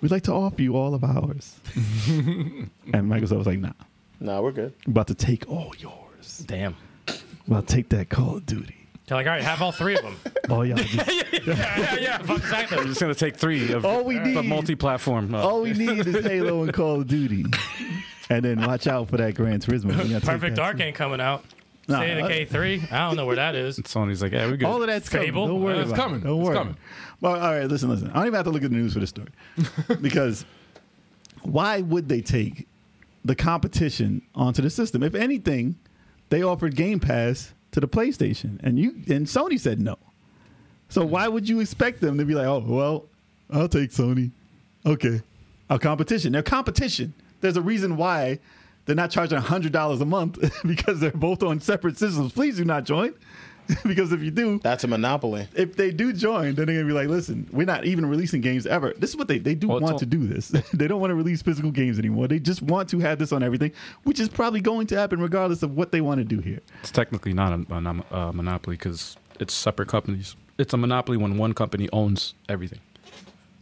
We'd like to offer you all of ours. and Microsoft was like, Nah,
Nah, we're good.
I'm about to take all yours.
Damn.
I'm about to take that Call of Duty.
They're like, all right, have all three of them.
All y'all. Just,
yeah, yeah, fuck,
I'm
exactly.
just going to take three of
All we
the uh,
need-
multi platform.
all we need is Halo and Call of Duty. And then watch out for that Gran Turismo. We gotta take
Perfect
that.
Dark ain't coming out.
Nah,
State of
uh,
K three. I don't know where that is.
Sony's like, yeah, we're good.
All of that's
Fable?
coming. Don't worry
Uh, it's
about
coming.
It. Don't
It's
worry.
coming.
Well, all right, listen, listen. I don't even have to look at the news for this story because why would they take the competition onto the system? If anything, they offered Game Pass to the PlayStation, and you and Sony said no. So why would you expect them to be like, oh well, I'll take Sony. Okay, our competition. Their competition. There's a reason why they're not charging hundred dollars a month because they're both on separate systems. Please do not join. because if you do,
That's a monopoly.
if they do join, then they're gonna be like, listen, we're not even releasing games ever. This is what they they do
Well, it's
want
all-
to do this. they don't want to release physical games anymore. They just want to have this on everything, which is probably going to happen regardless of what they want to do here.
It's technically not a, a nom- uh, monopoly because it's separate companies. It's a monopoly when one company owns everything.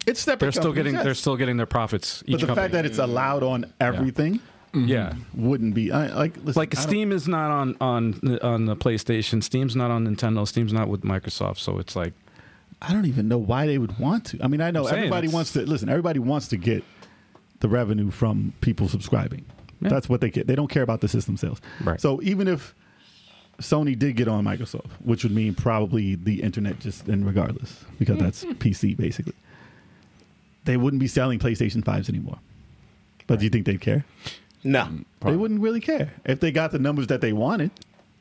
It's separate.
They're still getting
companies, yes.
they're still getting their profits. Each
but the
company.
fact that it's allowed on everything
yeah,
wouldn't be I, like listen,
like
I don't-
Steam is not on on on the PlayStation. Steam's not on Nintendo. Steam's not with Microsoft. So it's like
I don't even know why they would want to. I mean, I know
I'm saying
everybody
it's-
wants to listen. Everybody wants to get the revenue from people subscribing. That's what they get. They don't care about the system sales.
Right.
So even if Sony did get on Microsoft, which would mean probably the internet just and regardless, because that's PC basically, they wouldn't be selling PlayStation fives anymore. But do you think they'd care?
No.
They wouldn't really care if they got the numbers that they wanted.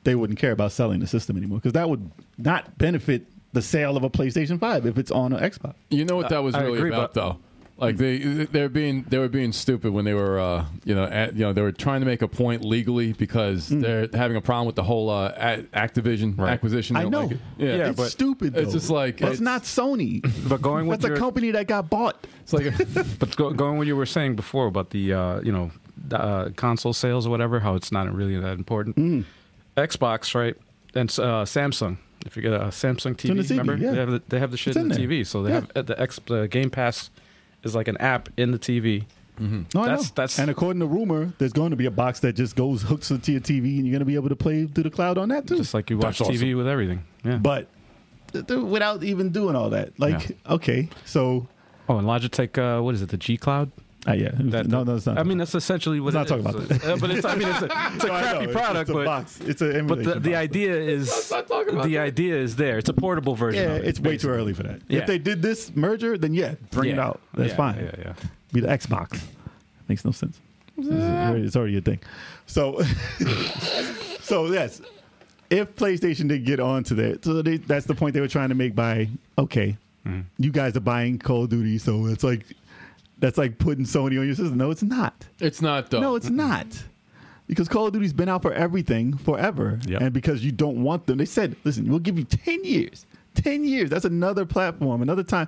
They wouldn't care about selling the system anymore because that would not benefit the sale of a PlayStation Five if it's on an Xbox.
You know what that was
I
really
agree,
about,
but-
though. Like they they're being they were being stupid when they were uh, you know at, you know they were trying to make a point legally because they're having a problem with the whole uh, a- Activision
Right.
acquisition. They
I
don't
know.
like it.
yeah,
Yeah,
it's
but
stupid.
it's
though.
just like-
that's
it's-
not Sony.
but going with
That's a
your,
company that got bought.
it's like
But go, going what you were saying before about the uh, you know the, uh, console sales or whatever, how it's not really that important.
Mm.
Xbox, right? And uh, Samsung. If you get a Samsung TV,
in the TV,
remember
yeah.
they have the, they have the shit
It's
in the
in there.
TV. So they
Yeah.
have uh, the X the Game Pass is like an app in the TV.
No, I
That's-
know.
that's-
and according to rumor, there's going to be a box that just goes hooks into your TV, and you're going to be able to play through the cloud on that too.
Just like you watch
That's
TV with everything. Yeah.
but th- th- without even doing all that, like okay, so
oh, and Logitech, uh, what is it? The G Cloud.
Uh, yeah.
That-
no, no, it's not.
I mean, that's essentially what.
Let's
it
not talk
is.
about that.
Uh, but it's, I mean, it's a, it's a
No, I know,
crappy
it's-
product,
it's a
but
box. It's an
but
emulation.
the, the
box.
idea is the idea is there. It's a portable version.
Yeah,
of it,
it's way too
basically.
early for that.
Yeah.
If they did this merger, then yeah, bring it
Yeah.
out. That's
Yeah,
fine.
Yeah, yeah.
Be the Xbox. Makes no sense. It's already- It's already a thing. So, so yes, if PlayStation did get onto that, so they, that's the point they were trying to make by okay,
Mm-hmm.
you guys are buying Call of Duty, so it's like that's like putting Sony on your system. No, it's not.
It's not though.
No, it's not. Because Call of Duty's been out for everything forever.
Yep.
And because you don't want them, they said, listen, we'll give you 10 years. 10 years. That's another platform, another time.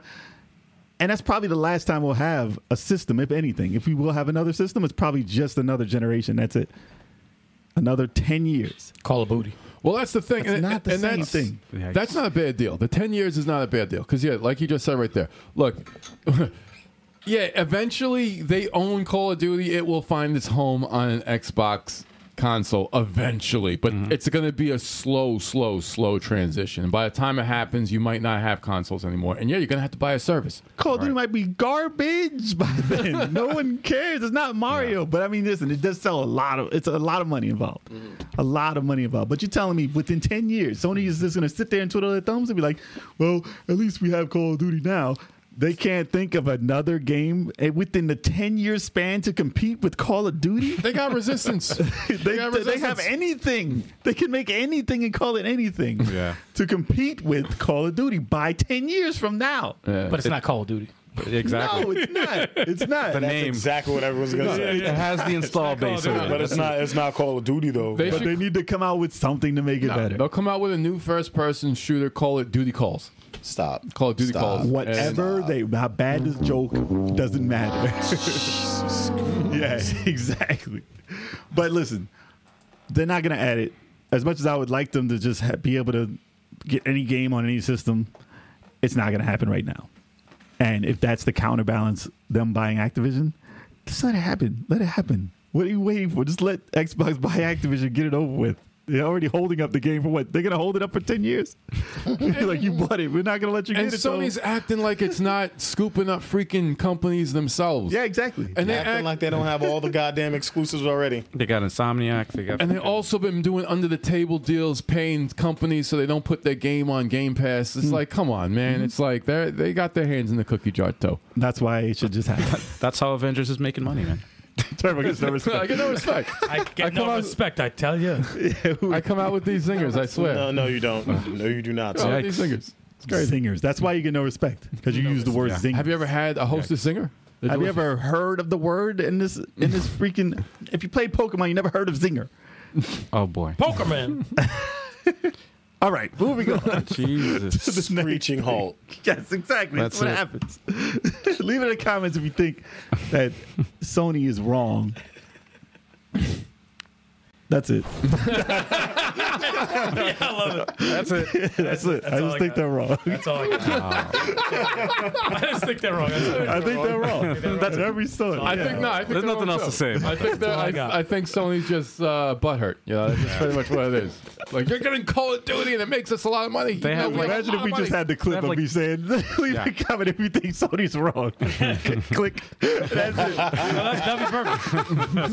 And that's probably the last time we'll have a system, if anything. If we will have another system, it's probably just another generation. That's it. Another 10 years.
Call of Booty.
Well, that's the thing.
That's
and,
not the
and
same
that's,
thing.
Yikes.
That's not a bad deal. The 10 years is not a bad deal. Because, yeah, like you just said right there. Look, yeah, eventually they own Call of Duty. It will find its home on an Xbox console eventually. But
Mm-hmm.
it's going to be a slow, slow, slow transition. And by the time it happens, you might not have consoles anymore. And, yeah, you're going to have to buy a service.
Call of Duty might be garbage by then. no one cares. It's not Mario, but I mean, listen, it does sell a lot of. It's a lot of money involved, a lot of money involved. But you're telling me within ten years, Sony is just going to sit there and twiddle their thumbs and be like, "Well, at least we have Call of Duty now." They can't think of another game eh, within the ten year span to compete with Call of Duty.
They got resistance.
They, they, have
got resistance.
anything. They can make anything and call it anything
Yeah.
to compete with Call of Duty by 10 years from now.
Yeah.
But it's not Call of Duty.
Exactly.
No, it's not. It's not.
That's
name.
exactly what everyone's gonna say.
It has the install base.
Duty,
already.
But it's not. It's not Call of Duty though.
They
but
should-
they need to come out with something to make it better.
They'll come out with a new first person shooter, call it Duty Calls.
Stop.
Call of Duty
Stop.
calls.
Whatever they, how bad this joke doesn't matter. yeah, exactly. But listen, they're not going to add it. As much as I would like them to just ha- be able to get any game on any system, it's not going to happen right now. And if that's the counterbalance, them buying Activision, just let it happen. Let it happen. What are you waiting for? Just let Xbox buy Activision, get it over with. They're already holding up the game for what? They're gonna hold it up for ten years. like you bought it, we're not gonna let you
And
get it. so-
Sony's acting like it's not scooping up freaking companies themselves.
yeah, exactly.
And they
Acting
act,
like they don't have all the goddamn exclusives already.
They got Insomniac. They got.
and they also been doing under the table deals, paying companies so they don't put their game on Game Pass. It's like, come on, man. It's like they they got their hands in the cookie jar though.
That's why it should just happen.
that's how Avengers is making money, man.
Turbo gets no respect.
I get no respect.
I get no
come on-
respect, I tell you.
I come out with these zingers, I swear.
No, no, you don't. No, you do not.
Come out with
Yikes.
these zingers.
It's crazy. Zingers. That's why you get no respect because you use the word zingers.
Have you ever had a hostess zinger? They're
Have you
delicious.
ever heard of the word in this in this freaking? if you play Pokemon, you never heard of zinger.
Oh boy.
Pokemon.
All right, moving on.
Jesus.
Screeching halt.
yes, exactly. That's,
That's
what
it.
happens. Leave it in the comments if you think that Sony is wrong. That's it.
yeah, I love it.
That's it.
That's it. I
all
just
I
think
got.
they're wrong.
That's all I got. I just think they're wrong. That's it.
I think they're wrong. That's every Sony.
I think no. I think
There's
they're
nothing
all
else to
jokes.
say about
I think that
all I
I,
got.
I think Sony's just uh, butthurt. You know, that's just pretty much what it is. Like you're getting Call of Duty and it makes us a lot of money.
They
You know,
have, like-
a
Imagine
lot
if
of
we
money.
just had the clip
have,
of
like-
me saying, leave
Yeah.
a comment if you think Sony's wrong. Click. That's it.
No, that- that'd be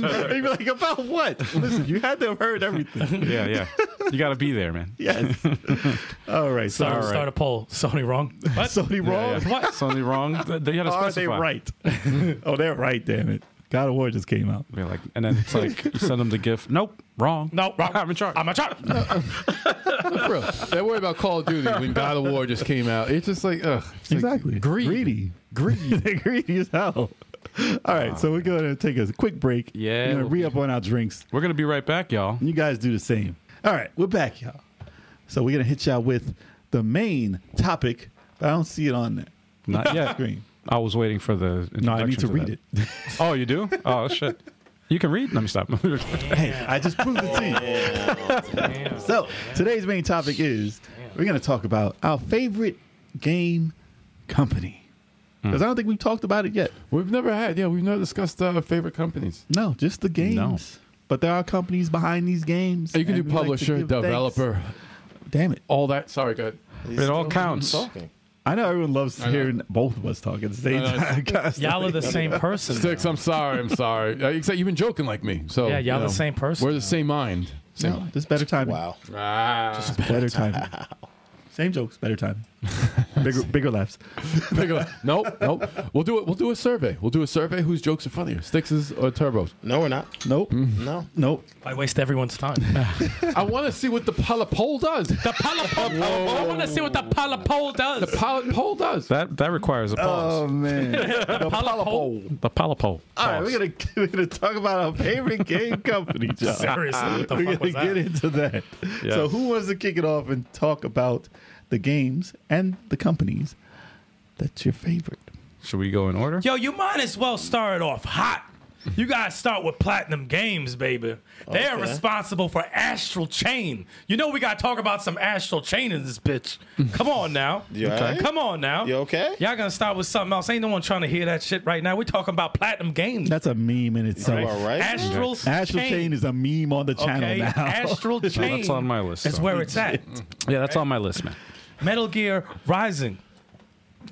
perfect.
You'd be like, about what? Listen, you had to have heard everything.
Yeah, yeah. You got to be there, man.
Yes. All right. So,
Start,
right.
start a poll. Sony wrong. What?
Sony wrong?
Yeah, yeah. It's only wrong. They got to specify.
Are they right? oh, they're right, damn it. God of War just came out.
They're like, and then it's like, you send them the gift. Nope, wrong.
No, wrong.
I'm in charge.
I'm a chart.
For real. They worry about Call of Duty when God of War just came out. It's just like ugh. It's like greed.
Greedy.
Greed.
They're greedy as hell. All right, so we're going to take a quick break.
Yeah,
We're going
we'll
to re up on our drinks.
We're gonna be right back, y'all.
You guys do the same. All right, we're back, y'all. So we're going to hit y'all with the main topic, but I don't see it on there.
Not yet.
Screen.
I was waiting for the.
No, I need to read it.
it. Oh, you do? Oh shit. You can read. Let me stop.
Hey, I just proved it to you. So today's main topic is we're going to talk about our favorite game company
Hmm.
because I don't think we've talked about it yet.
We've never had. Yeah, we've never discussed uh, favorite companies.
No, just the games.
No.
But there are companies behind these games.
You can
and
do
we like to
publisher,
give thanks-
developer,
Damn it!
all that. Sorry, go ahead.
it all counts.
Talking.
I know everyone loves
know.
hearing both of us talk at the same
I know.
time. guys.
Y'all are the same person.
Sticks, I'm sorry. I'm sorry. Uh, Except you've been joking like me. So
Yeah, y'all
you
the same person.
We're the same mind. Same
No,
mind.
this is better timing.
Wow.
Ah,
Better timing. Same jokes, better timing. bigger, bigger laughs.
Pickle- nope, nope. We'll do it. We'll do a survey. We'll do a survey. Whose jokes are funnier, Stix's or Turbo's?
No, we're not.
Nope.
No.
Nope.
I waste everyone's time.
I want to see what the pilot poll does. The
Pilot poll. I want to see what the pilot poll does. The
pilot poll does.
That that requires
Uh,
a pause.
Oh, man. the
pilot poll.
the Palapole.
All right, we're gonna, we're gonna talk about our favorite game company, John.
Seriously, what the
we're
fuck
gonna
was
get
that?
into that. So, who wants to kick it off and talk about the games and the companies that's your favorite?
Should we go in order?
Yo, you might as well start it off hot. You guys start with Platinum Games, baby. They are
Okay.
responsible for Astral Chain. You know we gotta talk about some Astral Chain in this bitch. Come on now.
You alright?
Come on now.
You okay?
Y'all gonna start with something else. Ain't no one trying to hear that shit right now. We're talking about Platinum Games.
That's a meme in
You
itself.
all right?
Astral
Astral Chain. is a meme on the channel
okay?
now.
Astral Chain.
That's on my list.
That's
so-
where it's at.
yeah, that's on my list, man.
Metal Gear Rising.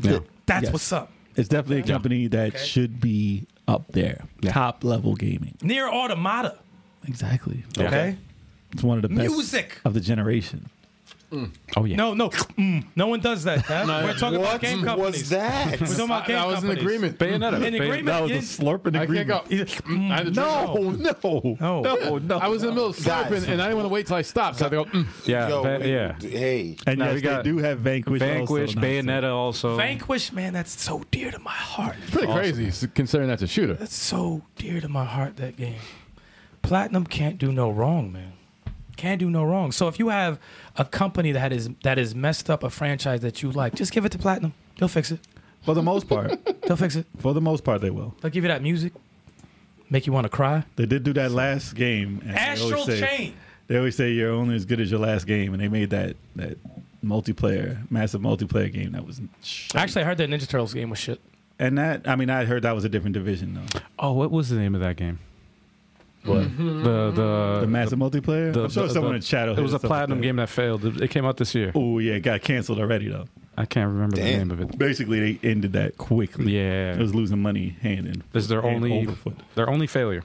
Yeah.
That's
Yes.
what's up.
It's definitely a company that
Okay.
should be up there, top level gaming.
Near Automata.
Exactly.
Okay.
It's one of the best
Music.
of the generation.
Oh yeah.
No, no, mm, no one does that. huh? We're talking about
What
game companies.
was that?
We're talking about
I,
game
I was in
companies.
agreement.
Bayonetta.
In
Bay-
agreement.
That was
yeah.
a slurping
I
agreement.
can't go. Mm, I had to drink.
No,
No.
no, no, no.
I was in the middle of
Guys.
slurping, and I didn't want to wait till I stopped. So I had to go. Mm.
Yeah,
Yo,
Ba- yeah.
Hey.
and
No,
yes,
we got
they do have Vanquish.
Vanquish,
also, not
Bayonetta, also.
Vanquish, man, that's so dear to my heart.
Pretty crazy s- considering that's a shooter.
That's so dear to my heart. That game, Platinum can't do no wrong, man. Can't do no wrong. So if you have a company that is that is messed up a franchise that you like, just give it to Platinum. They'll fix it.
so- For the most part,
They'll fix it.
for the most part, they will.
They'll give you that music, make you want to cry.
They did do that last game. And they always
Astral
say-
Chain.
They always say you're only as good as your last game, and they made that that multiplayer, massive multiplayer game that was. shit.
Actually, I heard that Ninja Turtles game was shit.
and that I mean, I heard that was a different division though.
Oh, what was the name of that game? Mm-hmm.
What?
The the
The massive multiplayer.
the-
I'm sure
the-
someone
the-
in Shadow.
It was a platinum game that failed. It, it came out this year.
Oh yeah, it got canceled already though.
I can't remember the
Damn.
name of it.
Basically, they ended that quickly.
Yeah.
it was losing money hand in.
This is their
hand
only
over foot.
their only failure.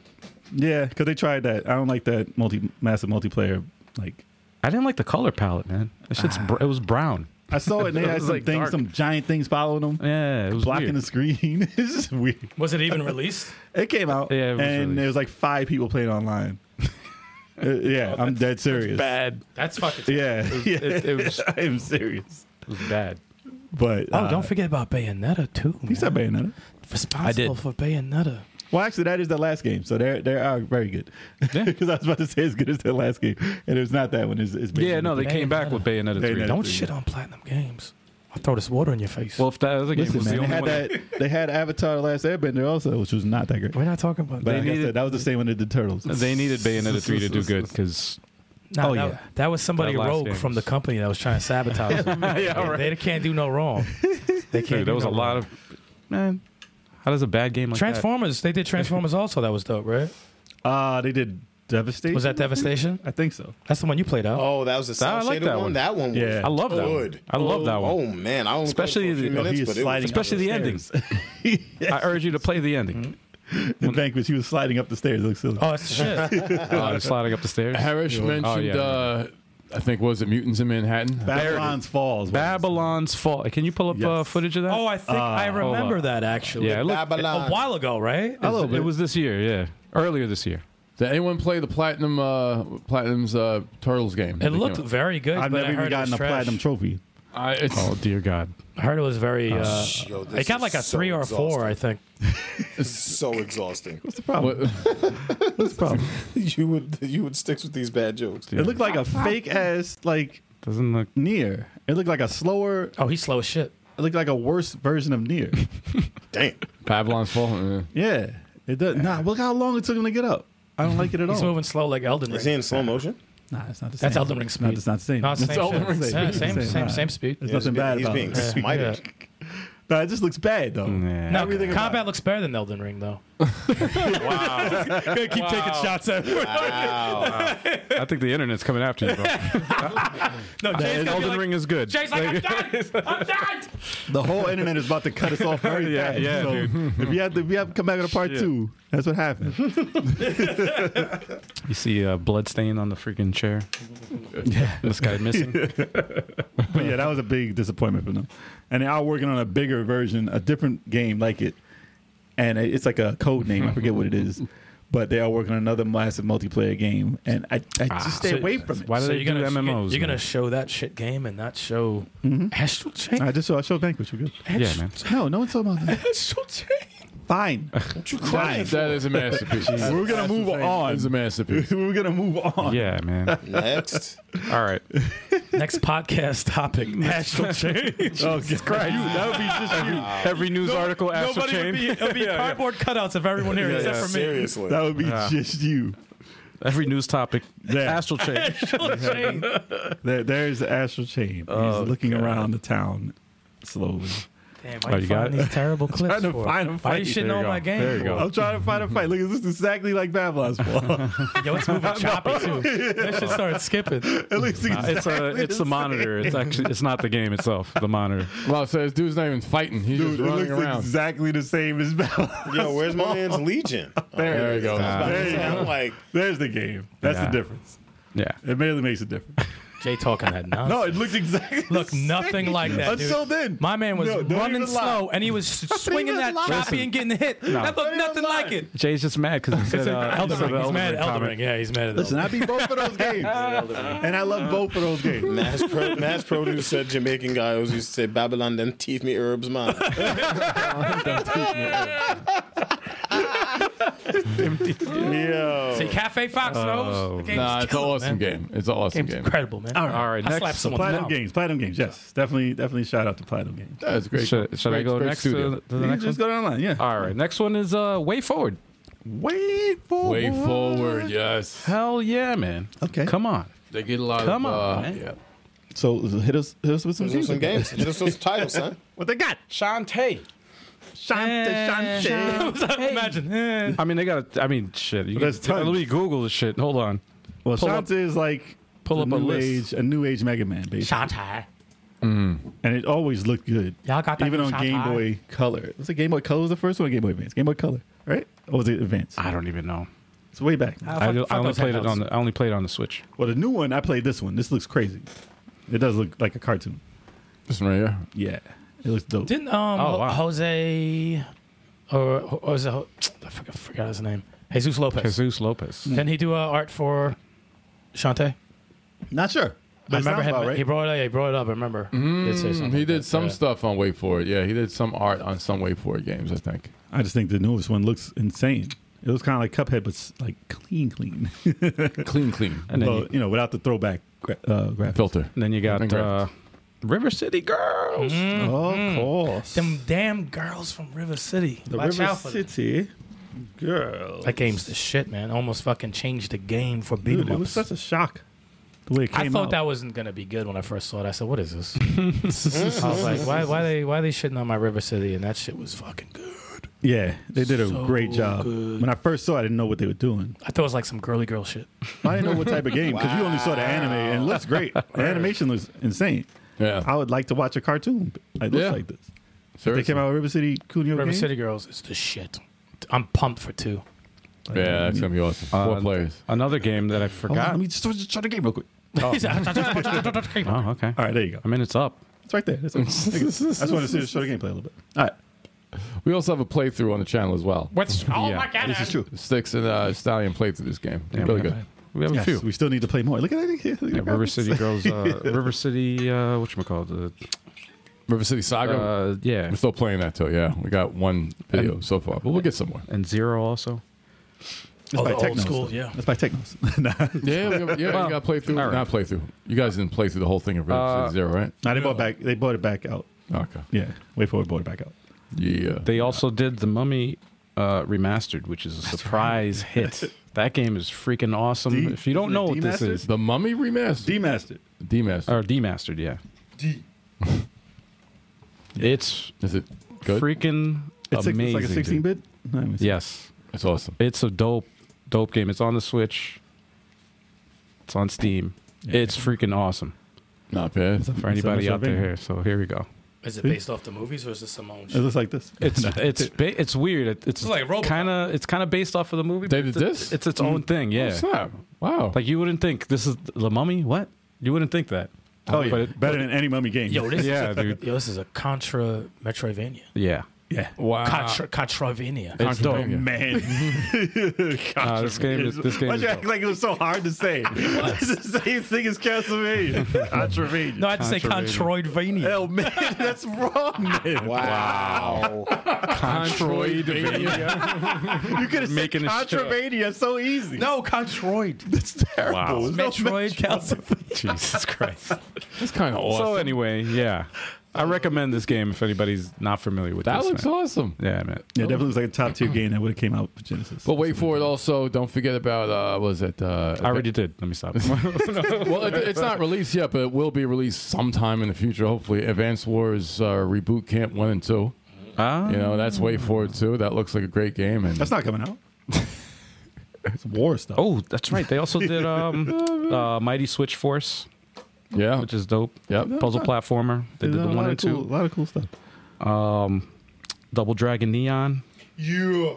Yeah, because they tried that. I don't like that multi massive multiplayer. Like
I didn't like the color palette, man. That shit's br- it was brown.
I saw it. and They
It
had
was,
some
like,
things,
dark.
some giant things following them,
Yeah, it was
blocking
weird.
the screen. it's just weird.
Was it even released?
It came out,
Yeah, it was
and
released.
there was like five people playing online. Uh, yeah, I'm dead serious.
Oh, bad.
That's fucking.
Yeah, yeah,
It, it was,
I am serious.
it was bad.
But
Oh,
uh,
don't forget about Bayonetta too.
He said
man.
Bayonetta.
Responsible
I did.
for Bayonetta.
Well, actually, that is their last game, so they they are very good. Because I was about to say as good as their last game, and it's not that one. It's, it's
Yeah,
Bayonetta.
no, they came back with Bayonetta three.
Bayonetta.
Don't
Yeah.
shit on Platinum Games. I'll throw this water in your face.
Well, if that other game
Listen,
was
man,
the
they
only
had
one, that,
that. They had Avatar: The Last Airbender also, which was not that great.
we're not talking about
But
that.
like I
needed-
said, that was the same one that did Turtles.
they needed Bayonetta three to do good because
Nah,
Oh,
that,
yeah.
that was somebody
That last
rogue
game
from the
was-
company that was trying to sabotage. them. They can't do no wrong. They can't.
dude,
do
there was
no
a lot
wrong.
of man. How does a bad game like
Transformers. They did Transformers also. That was dope, right?
Uh, they did Devastation.
Was that Devastation?
I think so.
That's the one you played out.
Oh, that was the
I
cell
like
shaded
that
one?
one.
That one was
Yeah.
that? I love that.
good.
One. I love that one.
Oh man, I only
Especially
especially for a
the-
few
oh,
he
minutes,
is
but it was
sliding
Especially the ending.
Upstairs.
I urge you to play the ending.
Mm-hmm. The Vanquish. He was sliding up the stairs. It looks silly.
Oh, it's shit.
Oh, I'm sliding up the stairs.
Parrish mentioned,
Oh, yeah.
uh, I think, was it Mutants in Manhattan?
Babylon's Falls.
Babylon's Fall. Can you pull up uh,
Yes.
footage of that?
oh, I think I remember
on.
that actually.
yeah. It, looked,
A
Babylon.
while ago, right?
it, was this year. Yeah, earlier this year.
Did anyone play the Platinum uh, Platinum's uh, Turtles game?
It looked very good.
I've
but I heard
never even
it
gotten
was
a
trash.
platinum trophy.
I, it's,
Oh dear God.
I heard it was very. Uh,
Yo, this
it got
is
like a
so
three or a four, I
exhausting.
think.
So exhausting.
What's the problem?
what-
What's the problem?
you would you would stick with these bad jokes.
It looked like a fake ass like
Doesn't look.
near. It looked like a slower.
Oh, he's slow as shit.
It looked like a worse version of near.
Damn.
Babylon's Fall. yeah.
Yeah, it does. Nah, look how long it took him to get up. I don't like it at
He's
all.
moving slow like Elden Ring.
Is he in slow motion?
Nah, it's not the same.
That's Elden Ring
It's not,
speed.
it's not the same.
No, it's same,
Elden
shit.
Ring
Yeah,
speed.
same, same, same,
Nah.
speed.
There's
Yeah,
nothing
he's being-
bad
He's
about
being
it.
smited.
Nah, it just looks bad though.
Yeah.
No,
Everything about
combat
it.
looks better than Elden Ring though. Gonna keep taking shots at me.
I think the internet's coming after you, bro.
No, Jay's gonna be
Elden
like,
Ring is good.
Jay's like, I'm done. I'm done.
The whole internet is about to cut us off very
Yeah,
fast.
yeah,
so if you have to, if you have to come back to part
Shit.
two, that's what happened.
You see uh, blood stain on the freaking chair. this guy missing.
but yeah, that was a big disappointment for them. And they are working on a bigger version, a different game like it, and it- it's like a code name. I forget what it is, but they are working on another massive multiplayer game, and I, I just stay
So-
away from it.
Why do
So
they
you're gonna
do MMOs?
You're
man?
gonna show that shit game and not show Astral Chain.
I just saw I showed Vanquish. We're good.
Mm-hmm. Uh, yeah, man.
No, no one's talking about that.
Astral Chain.
Fine.
What you crying for?
That is a masterpiece.
We're gonna move on.
It's a masterpiece.
We're gonna move on.
Yeah, man.
Next.
All right.
Next podcast topic: Astral Chain.
Oh, Christ. that would be just you.
Oh,
Every news article after
Nobody
chain.
would be, it'll be cardboard cutouts of everyone here except for me.
Seriously.
That would be just you.
Every news topic.
Yeah.
Astral chain. Uh,
There, there's the astral chain. He's
Oh,
looking around the town slowly.
Damn,
Oh,
why
you
you
got
find
it?
these terrible clips?
Trying to
for?
find a
Why you
fight.
should
There
know
you
my
go.
game?
There you
for?
go.
I'm trying to find a fight. Look, this is exactly like Babylon's Fall.
Yo, it's moving choppy too. That shit started skipping.
At least
Nah, it's a it's the monitor. It's actually it's not the game itself. The monitor.
Well, so this dude's not even fighting. He's
Dude, it
just running
looks
around.
exactly the same as Babylon.
Yo, where's my man's Legion?
There you go.
there you
I'm
go.
like,
There's the game. That's
Yeah.
the difference.
Yeah.
It barely makes a difference.
Jay talking that nonsense.
No, it looks exactly the
Look,
same.
nothing like that, dude.
Until then.
My man was
No, don't
running
even lie.
slow, and he was swinging
even
that
lie.
choppy and getting hit. That looked
even
nothing
lie.
like it.
Jay's just mad because he said uh, he
Elden
said
Ring.
the
He's
Elden
mad
Ring
at Elden
comment.
Ring. Yeah, he's mad at Elden
Listen, I beat both of those games. and I love both of those games.
mass, pro- mass produce said Jamaican guy always used to say, Babylon, then teeth me herbs, man.
See, Cafe Fox
Oh.
knows. The
Nah,
game's
it's an
killer,
awesome
man.
game. It's an awesome
Game's
game.
incredible, man.
All right.
I
Next.
slapped someone.
Platinum
now.
games. Platinum games. Yes. Definitely, definitely shout out to Platinum games.
That's great.
Should, should I
Great-
go
great
next to,
studio.
to the
You can
next one?
just go online. Yeah.
All right. Next one is uh, Way Forward.
Wait for
Way forward, yes.
Hell yeah, man.
Okay.
Come on.
They get a lot
Come
of.
on,
uh,
man.
yeah.
So hit us, hit us with some,
Those are
music.
some games. Just those titles, son.
What they got?
Shantae.
Shante, shante.
Imagine. eh.
I mean, they got. I mean, shit. You
There's
can,
tons.
let me Google the shit. Hold on.
Well,
Pull up-
Shante is like
pull
the
up a
new
list.
age, a new age Mega Man, basically.
Shantai.
and it always looked good.
Y'all got that
even
new
on
Shantae?
Game Boy Color. Was it Game Boy Color was the first one? Or Game Boy Advance. Game Boy Color, right? Or was it Advance?
I don't even know.
It's way back. now.
Oh,
I,
fuck-
do-
fuck
I only
those
played it
handhelds.
on. The, I only played it on the Switch.
Well, the new one, I played this one. This looks crazy. It does look like a cartoon.
This one right here.
Yeah, it looks dope.
Didn't um
Oh,
Ho-
wow.
Jose or, or was it Ho- I forgot, forgot his name. Jesus Lopez.
Jesus Lopez.
Didn't he do uh, art for Shantae?
Not sure.
I
But it
remember
sounds
him,
about right?
he brought it. Yeah, he brought it up. I remember. did say something
Mm-hmm. He
like
did
that,
some
yeah.
stuff on Way Forward. Yeah, he did some art on some Way Forward games, I think.
I just think the newest one looks insane. It was kind of like Cuphead, but s- like clean, clean.
Clean, clean.
And then,
well,
you,
you know, without the throwback gra-
Mm,
uh, graphics.
Filter.
then you got
and
uh,
graphics.
River City Girls.
Mm-hmm. Oh, Of course.
mm. Them damn girls from River City.
The
Watch
River
out for them.
City girl.
That game's the shit, man. Almost fucking changed the game for beat 'em
Dude, it was
ups.
such a shock the way it came
I thought
out.
that wasn't gonna be good when I first saw it. I said, "What is this?" I was like, "Why, why they, why they shitting on my River City?" And that shit was fucking good.
yeah, they did a
so
great job.
good.
When I first saw, it, I didn't know what they were doing.
I thought it was like some girly girl shit.
I didn't know what type of game because you only saw the anime and it looks great. The animation looks insane.
Yeah.
I would like to watch a cartoon that looks
Yeah.
like this. They
Seriously.
came out with River City Kunio
River
game?
City Girls is the shit. I'm pumped for two.
Yeah, that's gonna be awesome. Four
Uh,
players.
Another game that I
Hold on,
forgot.
let me just, just try the game real quick.
Oh. All
oh, okay.
All right, there you go.
I mean, it's up.
It's right there. That's all. I just wanted to see the show the gameplay a little bit. All right,
We also have a playthrough on the channel as well.
oh
Yeah.
my god!
this is true.
Sticks and uh, Stallion played through this game.
Yeah,
really
we
good.
have- We have
Yes,
a few.
we still need to play more. Look at that. Look at
Yeah,
that.
River City Girls. Uh, River City. Uh, what you call it?
River City
Uh,
Saga.
uh, yeah,
We're still playing that too. Yeah, we got one video so far, but we'll get some more.
and Zero also.
That's
Oh,
by
the old
Technos,
school,
though.
yeah.
That's by Technos. nah,
Yeah, we have, yeah.
Well,
you got playthrough,
all right.
not playthrough. You guys didn't play through the whole thing of River
Uh,
City Zero, right?
Nah, they bought back. They bought it back out.
Okay.
Yeah, wait for it. Bought it back out.
Yeah.
They also did the Mummy uh, remastered, which is a surprise hit. That game is freaking awesome.
D-
if you don't
isn't it
know what this
demastered?
is,
the Mummy remastered.
Demastered.
Demastered.
or demastered, yeah, it's
Is it good?
freaking
It's, six,
amazing.
it's like a
dude.
16 bit. Nice.
Yes.
That's awesome.
It's a dope, dope game. It's on the Switch. It's on Steam. It's freaking awesome
Not bad.
for
It's on
anybody out there.
Metroidvania.
Here, so here we go.
Is it based off the movies or is this some own
It
shit?
looks like this.
It's it's ba- it's weird. It, it's
like Robocop.
kind of it's kind of based off of the movie.
They
but
did
it's-
this?
It's its
Mm.
own thing. Yeah.
Snap. Wow.
Like you wouldn't think this is the Mummy. What? You wouldn't think that.
Oh yeah,
But it-
better than any mummy game.
Yo, this
Yeah,
is
dude.
Yo, this is a Contra Metroidvania.
Yeah.
wow.
Contra Contravania.
It's dope.
Contraband.
man.
Nah, this game is this game
Why'd
is
you
dope.
act like it was so hard to say? it's the same thing as Castlevania. Contravania.
No, I had to say Controidvania.
Hell, man, that's wrong, man.
Wow.
Controidvania.
You could have said
Making a shit up.
Contravania so easy.
No, Controid.
that's terrible.
Wow.
There's no
Metroid Castlevania.
Jesus Christ.
That's kind of awesome.
So anyway, yeah, I recommend this game if anybody's not familiar with
that
this.
looks
man.
awesome.
Yeah, man.
Yeah, definitely looks like a top tier game that would have came out for Genesis.
But wait for it. Also, don't forget about uh, what was it? Uh,
I already did. Let me stop.
well, it, it's not released yet, but it will be released sometime in the future. Hopefully, Advanced Wars uh, Reboot Camp One and Two.
Ah,
You know, that's way forward too. That looks like a great game. And
that's not coming out. it's war stuff.
Oh, that's right. They also did um, uh, Mighty Switch Force,
yeah,
which is dope.
Yep.
Puzzle platformer. They did
There's
the
a lot
one
of
and
cool-
two.
A lot of cool stuff.
Double Dragon Neon.
Yeah.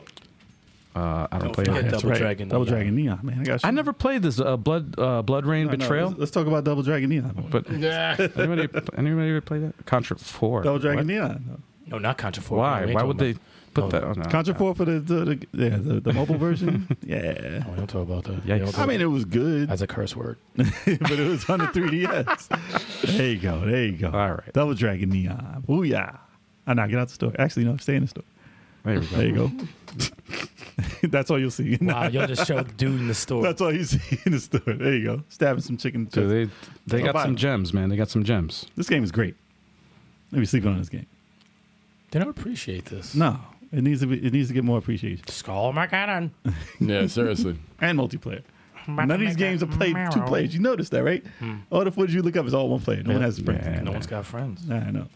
Uh, I don't,
Don't forget
play that.
Double Dragon.
Double
Neon.
Dragon Neon, man. I got you.
I never played this uh, Blood uh, Blood Rain
No, no,
Betrayal.
let's, let's talk about Double Dragon Neon.
but
yeah.
anybody anybody ever play that? Contra Four.
Double Dragon
What? Oh,
Neon.
No, not Contra 4.
Why? Why would they put
Oh,
that? on? no.
Contra 4 for the the, the, yeah, the, the mobile version. yeah.
We don't talk about that.
Yikes.
We don't talk
I mean, it was good,
That's a curse word.
but it was on the 3DS. there you go. There you go.
All right.
Double Dragon Neon. Booyah. I knock it out the store. Actually, no, stay in the store.
There we go.
There you go. That's all you'll see.
Wow, y'all just showed dude in the store.
That's all you see in the store. There you go. Stabbing some chicken.
So they they
Go
got
buy
some
it.
gems, man. They got some gems.
this game is great. Maybe sleeping on this game.
they don't appreciate this.
No, it needs to be. It needs to get more appreciation
Skull McCannon.
yeah, seriously.
and multiplayer. None of these games are played two players. You notice that, right?
Hmm.
All the footage you look up is all one player. No one has a friend.
Yeah.
No one's got friends.
Nah, I know.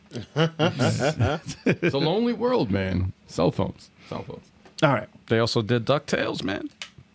It's a lonely world, man. Cell phones. Cell phones.
All right.
They also did DuckTales, man.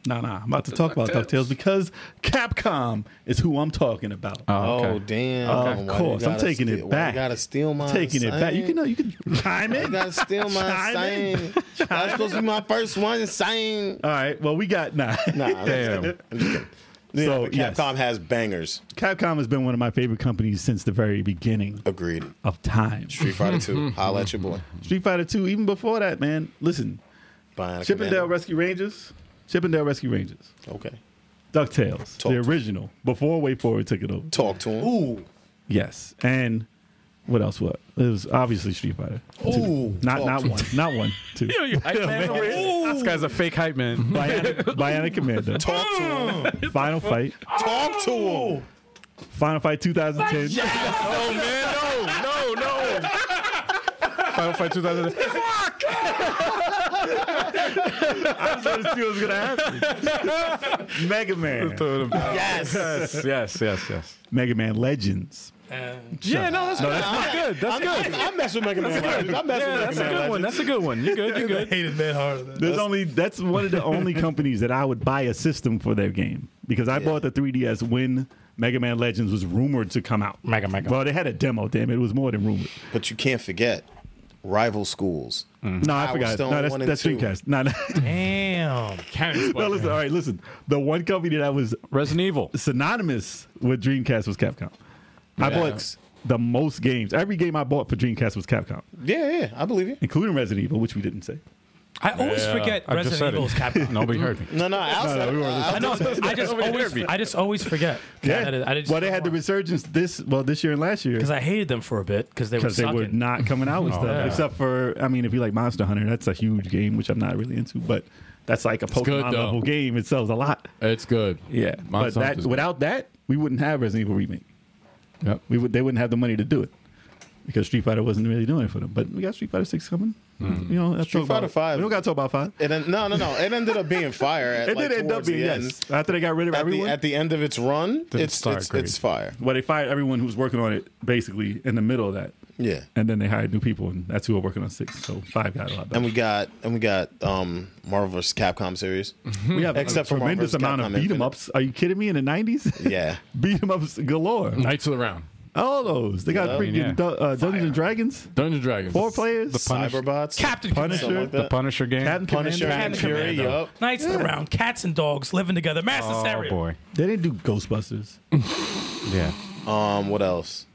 No, no. I'm about to talk about DuckTales because Capcom is who I'm talking about.
okay.
Oh damn!
Of
Why you
course, I'm
gotta
taking it
steal- why
back.
You gotta steal my
Taking it back. You can know. You can chime
You
in.
gotta steal my
Chime in.
sign. That's supposed to be my first one. Sign.
All right. Well, we got nah.
Nah. I'm just
Damn.
kidding. I'm just kidding. Yeah,
So,
so
yes.
Capcom has bangers.
Capcom has been one of my favorite companies since the very beginning
Agreed.
of time.
Street Fighter Two. Holla at your boy.
Street Fighter Two, even before that, man. Listen,
Bionic
Chippendale
Commando.
Rescue Rangers, Chippendale Rescue Rangers,
Okay.
Ducktales,
Talk.
the original before Way Forward took it over.
Talk to him. Ooh.
Yes, and what else? What it was obviously Street Fighter. Two.
Ooh.
not
Talk
not
to-
one, not one, two.
This guy's a fake hype man.
Bionic, Bionic Commando,
Talk to him.
Final Fight,
Talk to him.
Final Fight 2010.
Oh man, no, no, no.
Final Fight 2000.
I was gonna see what was gonna happen. Mega Man,
Yes.
yes, yes, yes.
Mega Man Legends.
Uh,
Yeah, no, that's, good. that's not good. That's good.
I, I mess with Mega Man. Legends. I mess
Yeah,
with
that's a
Mega Man.
good one.
Legends.
That's a good one. You're good. You're good.
Hated man harder than
There's only that's one of the only companies that I would buy a system for their game because I bought the 3DS when Mega Man Legends was rumored to come out.
Mega, mega.
Well, they had a demo. Damn it, it was more than rumored.
But you can't forget rival schools.
No, I
Power
forgot.
Stone
No, that's
one and
that's
two.
Dreamcast. No, no,
Damn.
Cannon
no. Listen, all right, listen. The one company that was
Resident Evil.
synonymous with Dreamcast was Capcom. I bought the most games. Every game I bought for Dreamcast was Capcom,
Yeah, yeah, I believe you.
including Resident Evil, which we didn't say.
I always
Yeah.
forget
I just said
Resident
it.
Evil's Capcom.
Nobody heard me.
No, no, outside. uh,
we weren't
I know. I just always, I just always forget.
Yeah.
I, I just
well, they had the resurgence this well this year and last year.
because I hated them for a bit because they were
because they were
sucking.
not coming out
Oh,
with stuff.
yeah.
Except for, I mean, if you like Monster Hunter, that's a huge game, which I'm not really into, but that's like a
good,
Pokemon
though.
level game. It sells a lot.
It's good.
Yeah,
Monster
but
Hunter's
that without that, we wouldn't have Resident Evil remake.
good. Yep.
We would they wouldn't have the money to do it because Street Fighter wasn't really doing it for them. But we got Street Fighter Six coming.
Hmm.
You know, let's
Street
talk about
Fighter
it.
five.
We don't got to talk about five.
It en- no, no, no. It ended up being fire. At,
It
like,
did end up
towards the
being
end.
yes. After they got rid of
At the,
everyone,
at the end of its run, it's
start
it's,
great.
it's fire.
well, they fired everyone who was working on it basically in the middle of that.
Yeah.
and then they hired new people, and that's who are working on six. So five got a lot
And
better.
we got and we got um Marvel vs. Capcom series.
Mm-hmm.
We, have
Except
a
for Marvel
tremendous
vs.
amount
Capcom
of beat 'em
Infinite.
ups. Are you kidding me? In the nineties,
Yeah.
beat 'em ups galore.
Knights of the Round,
All those they got
Yeah.
freaking
Yeah.
du- uh, Dungeons and Dragons,
Dungeons and Dragons,
four players,
Cyberbots.
Captain
Punisher,
like
The
that.
Punisher game.
Captain
Punisher
Commander.
and Fury. Yup.
Nights around, cats and dogs living together. Mass
oh
hysteria.
boy.
They didn't do Ghostbusters.
Yeah.
Um, what else?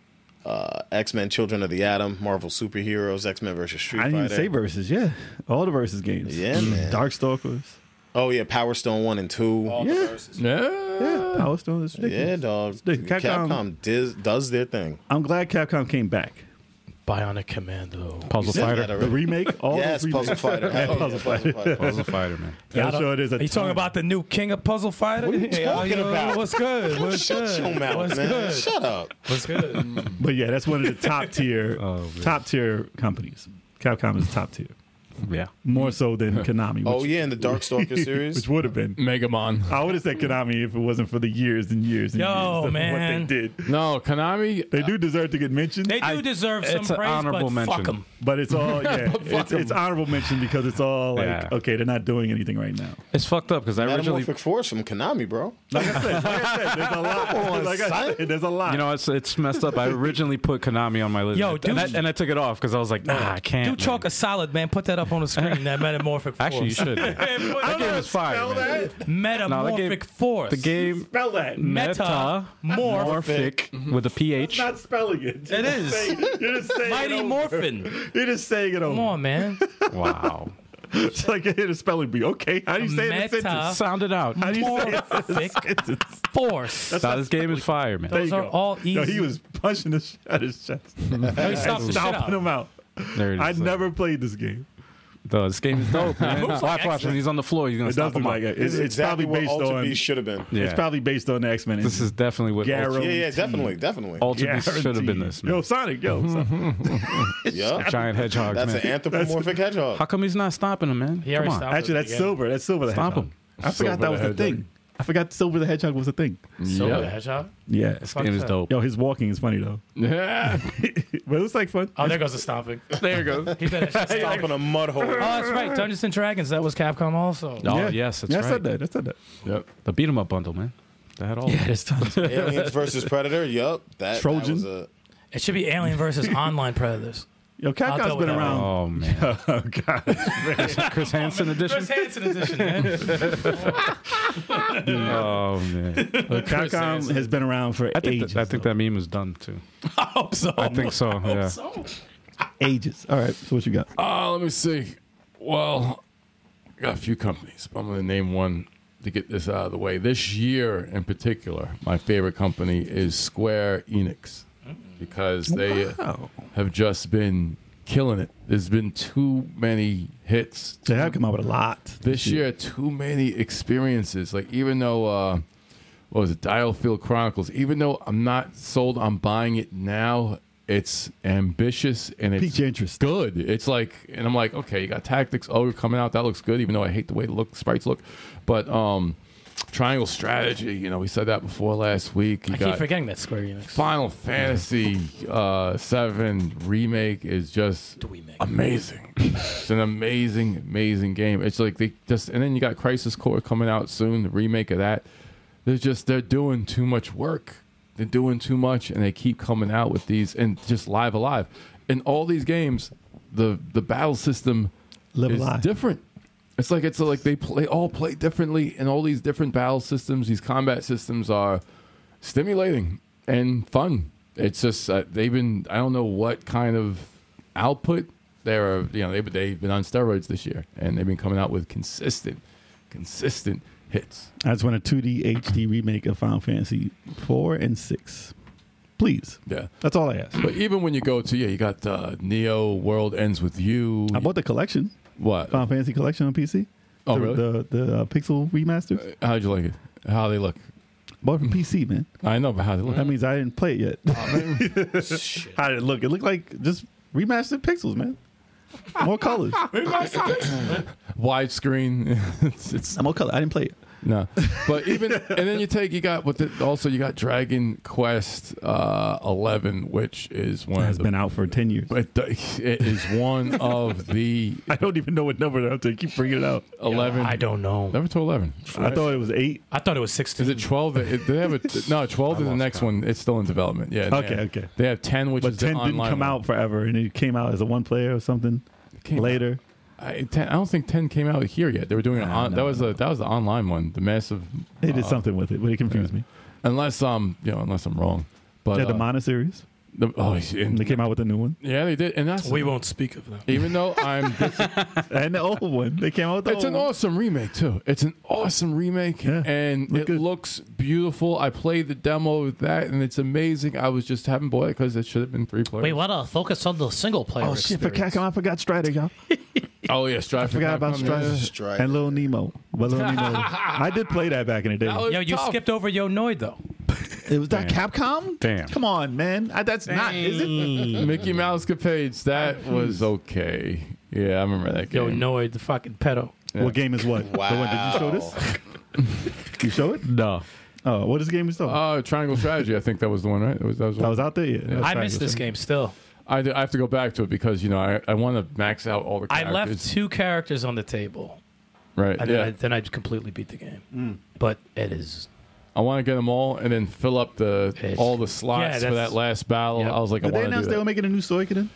Uh, X Men: Children of the Atom, Marvel superheroes, X Men versus Street
I didn't even
Fighter.
say versus. Yeah, all the versus games. Mm.
Yeah, man.
Darkstalkers.
oh yeah, Power Stone one and two.
Oh, Yeah,
Yeah.
yeah. Power Stone is ridiculous.
yeah, dog.
Dude, Capcom-
Capcom, dis- does their thing.
I'm glad Capcom came back.
Bionic Commando.
Puzzle
Said
fighter.
that
The
already.
remake, all
yes,
those
Puzzle
remakes.
Fighter. Hell yeah, Puzzle Fighter.
Puzzle fighter, man.
Yeah, I'm sure it is. a
Are you talking
ton.
about the new King of Puzzle Fighter? What are you
talking about?
What's good? What's
Shut
good?
your mouth,
What's
man.
good?
Shut up.
What's good?
But yeah, that's one of the top tier,
Oh, man.
top tier companies. Capcom is top tier,
Yeah.
more so than Konami. Which,
Oh yeah, in the Darkstalker
which
series.
would have been.
Mm.
Megamon.
I would have said Konami if it wasn't for the years and years and
Yo,
years of
man.
what they did.
No, Konami.
They do deserve to get mentioned,
They do
I-
deserve some
it's an
praise,
honorable
but
mention.
fuck them.
but it's all yeah, it's, it's honorable mention because it's all like
Yeah.
okay, they're not doing anything right now.
It's fucked up because I originally
Metamorphic Force from Konami, bro.
Like I said, like I said there's a lot. like I said, there's a lot.
You know, it's it's messed up. I originally put Konami on my list,
Yo, dude.
and, I, and I took it off because I was like, nah, I can't.
Do
man.
chalk a solid, man. Put that up on the screen. That metamorphic force.
Actually, you should. that
Man, put
game is fire. man.
metamorphic
game-
force.
The game
spell that.
Mm. Meta-
metamorphic with a ph.
Not spelling it.
It is
You're just saying it
mighty
over.
morphin.
You're just saying it over.
Come on, man.
Wow,
It's like I hit a spelling bee. Okay, how do you say it in a
Meta-
sentence?
sound it out.
How do you say it in a
Morphic
sentence?
force.
Nah, this game is fire, man.
There you
are
go.
all
No, he
easy.
was punching the shit out of his chest,
Now you stop the shit out.
stomping him out.
There it is.
I never played this game.
Duh, this game is dope, man. Watch, watch when he's on the floor, he's gonna
It
stop
does look
him.
like
Like
it.
This
It's,
is
it's
exactly
probably
what
based
Ultra
on.
B should have been.
Yeah.
It's probably based on the X Men.
This is definitely what
Garrow.
Ultra,
Yeah, yeah, definitely, definitely.
Ultra Beast should have been this, man.
Yo, Sonic. Yo, Sonic.
yeah,
Giant hedgehog,
that's
man.
an anthropomorphic hedgehog.
How come he's not stopping him, man?
He
Come
already
on.
stopped.
actually, that's Silver. That's Silver the
Stop
Hedgehog.
him.
I forgot
Silver
that
the
was the
Hedgehog.
thing. I forgot Silver the Hedgehog was a thing.
So
Yeah.
the hedgehog.
Yeah.
This game is dope.
Yo, his walking is funny though,
Yeah.
but it was like fun.
Oh, there goes the stomping.
There you go.
He did that shit.
Stomping a mud hole.
Oh, that's right. Dungeons and Dragons. That was Capcom also.
Oh yes, that's
yeah, I
right.
said that. I said that.
Yep.
The beat 'em up bundle, man. That had all. Yeah,
It's done.
Aliens versus Predator. Yup. That,
Trojan.
that was a
It should be Alien versus Online Predators.
Yo,
deal
Capcom's
with
been
that
around.
Oh man,
Oh God.
Chris Hansen edition.
Hansen edition, man.
Oh man,
Capcom has been around for
I think
ages.
that, I think that meme was done too.
I hope so.
I think so. Yeah.
ages. All right. So what you got?
Uh, let me see. Well, I got a few companies, but I'm going to name one to get this out of the way. This year in particular, my favorite company is Square Enix because they have just been killing it. There's been too many hits
They have come out with a lot
this year. Too many experiences. Like even though uh, what was it, Dialfield Chronicles? Even though I'm not sold on buying it now, it's ambitious and it's
Piqued your interest.
good. It's like, and I'm like, okay, you got Tactics Ogre coming out. That looks good, even though I hate the way the look sprites look. But um, Triangle Strategy, you know, we said that before last week. You
I keep
got
forgetting that Square Enix.
Final Fantasy uh, Seven remake is just
Do we make?
amazing. it's an amazing, amazing game. It's like they just, and then you got Crisis Core coming out soon, the remake of that. They're just they're doing too much work. They're doing too much, and they keep coming out with these and just live alive. In all these games, the the battle system
Live
is
alive.
different. It's like it's like they play all play differently, and all these different battle systems, these combat systems are stimulating and fun. It's just uh, they've been I don't know what kind of output they're you know they've, they've been on steroids this year and they've been coming out with consistent, consistent hits.
I just want a 2D HD remake of Final Fantasy 4 and 6. Please.
Yeah.
That's all I ask.
But even when you go to yeah, you got uh, Neo World Ends with You.
I bought the collection,
what?
Final Fantasy collection on PC.
Oh,
the,
really?
The, the uh, Pixel remasters.
How'd you like it? How they look?
Bought it from PC, man.
I know, but how they look?
That means I didn't play it yet. How did it look? It looked like just remastered pixels, man. More colors.
Widescreen. it's, it's
More color. I didn't play it.
No, but even and then you take you got what the, also you got Dragon Quest uh, Eleven, which is one
has
of the,
been out for ten years.
But the- it is one of the
I don't even know what number that. I keep bringing it out.
eleven.
I don't know.
Never to eleven.
I thought it was eight.
I thought it was
Is
16.
it twelve? that- it- They have a, no twelve is the next one. It's still in development. Yeah. they
Okay,
have-
okay.
They have ten, which
But
is the
ten didn't
online
come
one.
out forever, and it came out as a one player or something
Came out.
later.
I, 10, I don't think ten came out here yet. They were doing an
Ah,
on, that was a, that was the online one, the massive.
They did something with it, but it confused me.
Unless um you know unless I'm wrong, but
They had the
uh,
Mana series.
the- oh and-
They came out with a new one
yeah they did and that's
we won't speak of that.
even though I'm
and the old one. They came out with the
It's
old
an
one.
awesome remake too. It's an awesome remake,
Yeah.
and
Look
it
good.
looks beautiful. I played the demo with that, and it's amazing. I was just haven't bought it because it should have been three players.
Wait, let us focus on the single player.
Oh shit! For
experience.
Capcom, I forgot Strider, y'all.
Oh yeah, Strive for
Forgot about
Capcom,
Strider,
yeah.
Strider.
and Little Nemo. Well, Little Nemo. I did play that back in the day.
That was
Yo, you
tough.
skipped over Yo Noid, though.
it was that Capcom.
Damn.
Come on, man. I, that's not. Is it?
Mickey Mouse Capades. That was okay. Yeah, I remember that
Yo
game.
Noid, the fucking pedo.
What game is what?
Wow.
The one, did you show this? you show it?
No.
Oh, what is the game we saw?
Uh, Triangle Strategy. I think that was the one, right? It was that was.
I was out there. Yeah. That was
I
Strider.
miss this game still.
I, do- I have to go back to it because you know I, I want to max out all the.
I
Characters.
left two characters on the table,
Right.
and
yeah.
then, I, then I completely beat the game.
Mm.
But it is
I want to get them all and then fill up the
It's-
all the slots
Yeah,
for
that's-
that last battle.
Yep.
I was like,
Did
I
they
want to
announce
do
they
that.
were making a new Soikoden?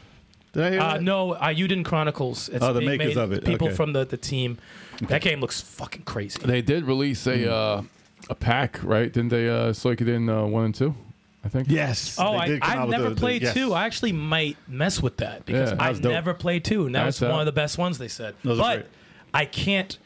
Did I hear
Uh,
that?
no, uh, Udin Chronicles. It's
Oh, the
being
makers of it.
People
Okay.
from the, the team. That game looks fucking crazy.
They did release a
Hmm.
uh, a pack, right? Didn't they uh, Suikoden uh, one and two? I think.
Yes.
oh,
they
I,
did come
I
out with
never
the- the-
played
yes.
two. I actually might mess with that because
Yeah, that
I
was dope.
never played two, and that
That's
was one
out.
of the best ones they said.
Those are
but
great.
I can't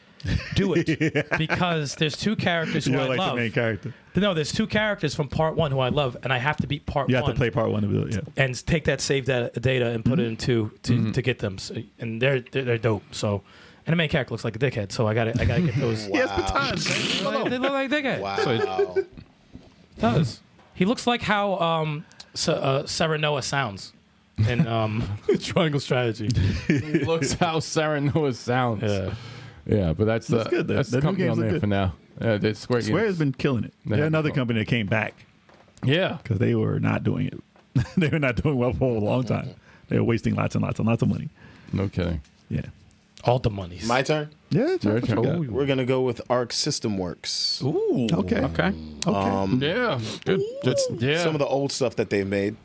do it because there's two characters who
You're
I
like
love.
the main character.
No, there's two characters from part one who I love, and I have to beat part
You
one.
have to play part one of it. Yeah.
and take that save that data and put it into to, to get them. So, and they're, they're they're dope. So, and the main character looks like a dickhead. So I got to I got to get those.
Yes, Baton.
Oh,
They look like dickhead.
Wow.
Does he looks like how um, S- uh, Sarah Noah sounds in um, Triangle Strategy?
Looks how Saranoa sounds.
Yeah.
Yeah, but that's the
That's good, though.
that's
The
the
new
company
games
on
look
there
good.
for now. Yeah, they- Square,
Square has
Enix.
been killing it.
They
They're
have
another
no-
company that came back
yeah.
because they were not doing it. they were not doing well for a long time. They were wasting lots and lots and lots of money.
No kidding.
Yeah.
All the monies.
My turn.
Yeah. Jack,
Your
what you
turn.
got?
Ooh.
We're gonna go with Arc System Works.
Okay. Okay. Okay.
Yeah. Good. That's, yeah.
Some of the old stuff that they made.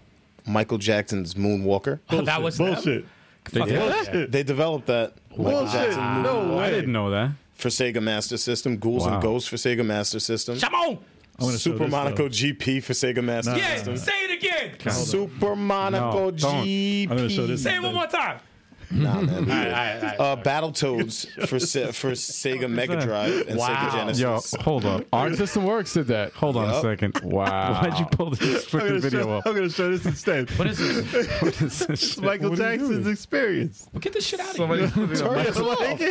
Michael Jackson's Moonwalker.
that was
Bullshit.
Fuck yeah.
Bullshit.
They developed that. Michael
Bullshit. No
I
way.
didn't know that.
for Sega Master System, Ghouls
Wow.
and Ghosts for Sega Master System,
Come on,
I'm gonna show
Super
this,
Monaco
though.
GP for Sega Master
yeah,
System,
say it again.
Super
No,
Monaco
don't.
GP.
I'm gonna show this.
Say it one more time.
Nah, man. leave it.
All right, all right.
Uh, Battletoads for Se- for Sega Mega Drive and Sega Genesis.
Yo, hold up.
Art System Works did that.
Hold on a
Yup.
second.
Wow.
Why'd you pull this
I'm gonna
freaking
show-
video up?
I'm gonna show this instead.
What is this?
What is this shit?
Michael
What are you
Jackson's
doing?
experience.
Well, get this shit out of
Somebody-
here.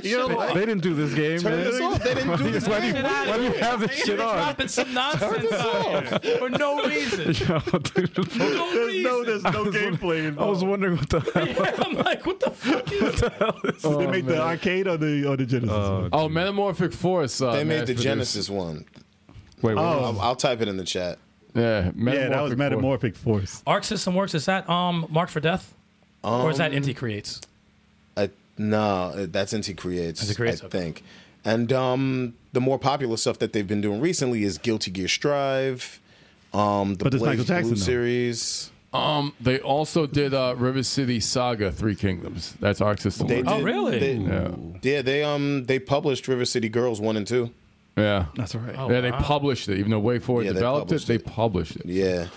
You know, like-
They didn't do this game,
Turn this
man.
off. They didn't do this.
Why do you,
Get out
why do you
of here.
have this shit
You're
on?
dropping some nonsense out here for no reason.
Yo, Oh, dude,
For no
There's no,
reason.
there's no gameplay.
I was
involved.
wondering what the hell.
I'm like, what the fuck is that?
they make the arcade or the or the Genesis. one?
Oh, Metamorphic Force. Uh,
They made the
mass-produced.
Genesis one.
Wait, what?
I'll, I'll type it in the chat.
Yeah.
yeah, that was
Force.
Metamorphic Force.
Arc System Works is that um Mark for Death, or is that Inti Creates?
I, no, that's Inti Creates.
Inti Creates,
I
okay.
think. And um, the more popular stuff that they've been doing recently is Guilty Gear Strive, um, the
But it's
Blaze
Michael Jackson,
Blue
though.
series.
Um, they also did uh, River City Saga: Three Kingdoms. That's Arc System
They
Works.
Oh,
did-
really?
They,
Yeah.
yeah, they um they published River City Girls one and two.
Yeah.
That's all right.
Oh,
yeah, they
wow.
published it. Even though Way Forward
Yeah, they
developed it,
published
they
it. Um,
published it.
Yeah,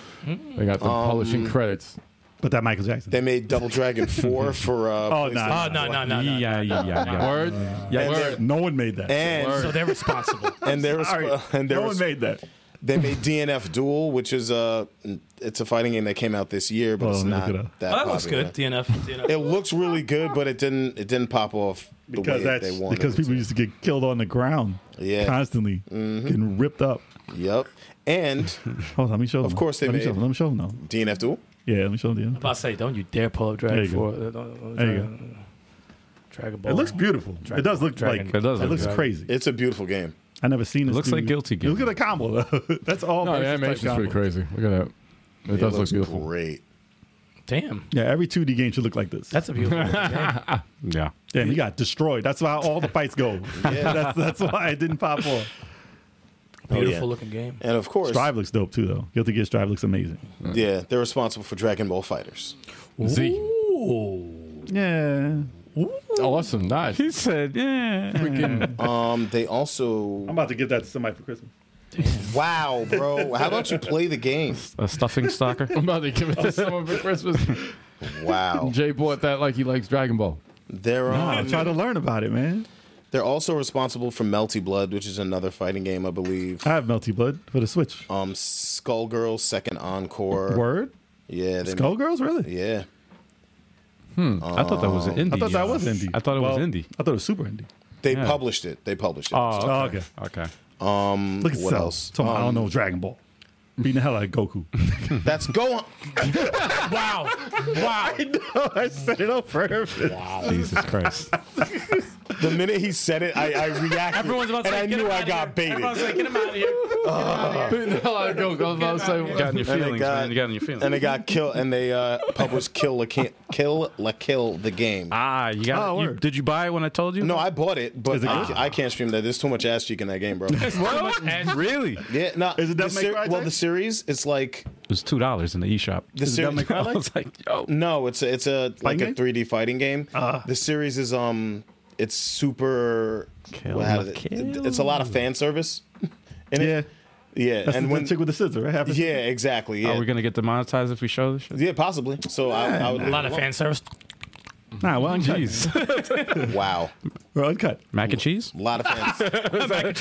They got the publishing credits.
But that Michael Jackson.
they made Double Dragon four for uh,
oh
PlayStation.
nah,
Oh no no no no!
yeah, yeah, yeah, yeah.
Word?
and
Word.
they're,
no one made that.
and,
So they're responsible.
and they're
Sorry.
and they're
no one made that.
They made DNF Duel, which is a it's a fighting game that came out this year, but
Oh,
it's
let me look
not
it up.
that.
Oh, that looks
popular.
good. DNF. DNF.
It looks really good, but it didn't it didn't pop off the
Because
way
that's
they wanted.
because
it
people
to.
used to get killed on the ground.
Yeah. Mm-hmm.
Constantly getting ripped up.
Yep, and
Hold on, let me show them. Of
course they
let me show
made-
them. Let me show them. now.
DNF Duel.
Yeah, let me show them.
I'm about to say, don't you dare pull up
There
Dragon
you go.
Four. uh, don't- don't-
There you
Dragon- Dragon Ball.
It looks beautiful. it does look
Dragon-
like
It does look
looks
good.
crazy.
It's a beautiful game.
I never seen this.
looks like
dude.
Guilty Gear.
Look at the combo though. That's all.
No, the
versus type
animation's
combo.
pretty crazy. Look at that. It,
It
does look
looks
beautiful.
great.
Damn,
Yeah, every 2D game should look like this.
that's a beautiful. game.
Yeah.
Damn, he got destroyed. That's how all the fights go. that's, that's why it didn't pop off.
Oh, yeah.
Beautiful looking game.
And of course,
Strive looks dope too, though. Guilty Gear Strive looks amazing.
yeah, they're responsible for Dragon Ball Fighters.
Z.
Ooh.
Yeah,
Awesome. Nice.
He said, yeah.
Freaking-
Um, they
I'm
also
about to give that to somebody for Christmas.
wow, bro. How about you play the game?
A stuffing stalker.
I'm about to give it to someone for Christmas.
Wow.
Jay bought that like he likes Dragon Ball.
They're
I
um,
try to learn about it, man.
they're also responsible for Melty Blood, which is another fighting game, I believe.
I have Melty Blood for the Switch.
Um, Skullgirls Second Encore.
Word,
Yeah. They
Skullgirls, really?
Yeah.
I thought that was an indie.
I thought that was indie.
I thought it was
Well,
indie.
I thought it was super indie.
They
Yeah.
published it. They published it.
Oh,
Oh, okay.
okay.
Look at
what
Cell.
else?
Talking about, I don't know Dragon Ball. Beating the hell out of Goku.
That's go on.
Wow. Wow.
I set it up for him.
Jesus Christ.
The minute he said it, I, I reacted.
Everyone's about to
and
say,
I
"Get
knew
him
I
outta
got
here."
baited.
Everyone's like, get him out of here.
I go, go, go,
Got in your
And they
feelings,
got-
man. You got in your feelings.
and they got killed. And they uh, published "Kill La Ki- Kill La Kill" the game.
ah, you got
Oh,
you-
word.
Did you buy it when I told you?
no, I bought it,
Is
but
it
I,
good?
I can't stream that. There's too much ass cheek in that game, bro.
I, really? It
Yeah, no.
Is it
the
Devil May Cry
Well,
tech?
the series it's like
was two dollars in the eShop.
the series.
I was like, yo.
No, it's a, it's a like
Fighting
a
game?
3D fighting game.
Uh-huh.
The series is um, it's super.
Kill
well, how
la
does it-
kill.
It's a lot of fan service. In
Yeah.
It. Yeah,
That's
and
the
when
chick with the scissor, right? Happens-
yeah, exactly. Yeah,
Are we gonna get demonetized if we show this shit?
yeah, possibly. So I, I would
A lot of fan service.
Nah, well, uncut.
Jeez.
Wow,
We're uncut.
Mac and cheese?
a lot of fans.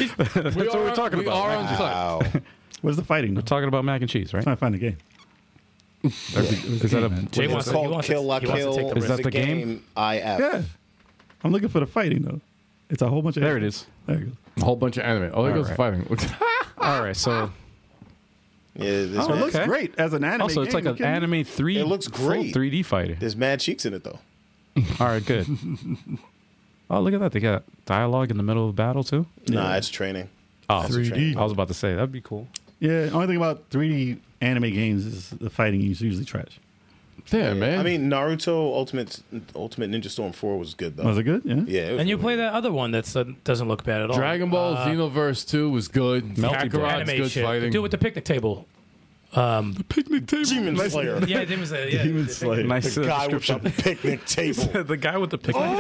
That's what we're talking
we
about.
Are on cut.
wow.
Where's the fighting? I'm
Talking about mac and cheese, right?
trying to find the game.
Is that a
Jay wants
It's
to, he
called
wants
Kill La
to, he wants to
Kill.
take the
Is that
risk.
the game?
IF.
Yeah. I'm looking for the fighting though. It's a whole bunch of
There it is.
There you go.
A whole bunch of anime. Oh, there goes the
Alright.
fighting. Looks-
All right, so
Yeah, there's,
Oh,
So Oh, it
mad,
looks
Okay.
great as an anime.
also it's
game,
like
you
an
kidding me?
anime three.
It looks
full
great.
3D fighter.
there's mad cheeks in it though.
All right, good. oh, look at that! They got dialogue in the middle of battle too.
Nah, it's training.
Oh,
That's a training.
I was about to say that'd be cool.
Yeah, only thing about 3D anime games is the fighting is usually trash.
Damn, man.
I mean, Naruto Ultimate Ultimate Ninja Storm Four was good though.
Was Oh, it good? Yeah.
Yeah, it was
And you
really
play
good.
that other one that doesn't look bad at all.
Dragon Ball
Uh,
Xenoverse 2 was good.
Melty Blood.
Kakarot's
anime
good
shit.
fighting.
Do with the picnic table.
Demon Slayer.
Yeah, there was a yeah.
Demon Slayer.
Nice uh,
The guy with the
description.
picnic table.
the guy with the picnic.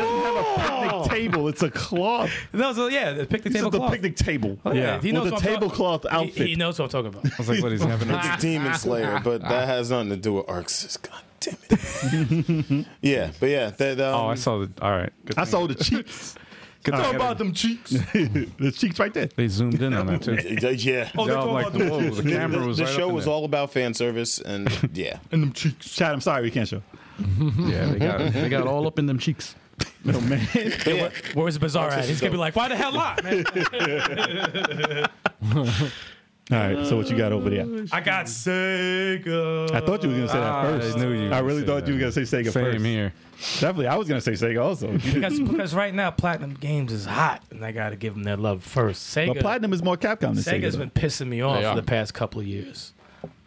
Picnic table. It's a cloth.
No, so yeah, the picnic
It's
table.
the
cloth.
picnic table.
Oh, yeah.
he knows
With a
what I'm talking-
tablecloth
he-
outfit.
He knows what I'm talking about.
I was like, what is happening?
It's Demon Slayer, but that has nothing to do with Arxis. God damn it. yeah, but yeah, that. Um,
Oh, I saw the. All right, good
I
thing-
saw the cheeks.
good thing I got it.
them cheeks. the cheeks right there.
They zoomed in on that too.
yeah, Yeah.
Oh,
They're all like, whoa, Oh, the camera was
the
right
show
up in
was
there.
all about fan service, and yeah,
And them cheeks. Chad, I'm sorry, we can't show.
Yeah, they got they got all up in them cheeks.
No man.
But yeah,
Where's Bizarre at? He's gonna be like, why the hell not? man?
All right. So what you got over there?
I got Sega.
I thought you were gonna say that
Ah, Uh, I
first.
knew you were
I
gonna
really
say
thought you
that.
were gonna say Sega
Same
first.
here.
Definitely, I was gonna say Sega also.
because, because right now Platinum Games is hot, and I gotta give them their love first. Sega,
But platinum is more Capcom than Sega.
Sega's
though.
been pissing me off
They are.
for the past couple of years,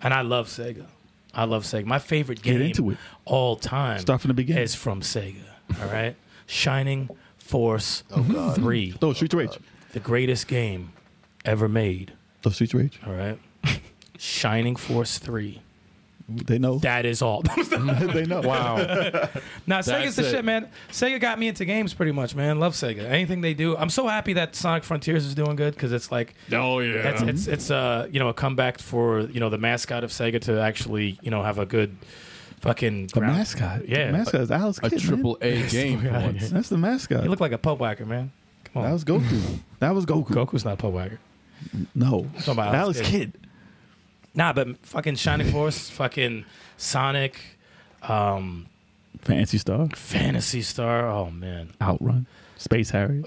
and I love Sega. I love Sega. My favorite game
into it.
all time
Start from the beginning.
is from Sega. All right, Shining Force Three,
Those Streets of Rage.
the greatest game ever made.
Those Streets of Rage.
All right, Shining Force Three.
They know.
That is all.
they know.
Wow.
Now
That's
Sega's the
it.
shit, man. Sega got me into games pretty much, man. Love Sega. Anything they do, I'm so happy that Sonic Frontiers is doing good because it's like
oh, yeah.
it's it's it's uh you know a comeback for you know the mascot of Sega to actually you know have a good fucking
The
ground.
mascot.
Yeah.
The mascot is Alice
a
Kidd, man.
triple A game. for once.
That's the mascot.
You look like a pub whacker, man. Come on,
that was Goku. that was Goku.
Goku's not a pub whacker.
No.
about
Alice
Alice
Kid.
Nah, but fucking Shining Force, fucking Sonic, um,
Fancy Star.
Fantasy Star. Oh man,
Outrun. Space Harrier.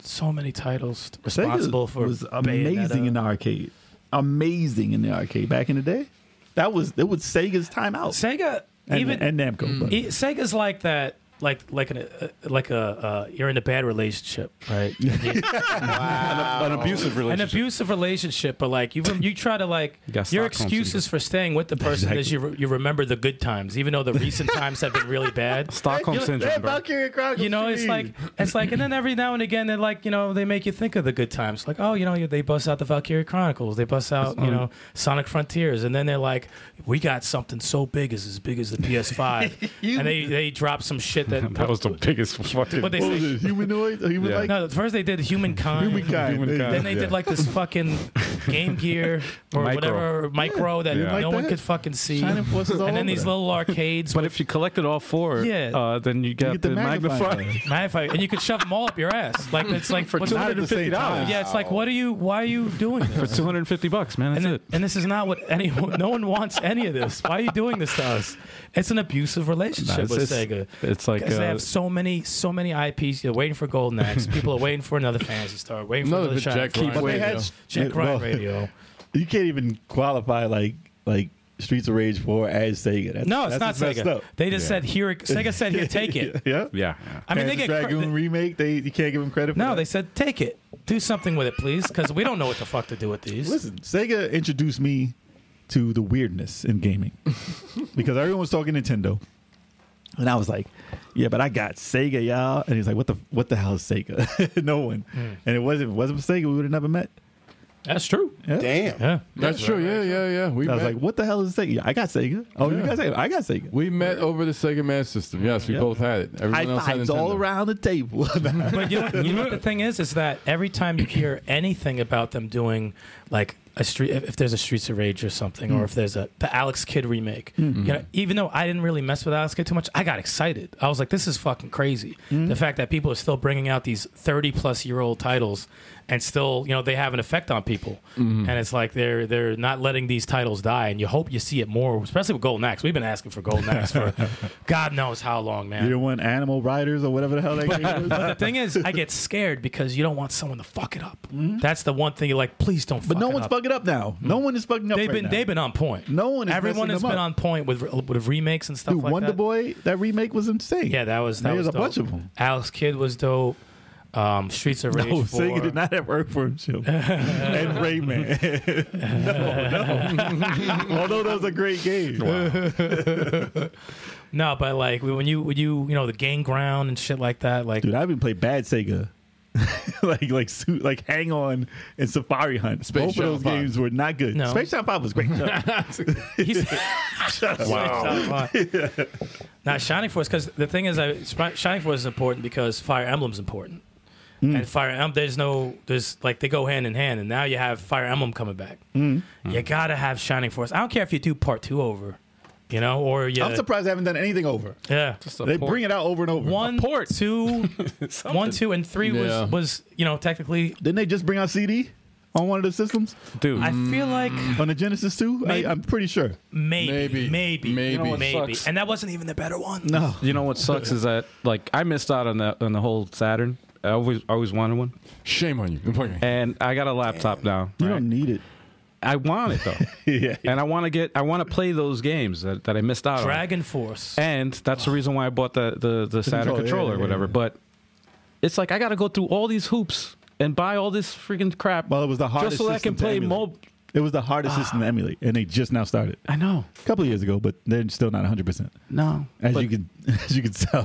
so many titles
Sega
responsible for
was
Bayonetta.
amazing in the arcade. Amazing in the arcade back in the day. That was it was Sega's time out.
Sega.
and,
even Mm.
and Namco. but-
E- Sega's like that like like an uh, like a uh, you're in a bad relationship, right?
An abusive
an
relationship.
abusive relationship, but like you, you try to like
got
your
Stockholm
excuses for staying with the person is you re- you remember the good times, even though the recent times have been really bad.
Stockholm syndrome, bro.
You know, it's like it's like, and then every now and again, they're like, you know, they make you think of the good times. Like, oh, you know, they bust out the Valkyrie Chronicles, they bust out, you know, Sonic Frontiers, and then they're like, we got something so big, is as big as the PS5, and they they drop some shit that
That was the biggest fucking.
what they
What was
say.
it? Humanoid? A Human
Yeah.
like?
No, first they did Humankind.
Humankind.
Humankind.
Then they
Yeah.
did like this fucking Game Gear or
Micro.
whatever micro that
Yeah.
no
Like
one
that.
could fucking see.
Shining
And
forces all
then
over
these
that.
little arcades.
But if you collected all four,
Yeah.
uh, then you
You
got
get
the, magnifier.
Magnified, and you could shove them all up your ass. Like it's like
For
what's-
two hundred and fifty dollars.
Yeah, it's like what are you? Why are you doing
For
this?
two hundred and fifty bucks, man. That's
And,
it.
th- and this is not what anyone. No one wants any of this. Why are you doing this to us? It's an abusive relationship
Nah, it's-
with
it's-
Sega.
It's like
Because they
uh,
have so many, so many IPs. You're waiting for Golden Axe. People are waiting for another Fantasy Star. Waiting for
Another
another Jack
Jack
Keep
Ryan
But they
waiting.
had-
Radio.
Jack
Well,
Ryan Radio.
You can't even qualify like like Streets of Rage 4 as Sega. That's,
No, it's not
that's what's
Sega.
messed up.
They just said here. Sega said here, take it.
Yeah.
yeah. yeah.
I mean, they get cre-
Dragoon remake. They you can't give them credit. for
no.
that.
They said take it. Do something with it, please, because we don't know what the fuck to do with these.
Listen, Sega introduced me to the weirdness in gaming because everyone was talking Nintendo, and I was like, "Yeah, but I got Sega, y'all." And he's like, "What the what the hell is Sega?" no one,
Hmm.
and it wasn't if it wasn't for Sega, we would have never met.
That's true.
Damn.
Yeah.
That's true. Yeah, yeah, yeah. We
I
met,
was like, "What the hell is Sega?" Yeah, I got Sega. Oh, you got Sega. I got Sega.
we met over the Sega Man System. Yes, we
Yeah.
both had it. Everyone
High
else had
fives all
Nintendo.
around the table.
But you know, you know what the thing is, is that every time you hear anything about them doing like a street, if, if there's a Streets of Rage or something, or if there's a the Alex Kidd remake, you know, even though I didn't really mess with Alex Kidd too much, I got excited. I was like, this is fucking crazy. The fact that people are still bringing out these thirty plus year old titles, and still, you know, they have an effect on people, and it's like they're they're not letting these titles die, and you hope you see it more, especially with Golden Axe. We've been asking for Golden Axe for God knows how long, man.
you want Animal Riders or whatever the hell that game was.
The thing is, I get scared because you don't want someone to fuck it up. That's the one thing you're like, please don't.
Mm-hmm. But
fuck
no
it
one's
up. Hmm.
fucking up now. No one is fucking up.
They've
right
been
now.
they've been on point.
No one is
Everyone
messing
has
them
been
up.
on point with with remakes and stuff
Dude,
like
Wonder
that.
Boy, that remake was insane.
Yeah, that was that
There's
was
a
dope.
bunch of them.
Alex Kidd was dope. Um, Streets of Rage.
No,
4.
Sega Oh, did not have work for him, Jim. and Rayman. no, no. Although that was a great game.
No, but like when you when you you know the game ground and shit like that. Like
Dude, I even played bad Sega. like like suit like hang on and Safari Hunt.
Space
Both
Jam
of those
5.
games were not good.
No.
Space Jam Five was great.
he's wow. now Shining Force, because the thing is, I, Sp- Shining Force is important because Fire Emblem's important, and Fire Emblem there's no there's like they go hand in hand, and now you have Fire Emblem coming back. You gotta have Shining Force. I don't care if you do part two over, you know, or you
I'm surprised they haven't done anything over.
yeah.
They bring it out over and over.
One, two, one, two, and three
Yeah.
was was you know technically.
Didn't they just bring out CD on one of the systems
Dude,
I feel
Mm,
like
on the Genesis Two? I,
Maybe.
I'm pretty sure.
maybe,
Maybe.
maybe,
Maybe. You know what
maybe,
sucks?
and that wasn't even the better one.
No,
you know what sucks is that like I missed out on the on the whole Saturn. I always always wanted one,
Shame on you.
and I got a laptop now.
you
right?
don't need it.
I want it though,
yeah,
and I want to get I want to play those games that, that I missed out on.
Dragon Force.
and that's the reason why I bought the the, the Saturn
controller,
controller
yeah,
or
yeah,
whatever.
yeah.
But it's like I got to go through all these hoops and buy all this freaking crap.
Well, it was the hardest.
just so that I
system
can
to
play
emulate.
mobile.
It was the hardest system to emulate, and they just now started
I know,
a couple of years ago, but they're still not 100. percent
no,
As
but
you can, as you can tell,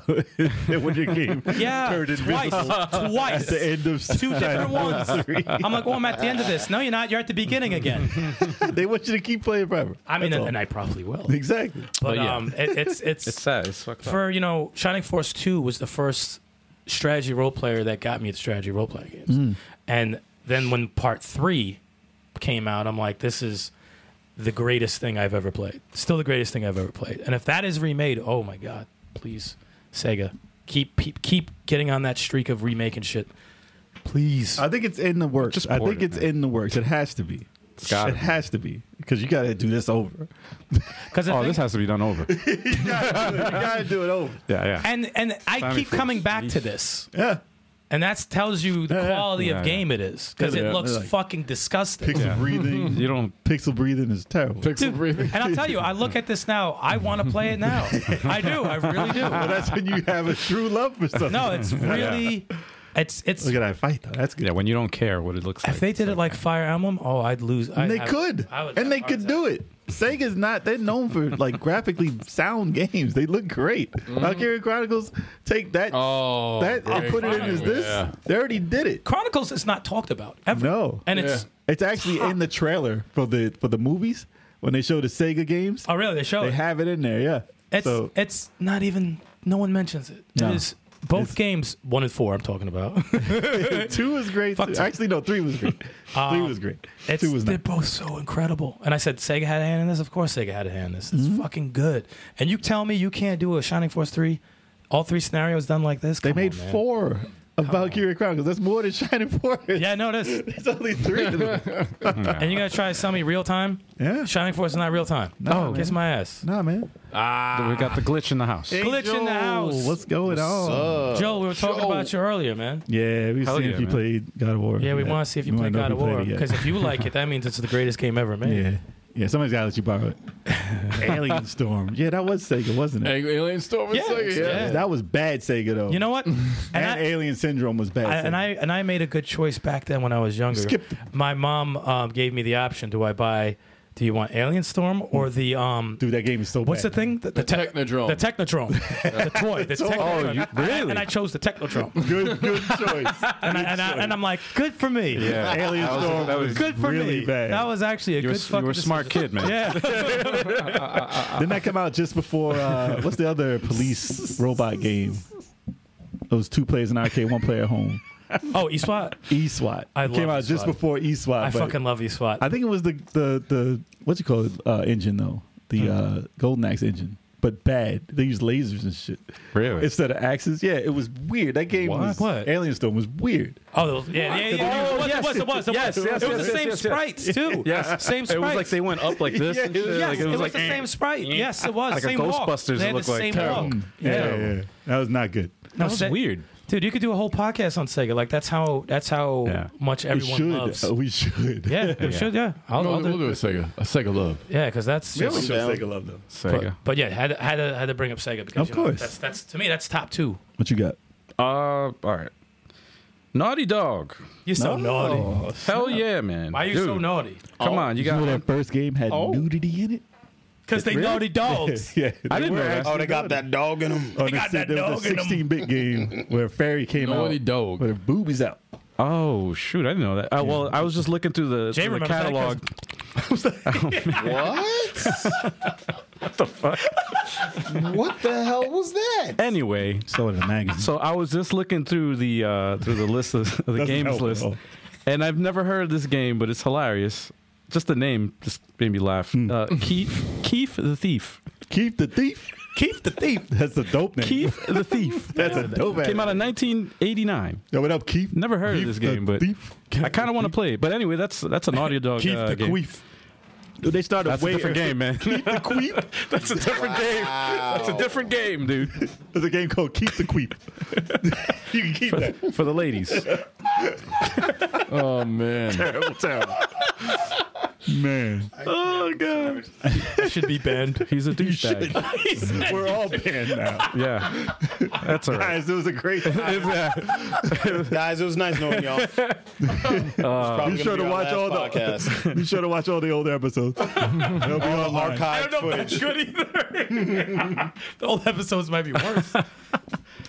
when your game
Yeah,
turned
twice,
invisible
twice.
at the end of
Two different ones. I'm like, oh, I'm at the end of this. No, you're not. You're at the beginning again.
they want you to keep playing forever.
I mean,
That's
and,
all.
and I probably will.
exactly.
But
yeah.
um, it, it's it's
it's sad. It's fucked up.
for you know, Shining Force Two was the first strategy role player that got me into strategy role playing games.
Mm.
And then when Part Three came out, I'm like, this is the greatest thing I've ever played. Still the greatest thing I've ever played. And if that is remade, oh my god, please, Sega, keep keep, keep getting on that streak of remaking shit. Please.
I think it's in the works.
Just
I
port
think
it,
it's
man.
in the works. It has to be.
gotta
it
be.
has to be because you got to do this over.
Because
Oh, this has to be done over. yeah,
you got to do it over.
yeah.
and and I
Shining
keep
Force,
coming back
yeesh.
to this.
Yeah.
and that tells you the
Yeah, yeah.
quality
Yeah,
of
yeah.
game it is because
Yeah,
it looks
like-
fucking disgusting.
Pixel breathing.
You don't.
Pixel breathing is terrible.
Pixel breathing.
And I'll tell you, I look at this now. I want to play it now. I do. I really do.
But that's when you have a true love for something.
No, it's really, it's it's.
Look at that fight, though. That's good.
Yeah, when you don't care what it looks like.
If they did it like Fire Emblem, oh, I'd lose.
And they could. and they could do it. Sega's not, they're known for like graphically sound games. They look great.
Mm-hmm.
Valkyria Chronicles, take that.
Oh,
that and
great
put it in
find.
as this.
Yeah.
They already did it.
Chronicles is not talked about ever.
No.
and it's
Yeah.
It's actually in the trailer for the for the movies when they show the Sega games.
oh really? They show
They
it.
have it in there, yeah.
It's
so
it's not even. No one mentions it.
No.
It is both
It's-
games one and four. I'm talking about.
two was great.
Fuck
too.
two.
Actually, no, three was great. three was great.
Uh, It's,
Two was
they're
not.
both so incredible. And I said, Sega had a hand in this? Of course Sega had a hand in this. It's
Mm-hmm.
fucking good. And you tell me you can't do a Shining Force 3, all three scenarios done like this?
They
Come
made
on, man.
four of Valkyria Chronicles. That's more than Shining Force.
Yeah, I know it is.
It's only three. of them.
and you're going to try Summy real time?
Yeah.
Shining Force is not real time.
No,
oh, kiss
man.
my ass.
Nah, man.
we got the glitch in the house.
Hey,
Glitch in the
Joe,
house.
What's going on?
Joe, we were talking about you earlier, man.
Yeah, we've
Hell
seen
yeah,
if you
man.
played God of War.
Yeah, we want to see if you play
wanna know
God of
if you
War.
played it yet.
Because if you like it, that means it's the greatest game ever made.
yeah, yeah, somebody's got to let you borrow it. Alien Storm. Yeah, that was Sega, wasn't it?
Hey, Alien Storm.
Yeah,
Yeah, yeah.
yeah.
That was bad Sega though.
You know what? And,
and,
I-
Alien Syndrome was bad.
I,
Sega.
and I and I made a good choice back then when I was younger.
Skip the-
My mom um, gave me the option: Do I buy? Do you want Alien Storm or the um?
dude, that game is so
what's the
bad.
thing? The, the, te-
Technodrome.
The Technodrome. the toy. The Technodrome. Oh, you, really? And I chose the Technodrome.
Good, good choice.
And, I, and, I, and I'm like, good for me.
Alien Storm.
that was-
Good for
really
me.
bad.
That was actually a
You were,
good
you
fucking.
were a smart kid, man.
decision. Yeah.
Didn't that come out just before? Uh, what's the other police robot game? It was two players in arcade, one player at home.
Oh, eSwat.
E-SWAT.
I
it came
love
out just
eSWAT.
before E-SWAT.
I
but
fucking love E eSwat.
I think it was the the the what you call it uh, engine though
Hmm.
the uh, Golden Axe engine, but bad. They used lasers and shit
Really?
instead of axes. Yeah, it was weird. That game
What?
was
What?
Alien Storm was weird.
oh, yeah, yeah, yeah. yeah.
Oh,
it, was,
yes.
it was. It was. It
Yes,
was.
yes,
it was
yes,
the
yes,
same
yes, yes.
sprites too.
Yes.
Same sprites.
It was like they went up like this. and did it.
Yes,
Like,
it was,
like, eh.
the same sprite. Yes, it was.
Like a
same walk.
Ghostbusters,
They
it
had
looked
the
like.
same
Terrible. Mm.
walk.
yeah, yeah. that was not good.
No,
That was
Se-
weird.
dude. You could do a whole podcast on Sega. Like that's how that's how
Yeah.
much
We
everyone
should.
loves.
uh, we should.
yeah, we
Yeah.
should. Yeah, I'll,
We'll,
I'll
we'll
do,
do a Sega. A Sega love.
yeah, because that's
Yeah, we
just,
should. Sega love though.
Sega.
but yeah, had to, had to had to bring up Sega because
Of
you know,
course.
that's that's to me that's top two.
What you got?
Uh, all right. Naughty Dog.
You're so Oh, naughty.
Hell yeah, man.
Why are you so
Dude,
naughty?
Come on, you
Oh. You know
got.
that first game had
Oh.
nudity in it.
Because they naughty dogs.
yeah,
I didn't
were
know that.
actually
Oh, they got that dog in them.
on the-
Oh, got that
there was
dog in
a 16-bit game where a fairy came
Naughty
out
Dog.
with her boobies out.
Oh shoot, I didn't know that. Uh, well, I was just looking through the,
Jay
through the
remembers that
catalog.
What? what the fuck? what the hell was that?
Anyway,
So in a magazine.
so I was just looking through the uh, through the list of of the
Doesn't
games
help at
list,
all.
and I've never heard of this game, but it's hilarious. Just the name just made me laugh.
Hmm.
Uh, Keith, Keith the Thief.
Keep the thief. Keep the thief. That's a dope name.
Keith the Thief.
That's a dope ass.
Came out in 1989.
Yo, what up, Keith?
Never heard
Keith
of this
the
game, but
thief.
I kind of want to play it. But anyway, that's that's a Naughty Dog
Keith
uh,
the
game.
Queef. Dude, they started
That's
way
a different
early.
game, man.
Keep the Queef.
that's a different game. That's a different game, dude.
There's a game called Keep the Queef. you can keep that.
For the ladies.
Oh man.
Man.
Oh god.
should be banned.
He's a douchebag.
We're all banned now.
Yeah. That's all right.
Guys, it was a great time.
Guys, it was nice knowing y'all. It's probably
You
gonna
sure
be
to
our
watch all the
last podcast.
Be sure to watch all the older episodes. They'll be online.
archived footage.
Good either. the old episodes might be worse.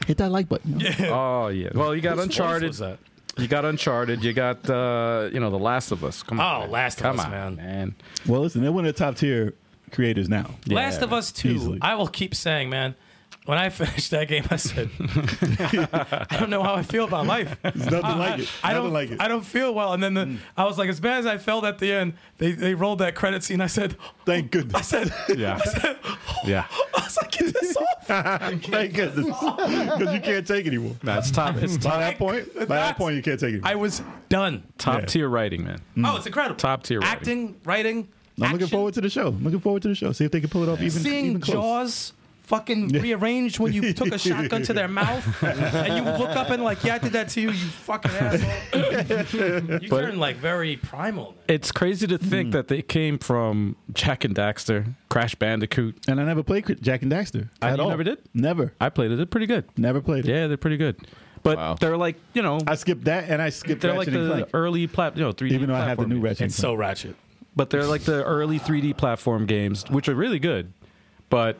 Hit that like button.
Oh yeah. Well, you got Uncharted.
Was that?
You got Uncharted. You got uh, you know, The Last of Us. Come on.
Oh,
man.
Last of
Come
Us,
on,
man.
Well, listen, they're one of the top tier creators now.
Last of Us 2,
easily.
I will keep saying, man, when I finished that game, I said, I don't know how I feel about life.
There's nothing like it.
I, I
nothing
don't
like it. Mm.
I don't feel well. And then the, I was like, as bad as I felt at the end, they, they rolled that credit scene. I said,
Thank
I
goodness.
said,
Yeah.
I said,
Yeah.
I was like, get this off.
Thank goodness. Because you can't take anymore.
No, it's top it's
By
top,
that point, by that
That's-
point, you can't take it.
I was done.
top
Yeah.
tier writing, man.
Mm.
Oh, it's incredible.
Top tier writing.
acting, writing.
I'm looking forward to the show. I'm looking forward to the show. See if they can pull it off even,
seeing
even close.
Jaws fucking rearranged when you took a shotgun to their mouth, and you look up and like, yeah, I did that to you, you fucking asshole. you turn like very primal.
It's crazy to
Mm.
think that they came from Jack and Daxter, Crash Bandicoot.
And I never played Cri- Jack and Daxter.
Uh,
at
you
all.
never did?
Never.
I played it. They're pretty good.
Never played it.
Yeah, they're pretty good. But
Wow.
they're like, you know,
I skipped that and I skipped
they're like
Ratchet and
the
Clank.
early plat, you know, 3D
even though I have the
platform
new
games.
Ratchet and
It's so ratchet.
But they're like the early 3D platform games, which are really good. But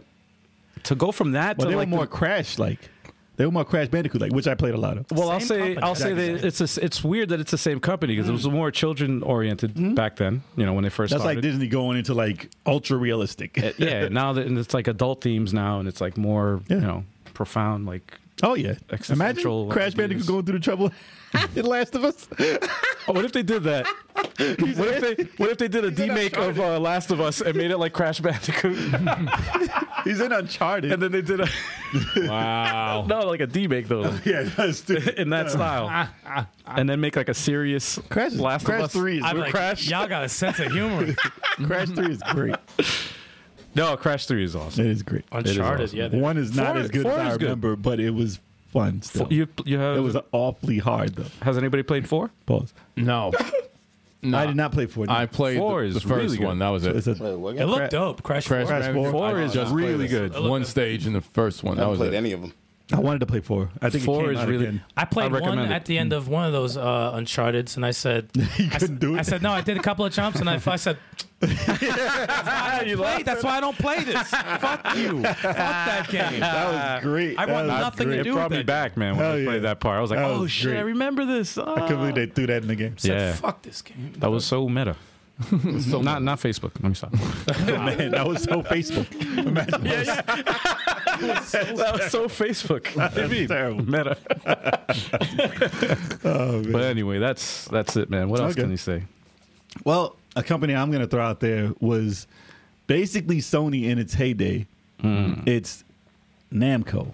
to go from that
Well,
to
they
like
were more
the,
Crash like. They were more Crash Bandicoot like, which I played a lot of.
well, I'll
Same
say
company.
I'll say that it's a, it's weird that it's the same company because it was more children oriented back then. You know, when they first
Mm-hmm. That's like
started.
Disney going into like ultra realistic.
yeah, now that and it's like adult themes now, and it's like more you
Yeah.
know profound like
oh yeah,
Existential
imagine Crash Bandicoot
abuse.
going through the trouble in Last of Us.
Oh, what if they did that? what if they What if they did a remake of uh, Last of Us and made it like Crash Bandicoot,
He's in Uncharted.
and then they did a
Wow.
no like a remake though
yeah, that's stupid.
in that style, and then make like a serious
Crash is-
Last
Crash
of Us
3 is-
I'm like,
Crash.
y'all got a sense of humor.
Crash Three is great.
No, Crash Three is awesome.
It is great.
Uncharted, yeah. they're-
One is not
Four-
as good
four
as I
is good.
remember, but it was fun. Still.
You you have
it was awfully hard though.
has anybody played four?
Pause.
No. No.
I did not play Fortnite.
I played
Four
the,
is
the first
really good.
one. That was it.
It's a-
Wait,
It
I
looked dope. Crash,
Crash,
Crash
Bandicoot.
Four
I
is
just
really
played
good.
One stage in the first one. That
haven't
was
played
it.
any of them.
I wanted to play four. I think it
Four
came
is
out
really.
again.
I played one
recommend it.
at the end of one of those uh, Uncharted's, and I said,
You
I,
couldn't
said-
do it.
I said, no, I did a couple of jumps, and I, I said,
Ah, you
play. That's why I don't play this. Fuck you. Fuck that game.
that was great.
I
That
want
was
nothing
great.
to
It
do
brought me
with that.
back, man. When
Hell
I
yeah.
played that part, I was like,
That
"Oh
was
shit, I
great.
remember this."
I
Ah.
can't believe they threw that in the game.
Said,
Yeah.
Fuck this game.
That was so meta. so not not Facebook. Let me stop.
Oh, Man, that was so Facebook. Imagine that was
that was so Facebook. What do you mean?
terrible.
Meta.
Oh, man.
But anyway, that's that's it, man. What else
Okay.
can you say?
Well, a company I'm going to throw out there was basically Sony in its heyday. It's Namco.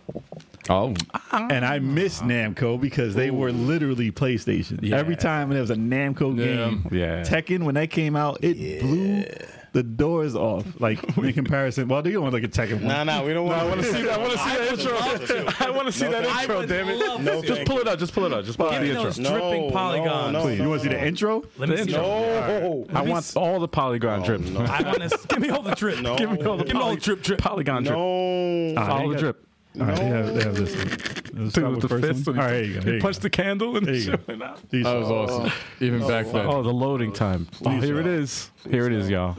Oh,
And I miss Namco because they were literally PlayStation. Every time there was a Namco
Yeah.
game,
Yeah.
Tekken, when that came out, it blew the doors off. Like, in comparison, well, do you want like a Tekken one?
Nah, nah, we don't want. I want to see. I want to see that
I want to see that
thank-
intro,
would
damn it.
love No, to.
just pull it out. Just pull it out. Just pull out
Give me
the intro.
those dripping polygons.
Please, you want to see the intro?
Let me see.
No,
I want all the polygon drip.
I want to give me all the drip.
No.
Give me all the,
Give me all
poly-
the drip, drip.
polygon drip.
no.
Follow the
got-
drip.
All right, they have, they have this one. Let's
Dude,
start
with
with
the
first
fist.
one.
and
All
he-
right, there you go.
He
There you
punched the candle and
There
it
you go.
went out.
go.
that was awesome. Even back then.
Oh, the loading time. Oh, here it is. Here it is, y'all.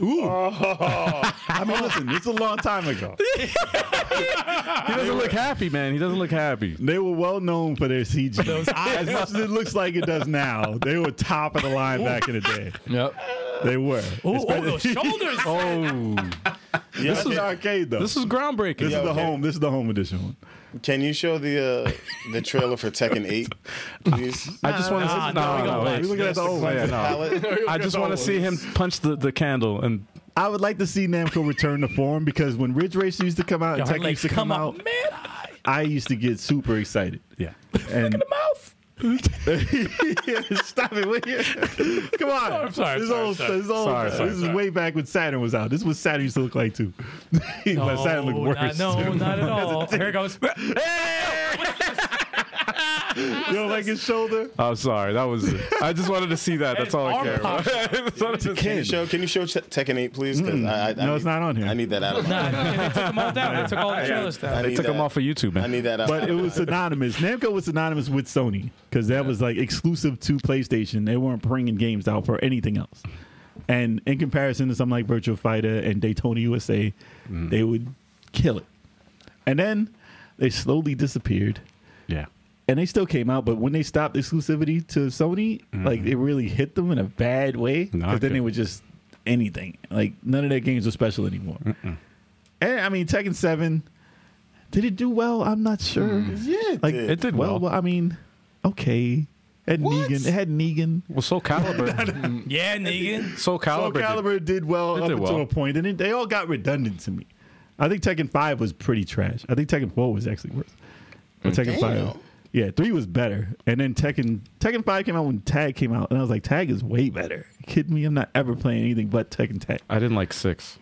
I mean, listen, this is a long time ago.
He doesn't look happy, man. He doesn't look happy.
They were well known for their CG. as much as it looks like it does now, they were top of the line back in the day.
Yep.
They were.
Ooh, ooh, those shoulders.
Oh,
this is arcade though.
this is groundbreaking.
This is the
okay.
home. This is the home edition one.
Can you show the uh, the trailer for Tekken 8, please?
I just want to. No,
nah, nah, Ah, we
no,
gonna
wait. Oh,
watch
We looking at the old one.
Yeah, no.
Palette?
I just want to see him punch the, the candle and
I would like to see Namco return to form because when Ridge Racer used to come out
Yo,
and
her
Tekken
legs
used to
come
come
up. Man,
out,
I-
I used to get super excited.
yeah.
And
mouth.
stop it, will you? Come on.
I'm sorry,
This
sorry,
old-
sorry.
this old-
Sorry, sorry,
this
sorry.
is way back when Saturn was out. This is what Saturn used to look like too. but Saturn looked worse.
Not, no, not at all. Here it goes.
You don't like his shoulder?
I'm sorry. That was. It. I just wanted to see that. That's all I
Arm
care about. I just wanted to see-
Can you show? Can you show Te- Tekken 8, please? 'Cause I, I, I
No, it's
need-
not on here.
I need that out of my.
Nah, they took them all down. They took all the trailers
I
down.
They
need
took
that.
him off of YouTube,
I
man.
need that out.
But it was synonymous. Namco was synonymous with Sony because that was like exclusive to PlayStation. They weren't bringing games out for anything else. And in comparison to something like Virtual Fighter and Daytona USA, they would kill it. And then they slowly disappeared.
Yeah.
And they still came out, but when they stopped exclusivity to Sony, like it really hit them in a bad way.
Mm-hmm. No, I
Because then
get
they
it.
were just anything. Like none of their games were special anymore. And I mean, Tekken Seven, did it do well? I'm not sure. Yeah, like
did.
Mm. It did well.
well, well, I mean, okay. It had Negan. It had Negan.
Well, Soul Calibur.
Yeah, Negan.
Soul
Soul
Calibur. did-
Calibur did well
It
up
did
until
well.
a point, and it, they all got redundant to me. I think Tekken Five was pretty trash. I think Tekken Four was actually worse. But
Mm.
Tekken Five, yeah, three was better, and then Tekken Tekken Five came out when Tag came out, and I was like, Tag is way better. You kidding me? I'm not ever playing anything but Tekken Tag.
I didn't like six.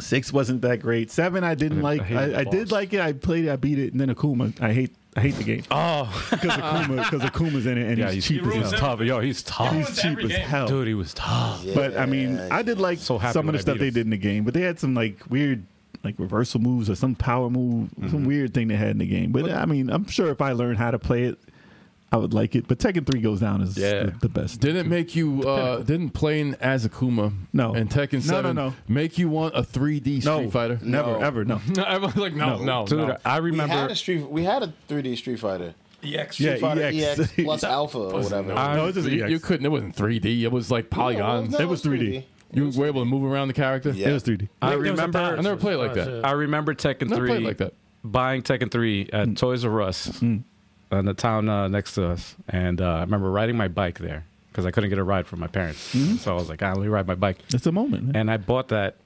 Six wasn't that great. Seven, I didn't like.
hated the
I, I did
boss.
like it. I played it. I beat it. And then Akuma. I hate. I hate the game. Oh, because Akuma. Because Akuma's in it, and
Yeah,
he's
he's,
cheap
he's
as hell.
tough. Yo, he's tough.
He's cheap as hell.
Dude, he was tough.
But I mean, I did like
So happy
some of
when
the
I
stuff
beat
they
him.
did in the game, but they had some like weird, like reversal moves or some power move, some weird thing they had in the game. But I mean, I'm sure if I learned how to play it, I would like it. But Tekken Three goes down as
Yeah.
the, the best.
Didn't make you uh, didn't playing as Akuma
No.
and Tekken
No, no,
Seven
no.
make you want a 3D Street
no
Fighter.
never,
No.
ever, no.
No, I was like, no, no, no.
Dude, I
We had
remember.
a street. We had a 3D Street Fighter.
EX.
Yeah,
Street Fighter
EX.
EX, E plus Alpha or whatever.
I-
No, it was just
you,
EX.
you couldn't. It wasn't 3D. It was like polygons.
It was 3D.
You were able to move around the character.
Yeah.
It was 3D.
I
there was a
remember.
time-
I never played like that.
Oh,
I remember Tekken
Never
three
played like that.
buying Tekken three at Toys R Us in the town uh, next to us, and uh, I remember riding my bike there because I couldn't get a ride from my parents. So I was like, ah, let me ride my bike,
It's a moment. Man.
and I bought that.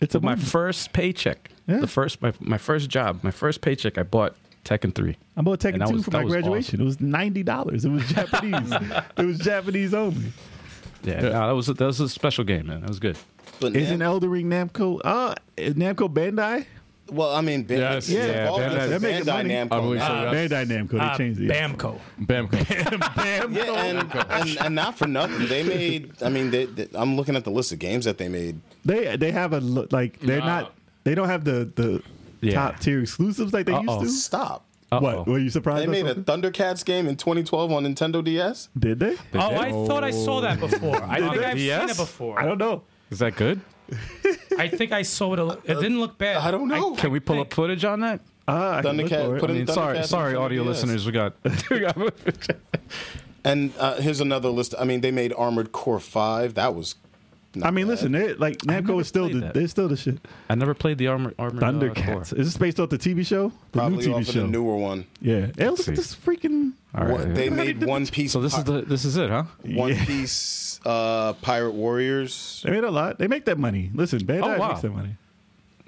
It's a
with my
moment.
first paycheck.
Hmm. Yeah.
The first my, my first job, my first paycheck. I bought Tekken three.
I bought
And
Tekken
that
Two
was-
for
that
my
was
graduation. It was ninety dollars. It was Japanese. it was Japanese only.
Yeah, no, that was a, that was a special game, man. That was good.
But
Isn't
Nam-
Elder Ring Namco? Uh, is Namco Bandai.
well, I mean, Ban-
Yes.
yeah,
Yeah, Bandai-
Bandai,
they're making money.
Namco
I believe so.
now.
yeah.
Bandai Namco. They
Uh,
changed the
Bamco.
Bamco.
Yeah, and, and, and not for nothing. They made. I mean, they, they- I'm looking at the list of games that they made.
They they have a lo- like they're
Nah.
not they don't have the the
Yeah.
top tier exclusives like they
Uh-oh.
used
Stop.
to.
Uh-oh.
What were you surprised?
They
by
made a
something?
Thundercats game in 2012 on Nintendo DS.
Did they?
Oh, I thought I saw that before. I think I've seen
Yes?
it before.
I don't know.
Is that good?
I think I saw it. A, it didn't look bad.
I don't know.
Can we pull up footage on that?
Uh,
Thundercat. Put
I
in
mean,
Thundercats
sorry,
on
sorry,
Nintendo
audio
DS.
listeners. We got, we got
And uh, here's another list. I mean, they made Armored Core Five. That was.
I mean, listen, they're, like Namco
never
is still
played
the,
that.
they're still the shit.
I never played the armor. armor uh, core.
Thundercats. Is this based off the TV show? The
Probably
new TV
off of
show.
the newer one.
yeah. Hey, look
see.
at this freaking.
All right.
What- they made One Piece.
so this is
Pi-
the this is it, huh?
One
Yeah.
Piece uh, Pirate Warriors.
They made a lot. They make that money. Listen, Bandai
wow.
makes that money.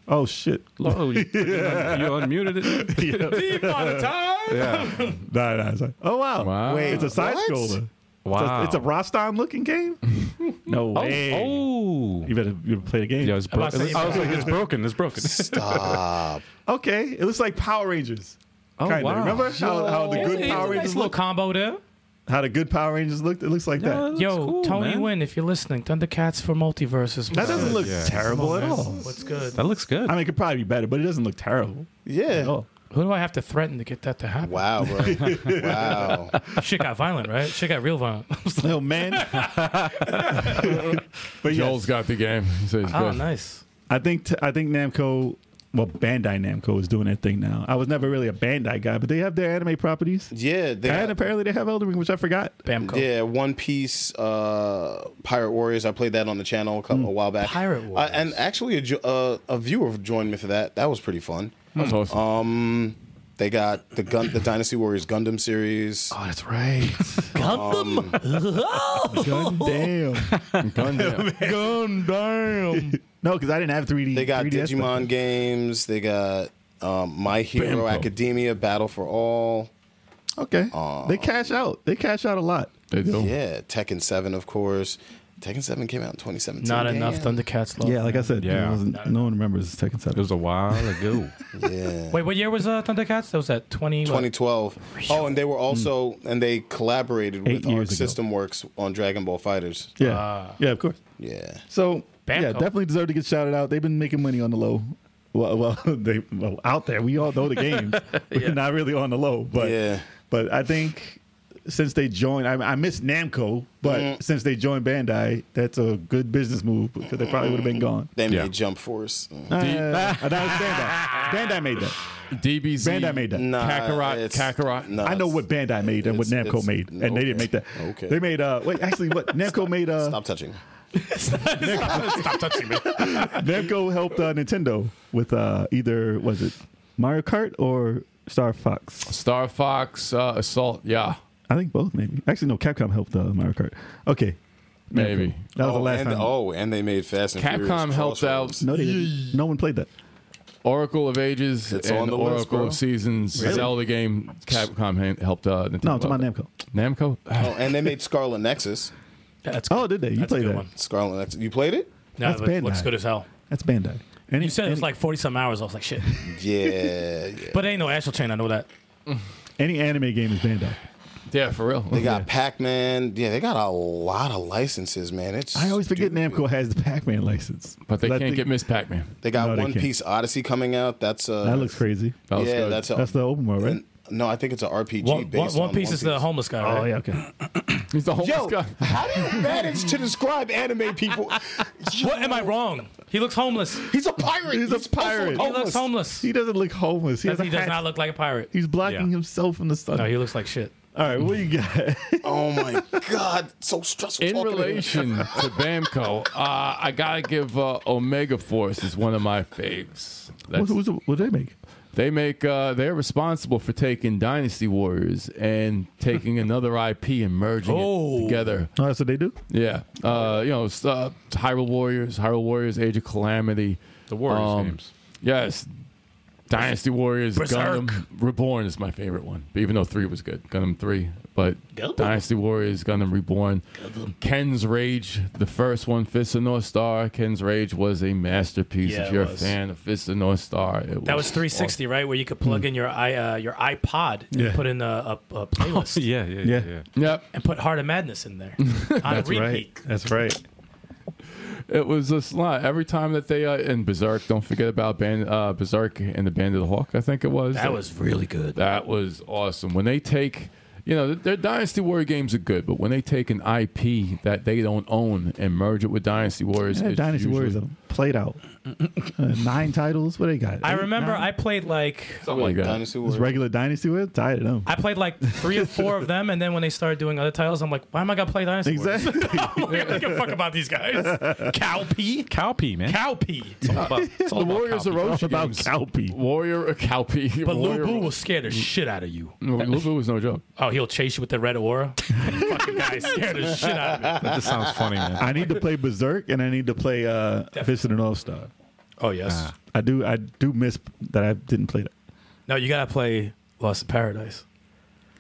Oh shit!
Oh, you, you unmuted it.
yeah.
Yeah.
nah, nah, it's like- oh wow!
Wow.
Wait.
It's a side
What?
scroller.
Wow.
It's a, it's a Rostam looking game. no
Oh,
way.
oh.
You better, you better play the game.
Yeah, it's
I'm about
broken.
to say-
I was like, it's broken. It's broken.
Stop.
Okay, it looks like Power Rangers.
Oh,
Kinda.
wow.
Remember how, how the
It's a-
good
it's
Power
a nice
Rangers
little
looked?
combo there.
How the good Power Rangers looked? It looks like
Yeah, it
that.
looks
Yo,
cool,
Tony
man.
Wynn, if you're listening, Thundercats for Multiverses.
That doesn't look
Yeah.
terrible at all.
What's good?
That looks good.
I mean, it could probably be better, but it doesn't look terrible.
Yeah.
Oh,
Who do I have to threaten to get that to happen?
Wow, bro. wow.
Shit got violent, right? Shit got real violent.
oh man. but yeah,
Joel's got the game. He says,
oh,
good.
nice.
I think t- I think Namco, well, Bandai Namco is doing that thing now. I was never really a Bandai guy, but they have their anime properties,
Yeah. They
and apparently they have Elden Ring, which I forgot.
Bamco.
Yeah, One Piece, uh, Pirate Warriors. I played that on the channel a, couple, a while back.
Pirate
Uh, and actually, a, jo- uh, a viewer joined me for that. That was pretty fun.
That's
Hmm.
awesome.
Um, they got the gun, the Dynasty Warriors Gundam series.
Oh, that's right. Um, Gundam.
Gundam.
Gundam. no, because I didn't have 3D.
They got
3DS
Digimon
back
games. They got um, My Hero
Bamco.
Academia, Battle for All.
then. Okay. they cash out. They cash out a lot.
They do.
Yeah, Tekken Seven, of course. Tekken Seven came out in 2017.
Not enough
Damn.
Thundercats love.
Yeah, like I said,
Yeah.
it wasn't- no one remembers Tekken
it
7.
was a while ago.
Yeah.
Wait, what year was uh, Thundercats? That was at 20.
2012. Oh, and they were also and they collaborated
Eight
with Arc
years ago.
System Works on Dragon Ball Fighters.
Yeah, yeah, of course.
Yeah.
So yeah,
Bamco.
definitely deserve to get shouted out. They've been making money on the low. Well, well, they well, out there. We all know the games. We're not really on the low, but
Yeah.
but I think since they joined, I, I miss Namco, but
Mm-hmm.
since they joined Bandai, that's a good business move because they probably would
Mm-hmm.
have been gone.
They
Yeah.
made Jump Force. Mm.
Uh, uh, that was Bandai. Bandai made that.
DBZ.
Bandai made that.
Nah,
Kakarot,
it's-
Kakarot.
nah,
I know
it's-
what Bandai made and what
it's-
Namco
it's-
made, and they didn't
okay.
make that.
Okay.
They made uh wait actually what Namco made uh
Stop touching.
Namco helped uh, Nintendo with uh, either was it Mario Kart or Star Fox?
Star Fox uh, Assault. Yeah.
I think both maybe. Actually, no, Capcom helped uh, Mario Kart. Okay,
Maybe.
that was the last
and,
time.
Oh, and they made Fast and Furious.
Capcom helped
Crossroads.
no, they didn't. no one played that.
Oracle of Ages
It's
and
on the
Oracle
list, bro.
of Seasons. Zelda game. Capcom ha- helped uh, Nintendo.
No, I'm talking
out.
about Namco.
Namco.
Oh, and they made Scarlet Nexus.
That's
Oh, did they? You
That's a
played
good
that?
one.
Scarlet Nexus. You played it?
No,
That's
but it looks
Bandai.
good as hell.
That's Bandai. Any,
You said it was
any-
like forty some hours. I was like, shit.
Yeah, yeah.
But ain't no Astral Chain. I know that.
any anime game is banned. out.
Yeah, for real.
They got Pac Man. Yeah, they got a lot of licenses, man. It's
I always forget
stupid.
Namco has the Pac-Man license,
But they
I
can't
think-
get Miss Pac Man.
They got
No, they
One
can't.
Piece Odyssey coming out. That's uh,
That looks crazy.
That was
yeah,
good.
that's a,
That's the open world, right?
no. I think it's an RPG
One,
based
one,
on
one Piece is the homeless guy. Right?
Oh yeah, okay.
He's the homeless
Yo,
guy.
how do you manage to describe anime people?
What am I wrong? He looks homeless. He
He's a pirate.
He's a pirate.
Homeless.
looks homeless.
He
He,
doesn't look homeless. He, has
does,
a hat.
not look like a pirate.
He's blocking
Yeah.
himself from the sun.
No, he looks like shit.
All right, what you got?
Oh my god, so stressful.
In
talking to him.
relation to Bamco, uh, I gotta give uh, Omega Force is one of my faves.
what,
That's,
what's, what do they make?
they make uh, they're responsible for taking Dynasty Warriors and taking another IP and merging
Oh.
it together.
Oh, that's what they do.
Yeah, uh, you know, it's, uh, Hyrule Warriors, Hyrule Warriors, Age of Calamity,
The Warriors
um,
games.
Yes, Dynasty Warriors,
Berserk.
Gundam Reborn is my favorite one. Even though three was good, Gundam three, but
Gundam.
Dynasty Warriors, Gundam Reborn, Ken's Rage, the first one, Fist of North Star. Ken's Rage was a masterpiece.
Yeah,
if
it
you're a
was.
fan of Fist of North Star, it
That was 360, right? Where you could plug in your i uh, your iPod and
Hmm. Yeah. Oh,
put in a, a, a playlist
yeah, yeah, yeah,
Yeah.
yeah.
awesome. Yep,
and put Heart of Madness in there on repeat.
That's right.
it was a slot. Every time that they uh, in Berserk, don't forget about Band, uh, Berserk and the Band of the Hawk. I think it was.
That was really good.
That was awesome. When they take, you know, their Dynasty Warrior games are good, but when they take an IP that they don't own and merge it with Dynasty Warriors,
Yeah,
it's
Dynasty
usually
Warriors are played out. Uh, nine titles. What they got?
I
Eight,
remember
nine?
I played like
something like that.
Dynasty
It's
Warriors.
regular Dynasty Warriors. Tired of them.
I played like three or four of them, and then when they started doing other titles, I'm like, why am I gonna play Dynasty Warriors?
Exactly.
I don't give a fuck about these guys. Cowpea,
Cowpea, man.
cowpea.
the Warriors of Roshi
about
games.
Calpe.
Warrior or Calpe.
But
Warrior,
Lubu will scare the shit out of you.
No, Lubu was no joke.
Oh, he'll chase you with the red aura. fucking guy scared the shit out of me.
That just sounds funny, man.
I need to play Berserk and I need to play uh, Fist of the North Star.
Oh yes.
I do. I do miss that I didn't play that.
No, you gotta play Lost in Paradise.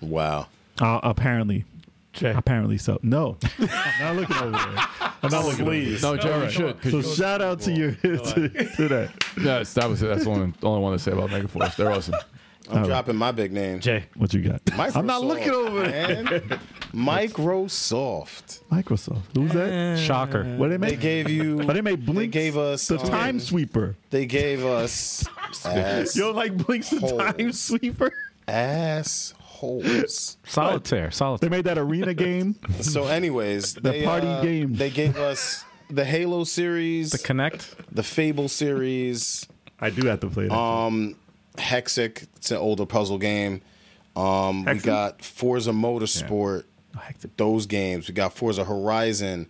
Wow.
Uh, apparently,
Jay.
apparently so. No, I'm not looking over there. I'm not looking. Over there.
No, Jerry should. 'cause
So
you-
shout out to your to, to that.
yes, that was that's the only, only one to say about Megaforce. They're awesome.
I'm dropping my big name.
Jay.
What you got?
Microsoft,
I'm not looking over there.
man. Microsoft.
Microsoft. Who's that?
Shocker.
What they
They
make?
gave you.
Oh, they made Blink.
They gave us
the
um,
Time Sweeper.
They gave us ass,
You don't like Blink's the
Holes.
Time Sweeper?
assholes.
Solitaire,
They
solitaire.
made that arena game.
So, anyways, the they, uh,
party game.
They gave us the Halo series, the,
Connect.
Fable series,
I do have to play that.
Um, Hexic. It's an older puzzle game. Um, we
Hexic?
got Forza Motorsport. Those games. We got Forza Horizon,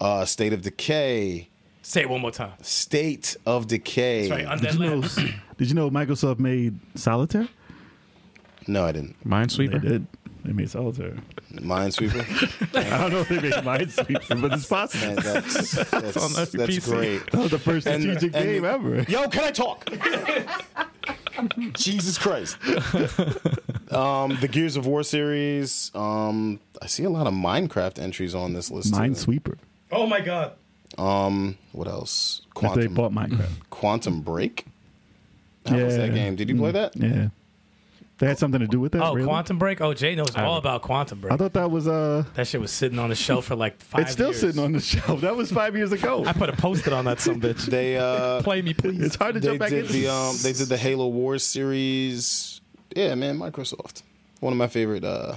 uh, State of Decay,
Say it one more time.
State of Decay.
Sorry,
did
Undead
you know?
Labs.
Did you know Microsoft made Solitaire?
no, I didn't.
They
Minesweeper.
did. They made Solitaire.
Minesweeper.
I don't know if they made Minesweeper, but it's
Man,
possible.
that's that's, that's, great.
That was the first
And-
strategic
and-
game ever.
Yo, can I talk? Jesus Christ. um, the Gears of War series. Um, I see a lot of Minecraft entries on this list. too.
Minesweeper.
Oh my god.
Um, what else?
After they
Quantum,
bought Minecraft.
Quantum Break. How was that
Yeah. Mm.
game? Did you play that?
Yeah. They had something to do with that.
Oh,
really?
Quantum Break. Oh, Jay knows all about Quantum
I
Break.
thought that was uh.
That shit was sitting on the shelf for like five.
it's still
years.
sitting on the shelf. That was five years ago.
I put a post-it on that some bitch.
They uh,
Play me, please.
It's hard to
they
jump back
did
into.
the um, they did the Halo Wars series. Yeah, man, Microsoft. One of my favorite uh,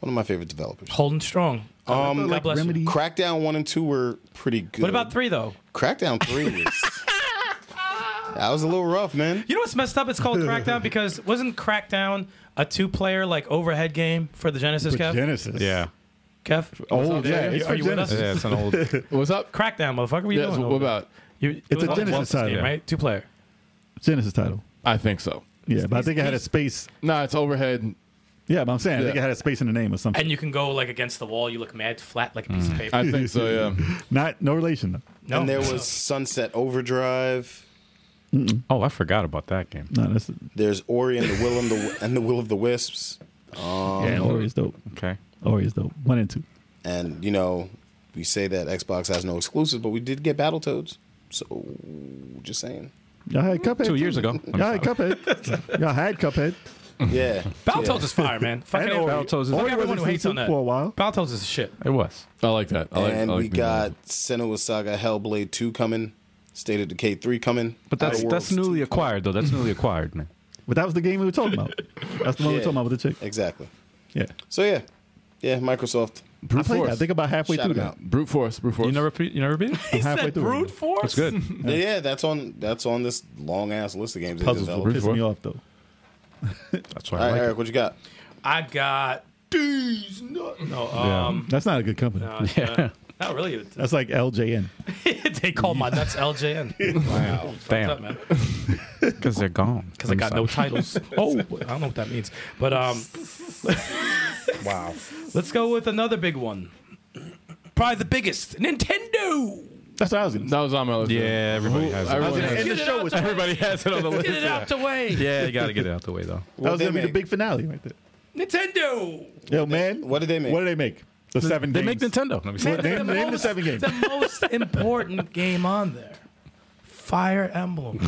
one of my favorite developers.
Holding strong. Um, God bless you.
Remedy.
Crackdown one and two were pretty good.
What about three though?
Crackdown three was that was a little rough, man.
You know what's messed up? It's called Crackdown because wasn't Crackdown a two-player like overhead game for the Genesis?
For
Kev,
Genesis.
Yeah.
Kev,
Oh yeah,
Are you-
it's
are
for
you with us?
Genesis.
Yeah, it's an old.
What's up?
Crackdown, motherfucker. What are you
Yes,
doing?
what
over there?
about-
You, it
It's
was
a
all
Genesis
Wolf's
title.
game, right? Two-player.
Genesis title.
I think so.
Yeah, but I think it had a space.
Nah, it's overhead.
Yeah, but I'm saying I think
Yeah.
it had a space in the name or something.
And you can go like against the wall. You look mad, flat like a piece of paper.
I think so. Yeah.
Not no relation. Though.
no,
And there was Sunset Overdrive.
Oh, I forgot about that game.
No, that's
There's Ori and the Will and the and the Will of the Wisps. Oh,
yeah. Ori is dope.
Okay.
Ori is dope. One and two.
And you know, we say that Xbox has no exclusives, but we did get Battletoads. So just saying.
Y'all had Cuphead.
Two
too.
years ago.
Y'all had Cuphead. Y'all had Cuphead.
Yeah.
Battletoads is fire, man. Fucking
And
Ori.
Battletoads is-
Fuck
Ori
everyone
wasn't
who hates on
season
that.
for a while.
Battletoads is shit.
It was.
I like that. I like.
and
I like
we
Big
got
Mom.
Senua Saga Hellblade 2 coming, State of Decay 3 coming.
But that's
Outer
that's
Worlds 2
newly
coming.
acquired though. That's newly acquired, man.
But that was the game we were talking about. That's the one we were
Yeah.
talking about with the chick.
Exactly.
Yeah.
So yeah. Yeah, Microsoft.
I played that. I think about halfway
Shout
through
them
that.
out.
brute force. Brute force.
You never beat you never beat it?
I'm halfway through. it.
force.
It's good.
Yeah. that's on that's on this long ass list of games they
Puzzles
developed.
will
All
piss me off though.
That's why I
right,
like
Eric, what you got?
I got these. No, no um,
That's not a good company.
uh, yeah. not really. It's-
That's like LJN.
they call my nuts LJN
it. Damn.
because
Because they're gone.
I got no titles. Oh, I don't know what that means. But um, wow. Let's go with another big one. Probably the biggest, Nintendo.
That's what I was gonna say.
That was on my list.
Yeah, everybody has it.
I was
Everyone
gonna
has
end the
Get it
show
out
with
the
that.
Everybody has it on the list.
Get it out the way,
Yeah, you gotta get it out the way though.
That was
they
gonna be the
make?
big finale right there.
Nintendo.
Yo, man.
what did they make?
What did they make? The seven
They
games.
make Nintendo. Let me see.
Name- name the seven games.
The most important game on there. Fire Emblem.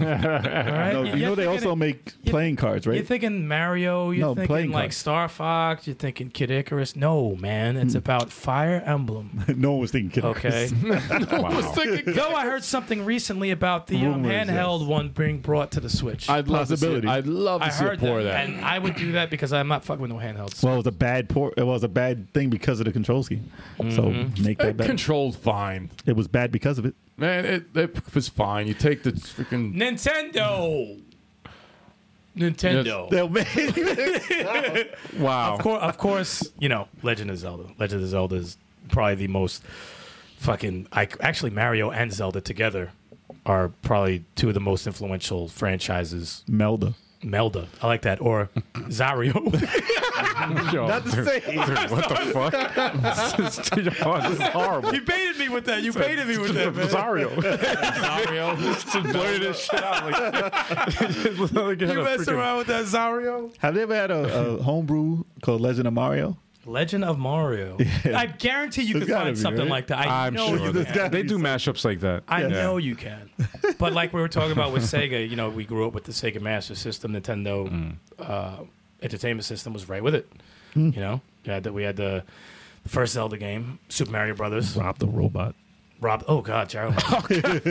All right?
No, you know they also make playing cards,
You're
right?
thinking Mario. You're
No, playing
thinking like
cards.
Star Fox. You're thinking Kid Icarus. No, man, it's about Fire Emblem.
no one was thinking. Kid Icarus.
Okay. Though I heard something recently about the um,
Rumors, yes.
handheld one being brought to the Switch.
I'd love to see.
Possibility.
I'd love to
I
see a
heard
pour
that,
of that.
and I would do that because I'm not fucking with no handhelds.
Well, it was a bad port. It was a bad thing because of the control scheme. So make that
It
better.
controlled fine,
It was bad because of it.
man. It, it was fine. You take the freaking.
Nintendo. Nintendo.
They'll make-
Wow.
Of, cour- of course, you know, Legend of Zelda. Legend of Zelda is probably the most fucking. I, actually, Mario and Zelda together are probably two of the most influential franchises.
Melda.
Melda, I like that, or Zario.
Yo, dude,
same.
dude, what the fuck? this, is, yo, this is horrible.
you baited me with that. You baited me with that, man.
Zario. Just blurted this shit out. Like,
You messed around with that Zario.
Have they ever had a, a homebrew called Legend of Mario?
Legend of Mario. I guarantee you
There's
could
gotta
find
be,
something
right?
like that. I
I'm
know
sure
you
they,
can.
gotta
they
be
do mashups like that.
I
Yeah.
know you can. But like we were talking about with Sega, you know, we grew up with the Sega Master System, Nintendo uh, Entertainment System was right with it. You know, you had that we had the, the first Zelda game, Super Mario Brothers. Rob,
Rob the robot.
oh god, Gyro. Oh, God.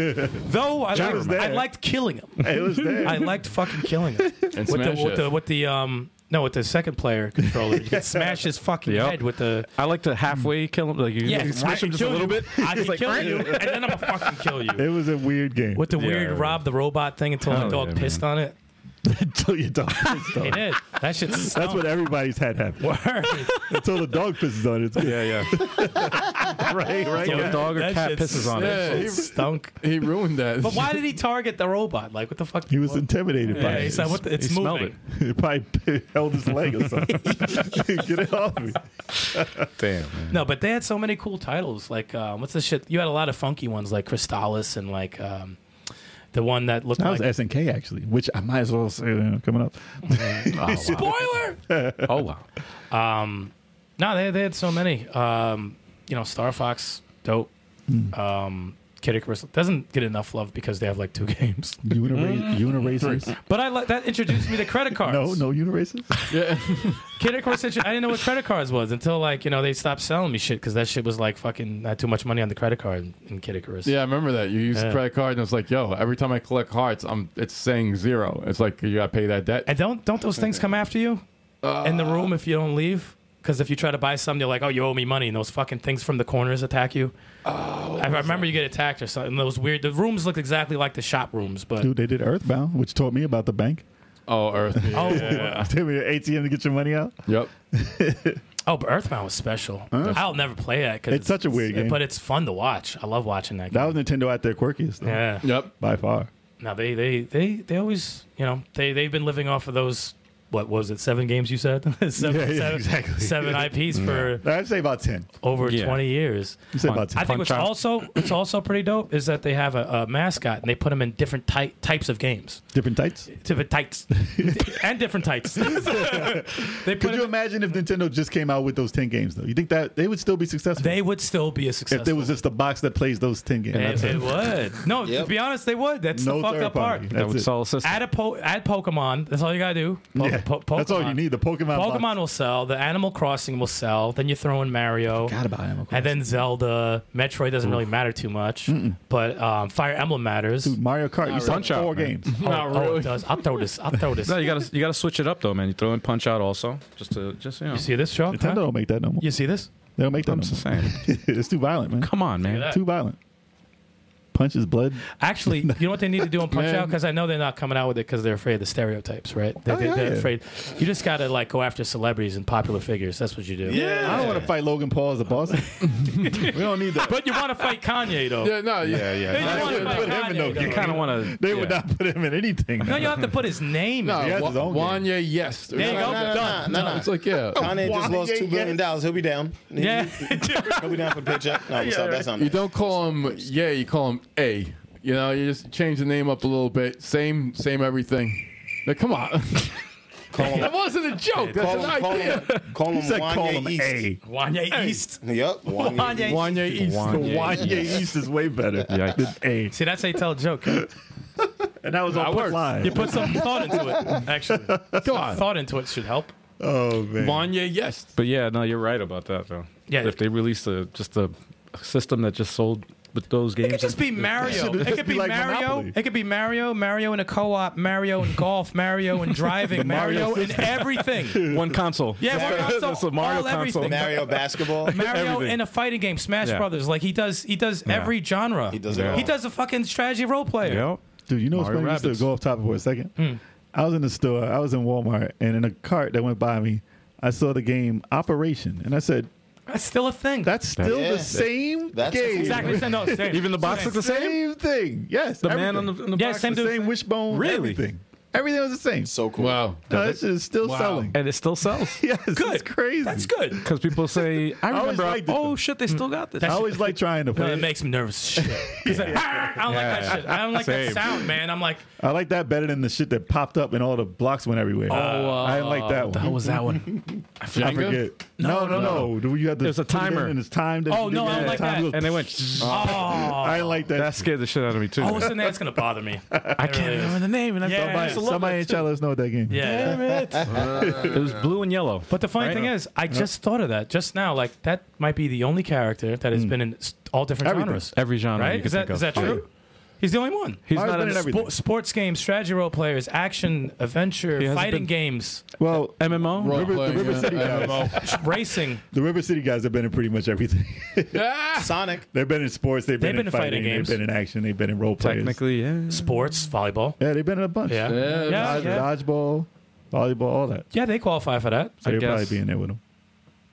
Though I
Gyro's
liked, I
there.
liked killing him.
It was there.
I liked fucking killing him.
And
With the,
smash
with the
it.
with the um no with the second player controller, you could smash his fucking
Yep.
head with the
I like to halfway kill him. Like, you
yeah,
yeah, smash him just a little bit.
I can kill you, and then I'm gonna fucking kill you.
it was a weird game.
with the
Yeah,
weird
it was-
Rob the robot thing until my
Hell
dog
yeah,
pissed on it.
until your dog pisses
It
on it.
did. That shit.
That's what everybody's had happen. Until the dog pisses on it. It's good.
Yeah, yeah.
Right, right.
If a dog or
That
cat
shit
pisses on it.
Yeah, he,
stunk.
he ruined that.
But why did he target the robot? Like what the fuck?
He was intimidated by
Yeah, he
it.
said, what the, it's
he smelled
moving.
He probably held his leg or something. Get it off me.
Damn. Man.
No, but they had so many cool titles. Like um, what's the shit? You had a lot of funky ones like Crystallis and like um, the one that looked
That
like
was SNK actually, which I might as well say you know, coming up.
spoiler.
Oh, wow.
No, they they had so many. Um, you know, Star Fox, dope.
Hmm.
Um, Kid Icarus doesn't get enough love because they have like two games.
Unira- Uniracers.
But I like that introduced me to credit cards.
No, no uniracers.
Kid Icarus, intro- I didn't know what credit cards was until like you know they stopped selling me shit because that shit was like fucking I had too much money on the credit card in Kid Icarus.
Yeah, I remember that. You used
Yeah.
credit card, and it's like, yo, every time I collect hearts, I'm it's saying zero. It's like you gotta pay that debt.
And don't don't those things come after you
Uh,
in the room if you don't leave? Because if you try to buy something, you're like, oh, you owe me money, and those fucking things from the corners attack you. Oh, I remember you get attacked or something. Those weird. The rooms looked exactly like the shop rooms, but
Dude, they did Earthbound, which taught me about the bank.
Oh, Earth.
oh,
Tell me an ATM to get your money out.
Yep.
oh, but Earthbound was special. I'll never play that because
It's such a weird game.
but it's fun to watch. I love watching that.
That
Game.
was Nintendo at their quirkiest, though,
yeah.
Yep.
by far.
No, they they they they always you know they they've been living off of those what was it? Seven games you said? seven,
Yeah, yeah,
seven,
exactly.
seven IPs for
I'd say about ten.
over
Yeah.
20 years.
I'd say about
I
ten.
think what's
Punch-Out.
also it's also pretty dope is that they have a, a mascot and they put them in different ty- types of games,
Different tights.
different tights, and different tights. they put
Could you
them,
imagine if Nintendo just came out with those ten games though? You think that they would still be successful
they would still be a
if
success.
there was just a box that plays those ten games?
It, it would. No,
Yep.
to be honest, they would. That's
no
the fucked
third
up
party.
part.
That's
that would
it.
sell a system.
Add a po- add Pokemon. That's all you gotta do. Po-
Yeah.
po-
That's all
Pokemon.
you need. The Pokemon.
Pokemon
box.
will sell. The Animal Crossing will sell. Then you throw in Mario.
God about Animal
And then Zelda, Metroid doesn't really matter too much, but um, Fire Emblem matters.
Dude, Mario Kart. You said
Punch Out,
four
man.
games.
oh,
Not
oh,
really.
it does. I'll throw this. I'll throw this.
No, you
you
gotta you gotta switch it up though, man. You throw in Punch Out also, just to just you know.
see this, Sean?
Nintendo
Huh?
don't make that no more.
You see this?
They don't make that
I'm
no
just
more.
saying.
it's too violent, man.
Come on, man.
that.
Too violent. Punches blood.
Actually, you know what they need to do on Punch
Man.
Out because I know they're not coming out with it because they're afraid of the stereotypes, right? They,
Oh,
they,
yeah,
they're
yeah.
afraid. You just gotta like go after celebrities and popular figures. That's what you do.
I don't want to fight Logan Paul as a boss. we don't need that.
But you want to fight Kanye though.
Yeah, no, yeah,
You
yeah.
want to
wouldn't
fight
put him in
Kanye.
no
You
though.
kind of want to.
They would not put him in anything.
No, you have to put his name.
No,
in.
He has
Wa-
his own game.
Wanya, yes.
There you go.
no, no,
Done.
no, no, no.
It's like yeah.
Kanye just
Why?
lost two billion dollars. He'll be down.
Yeah.
He'll be down for the paycheck. No, what's up? that's not
You
nice.
don't call him yeah, you call him A. You know, you just change the name up a little bit. Same, same everything. Now, come on. that wasn't a joke. That's
Call him,
an
call
idea.
him, call him
He said
Wanye
call him
East.
A.
Wanye East.
Yep, Wanye.
Wanye.
Wanye East.
The
Wanye.
Wanye East is way better than
Yikes.
A.
See, that's how you tell a joke. You
And that was all put
works.
live.
put some thought into it. Actually,
Come on.
thought into it should help.
Oh, man.
Wanye, yes.
But yeah, no, you're right about that though.
Yeah.
If they released a just a system that just sold with those games,
It could just be Mario. It could
just be
be
like
Mario.
Monopoly.
It could be Mario. Mario in a co-op. Mario in golf. Mario in driving. Mario in everything.
one console.
Yeah, one console,
It's a Mario
all
console.
everything.
Mario basketball.
Mario
Everything.
in a fighting game, Smash
Yeah.
Brothers. Like he does, he does every genre. He
does it all.
He does a fucking strategy role player.
Yep.
Dude, you know what's
Mario
funny? Just to
Rabbids.
go off topic for a second. I was in the store. I was in Walmart, and in a cart that went by me, I saw the game Operation, and I said,
That's still a thing.
"That's still
Yeah.
the same
That's
game.
exactly the same. No, same.
Even the box looks the same.
Same thing. Yes.
The man on the, on the
Yeah,
box.
same
the
dude.
same wishbone.
Really?
Everything. Everything was the same.
So cool.
Wow.
No, that shit is still
Wow.
selling.
and it still sells
Yes,
good.
it's crazy.
That's good.
because people say, "I
always
remember."
liked it,
oh
though.
shit, they still got this.
I always like trying to
No, it
play. it.
makes me nervous. Shit. 'Cause like, "Ah," I don't like that shit. I don't like
Same.
that sound, man. I'm like,
I like that better than the shit that popped up and all the blocks went everywhere. I didn't like that one.
what was Oh, uh, that one?
I forget. No, no, no. Do you have to?
There's a
put it in
timer.
and it's timed.
Oh, no, I don't like that.
and they went.
Oh,
I didn't like that.
That scared the shit out of me too.
oh, what's the name? That's gonna bother me.
I can't remember the name, and I
Yeah.
thought, I used to love
Somebody in
that, too.
chat, let us know what that game.
Yeah.
It was blue and yellow.
But the funny
Right.
thing is, I just thought of that just now. Like that might be the only character that has been in s- all different
Everything.
genres.
Hmm. Every genre,
right?
You
Is that, is that true? He's the only one.
He's
Mario's
not
been
in
in everything.
Spo- sports games, strategy role players, action, adventure,
He hasn't
fighting
been-
games,
Well,
MMO.
Role
River- the
playing,
River
yeah.
City guys.
racing.
the River City guys have been in pretty much everything.
Ah!
Sonic.
they've been in sports. They've
They've
been,
been
in
in
fighting.
fighting games.
They've been in action. They've been in role players.
Technically, yeah.
Sports, volleyball.
yeah, they've been in a bunch.
Yeah.
Yeah,
yeah,
Dodge,
yeah.
dodgeball, volleyball, all that.
Yeah, they qualify for that.
So
I
you'll probably
guess.
be in there with them.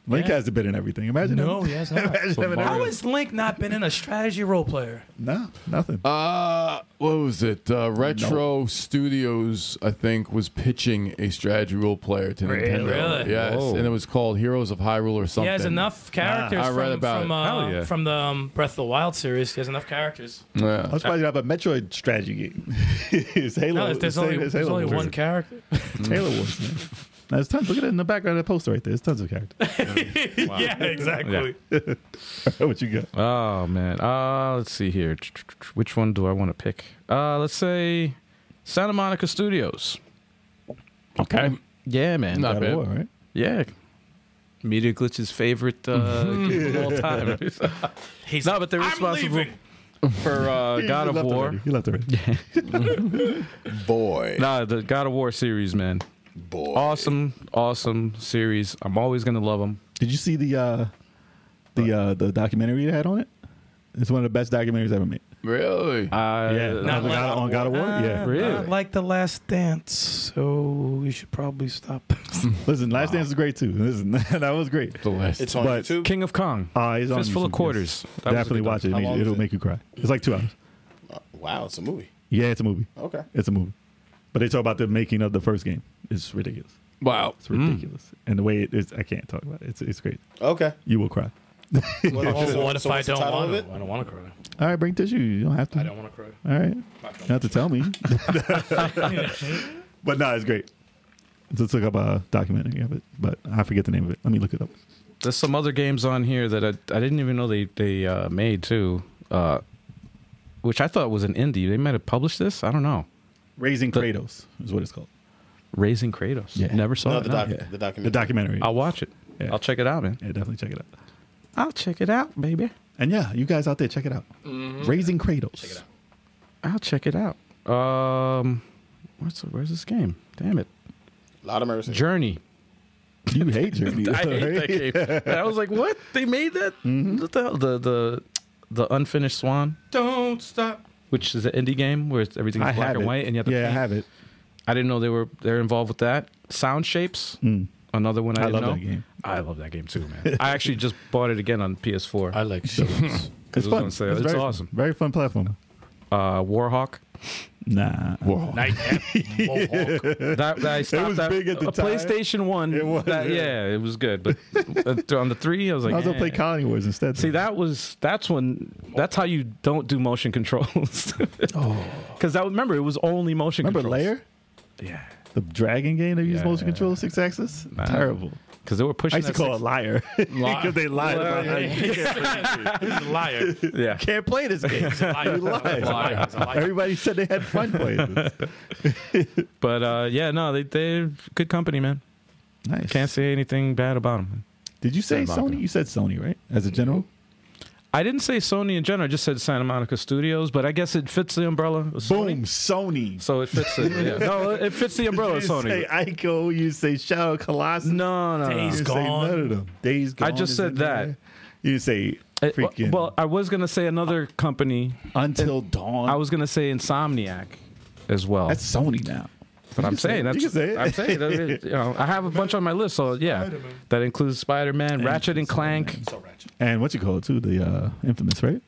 Link
Yeah.
hasn't been in everything. Imagine
No,
him.
Oh, he has not.
Imagine him in
Mario-
everything.
How has Link not been in a strategy role player?
No, nothing.
Uh, what was it? Uh, Retro Studios, I think, was pitching a strategy role player to Nintendo.
Really?
Yes,
Whoa.
and it was called Heroes of Hyrule or something.
He has enough characters
I read
from,
about
from,
it.
uh,
Hell yeah.
from the um, Breath of the Wild series. He has enough characters.
I
Yeah.
was probably gonna have a Metroid strategy game. it's Halo.
No, there's,
it's
there's
Halo-
only,
it's
there's
Halo
only
Wars.
one character.
It's Halo Wars. Man. Now, there's tons. Look at it in the background of that poster right there. There's tons of characters.
yeah, exactly.
what you got?
Oh man. Uh let's see here. Which one do I want to pick? Uh let's say Santa Monica Studios.
Okay,
Yeah, man.
not
God
bad.
of War, right?
Yeah. Media Glitch's favorite uh, game of all time.
He's
no, but they're responsible
leaving.
for uh,
He
God of
left
War.
Already. He left already.
Boy.
Nah, the God of War series, man.
Boy.
Awesome, awesome series. I'm always gonna love them.
Did you see the uh, the uh, the documentary they had on it? It's one of the best documentaries ever made.
Really?
Uh,
Not
on, the
like-
God, on God of War. yeah.
Really?
Not like the Last Dance, so we should probably stop.
Listen, Last Dance is great too. Listen, that was great.
the list.
It's on
But-
YouTube.
King of Kong.
Uh, it's on
Fistful
YouTube,
of quarters.
yes.
That was a
Definitely
good
watch it.
doc. How long
It'll
is it?
make you cry. It's like two hours.
Wow, it's a movie.
Yeah, it's a movie.
Okay.
It's a movie. But they talk about the making of the first game. It's ridiculous.
Wow.
It's
Hmm.
ridiculous. And the way it is, I can't talk about it. It's, it's great.
Okay.
You will cry.
Well,
Well,
so-
what if
so
I
what's the
don't
title of
want to?
it?
I don't want to cry.
All right, bring tissue. You don't have to.
I don't want to cry.
All right. You have to tell me. but no, it's great. Let's look up a documentary of it, but I forget the name of it. Let me look it up.
There's some other games on here that I, I didn't even know they they uh, made too, uh, which I thought was an indie. They might have published this. I don't know.
Raising
The-
Kratos is what it's called.
Raising Kratos.
Yeah.
Never saw
No,
it.
the,
no.
doc,
yeah.
the document.
The documentary.
I'll watch it.
Yeah.
I'll check it out, man.
yeah, definitely check it out.
I'll check it out, baby.
And yeah, you guys out there, check it out. Raising Kratos. Mm-hmm. Check it out.
I'll check it out. Um, what's where's this game? Damn it,
a lot of mercy.
Journey.
You hate Journey.
I hate
right?
that
Mm-hmm.
game. And I was like, what? They made that? What the, hell? the the the unfinished Swan,
Don't stop.
which is an indie game where it's, everything's
I
black
have
and
it.
white, and you have to
yeah, I
paint.
have it.
I didn't know they were they're involved with that. Sound Shapes,
Mm.
another one I,
I
didn't
love
know.
that game.
I love that game too, man. I actually just bought it again on PS4.
I like shows.
It's
I was
fun.
gonna say, it's
very,
awesome.
Very fun platform.
Uh, Warhawk.
Nah.
Night Mohawk.
That, that I stopped
was
at-
big at the
a
time.
PlayStation One.
It was,
that-
yeah.
yeah, it was good, but uh, on the three, I was like,
I was gonna
eh.
play Colony Wars instead.
See, that was that's when that's how you don't do motion controls. Because I remember it was only motion
Oh. remember
controls.
Layer,
Yeah.
the dragon game that used
Yeah.
motion control six axis. Terrible.
Because they were
I
pushing.
used to
that
call it liar because they lied about how you
He's a liar.
six- Yeah.
can't play this game.
Liar.
You lied.
Liar. He's a liar.
Everybody said they had fun playing this.
But uh, yeah, no, they they're good company, man.
Nice.
Can't say anything bad about them.
Did you say
Santa Monica.
Sony? You said Sony, right? As a general.
I didn't say Sony in general. I just said Santa Monica Studios, but I guess it fits the umbrella. of Sony.
Boom, Sony.
So it fits it. Yeah. No, it fits the umbrella
you
of Sony.
say Ico. You say Shadow Colossus.
no, no, no.
You
Days
say
Gone.
none of them. Days gone.
I just
is
said
in
that.
there. You say
It- well-
freaking
well, I was gonna say another company.
until dawn.
I was gonna say Insomniac, as well.
That's Sony now.
But I'm
can say
saying
it.
that's
You can say it.
I'm saying that it- you know I have a bunch on my list, so yeah, that includes Spider Man, Ratchet and Clank.
So ratchet.
And what you call it too? The uh, Infamous, right?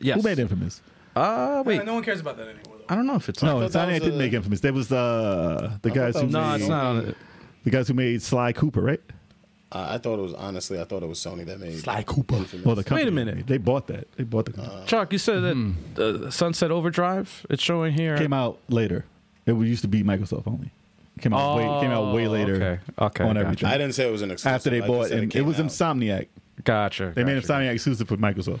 Yes.
Who made Infamous?
Uh, wait,
No one cares about that anymore. Though.
I don't know if it's
No,
on.
it's not.
that
I
was
didn't
a-
make Infamous. There was uh, the guys who
that
No,
made,
it's not on.
the guys who made Sly Cooper, right?
I I thought it was honestly. I thought it was Sony that made.
Sly Cooper.
Infamous.
Well, the
Wait a
company that
minute.
made- They bought that. They bought the company.
Chuck, you said that uh, Sunset Overdrive. It's showing here.
came out later. It used to be Microsoft only. Came out way. Came out way
Oh,
later.
okay. Okay,
On
gotcha.
everything.
I didn't say it was an exclusive.
After they
I just
bought
said
it, it,
came
was
out.
Insomniac.
Gotcha.
They made
gotcha, gotcha.
Insomniac exclusive for Microsoft,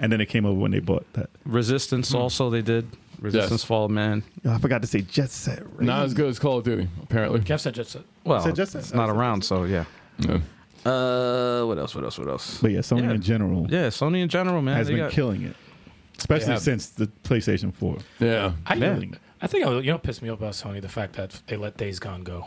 and then it came over when they bought that.
Resistance. Also, they did Resistance
Yes.
Fall Man.
Oh, I forgot to say Jet Set. Radio.
Not as good as Call of Duty, apparently.
Kev said just
Well,
Said just that?
it's not
Oh, said
around, so yeah.
Yeah.
Uh, what else? What else? What else?
But yeah, Sony
Yeah.
in general
Yeah, Sony in general, man.
has
they
been
got-
killing it, especially
Yeah.
since the PlayStation Four.
Yeah.
I,
Killing it.
I think I was, you know what pissed me off about Sony the fact that they let Days Gone go.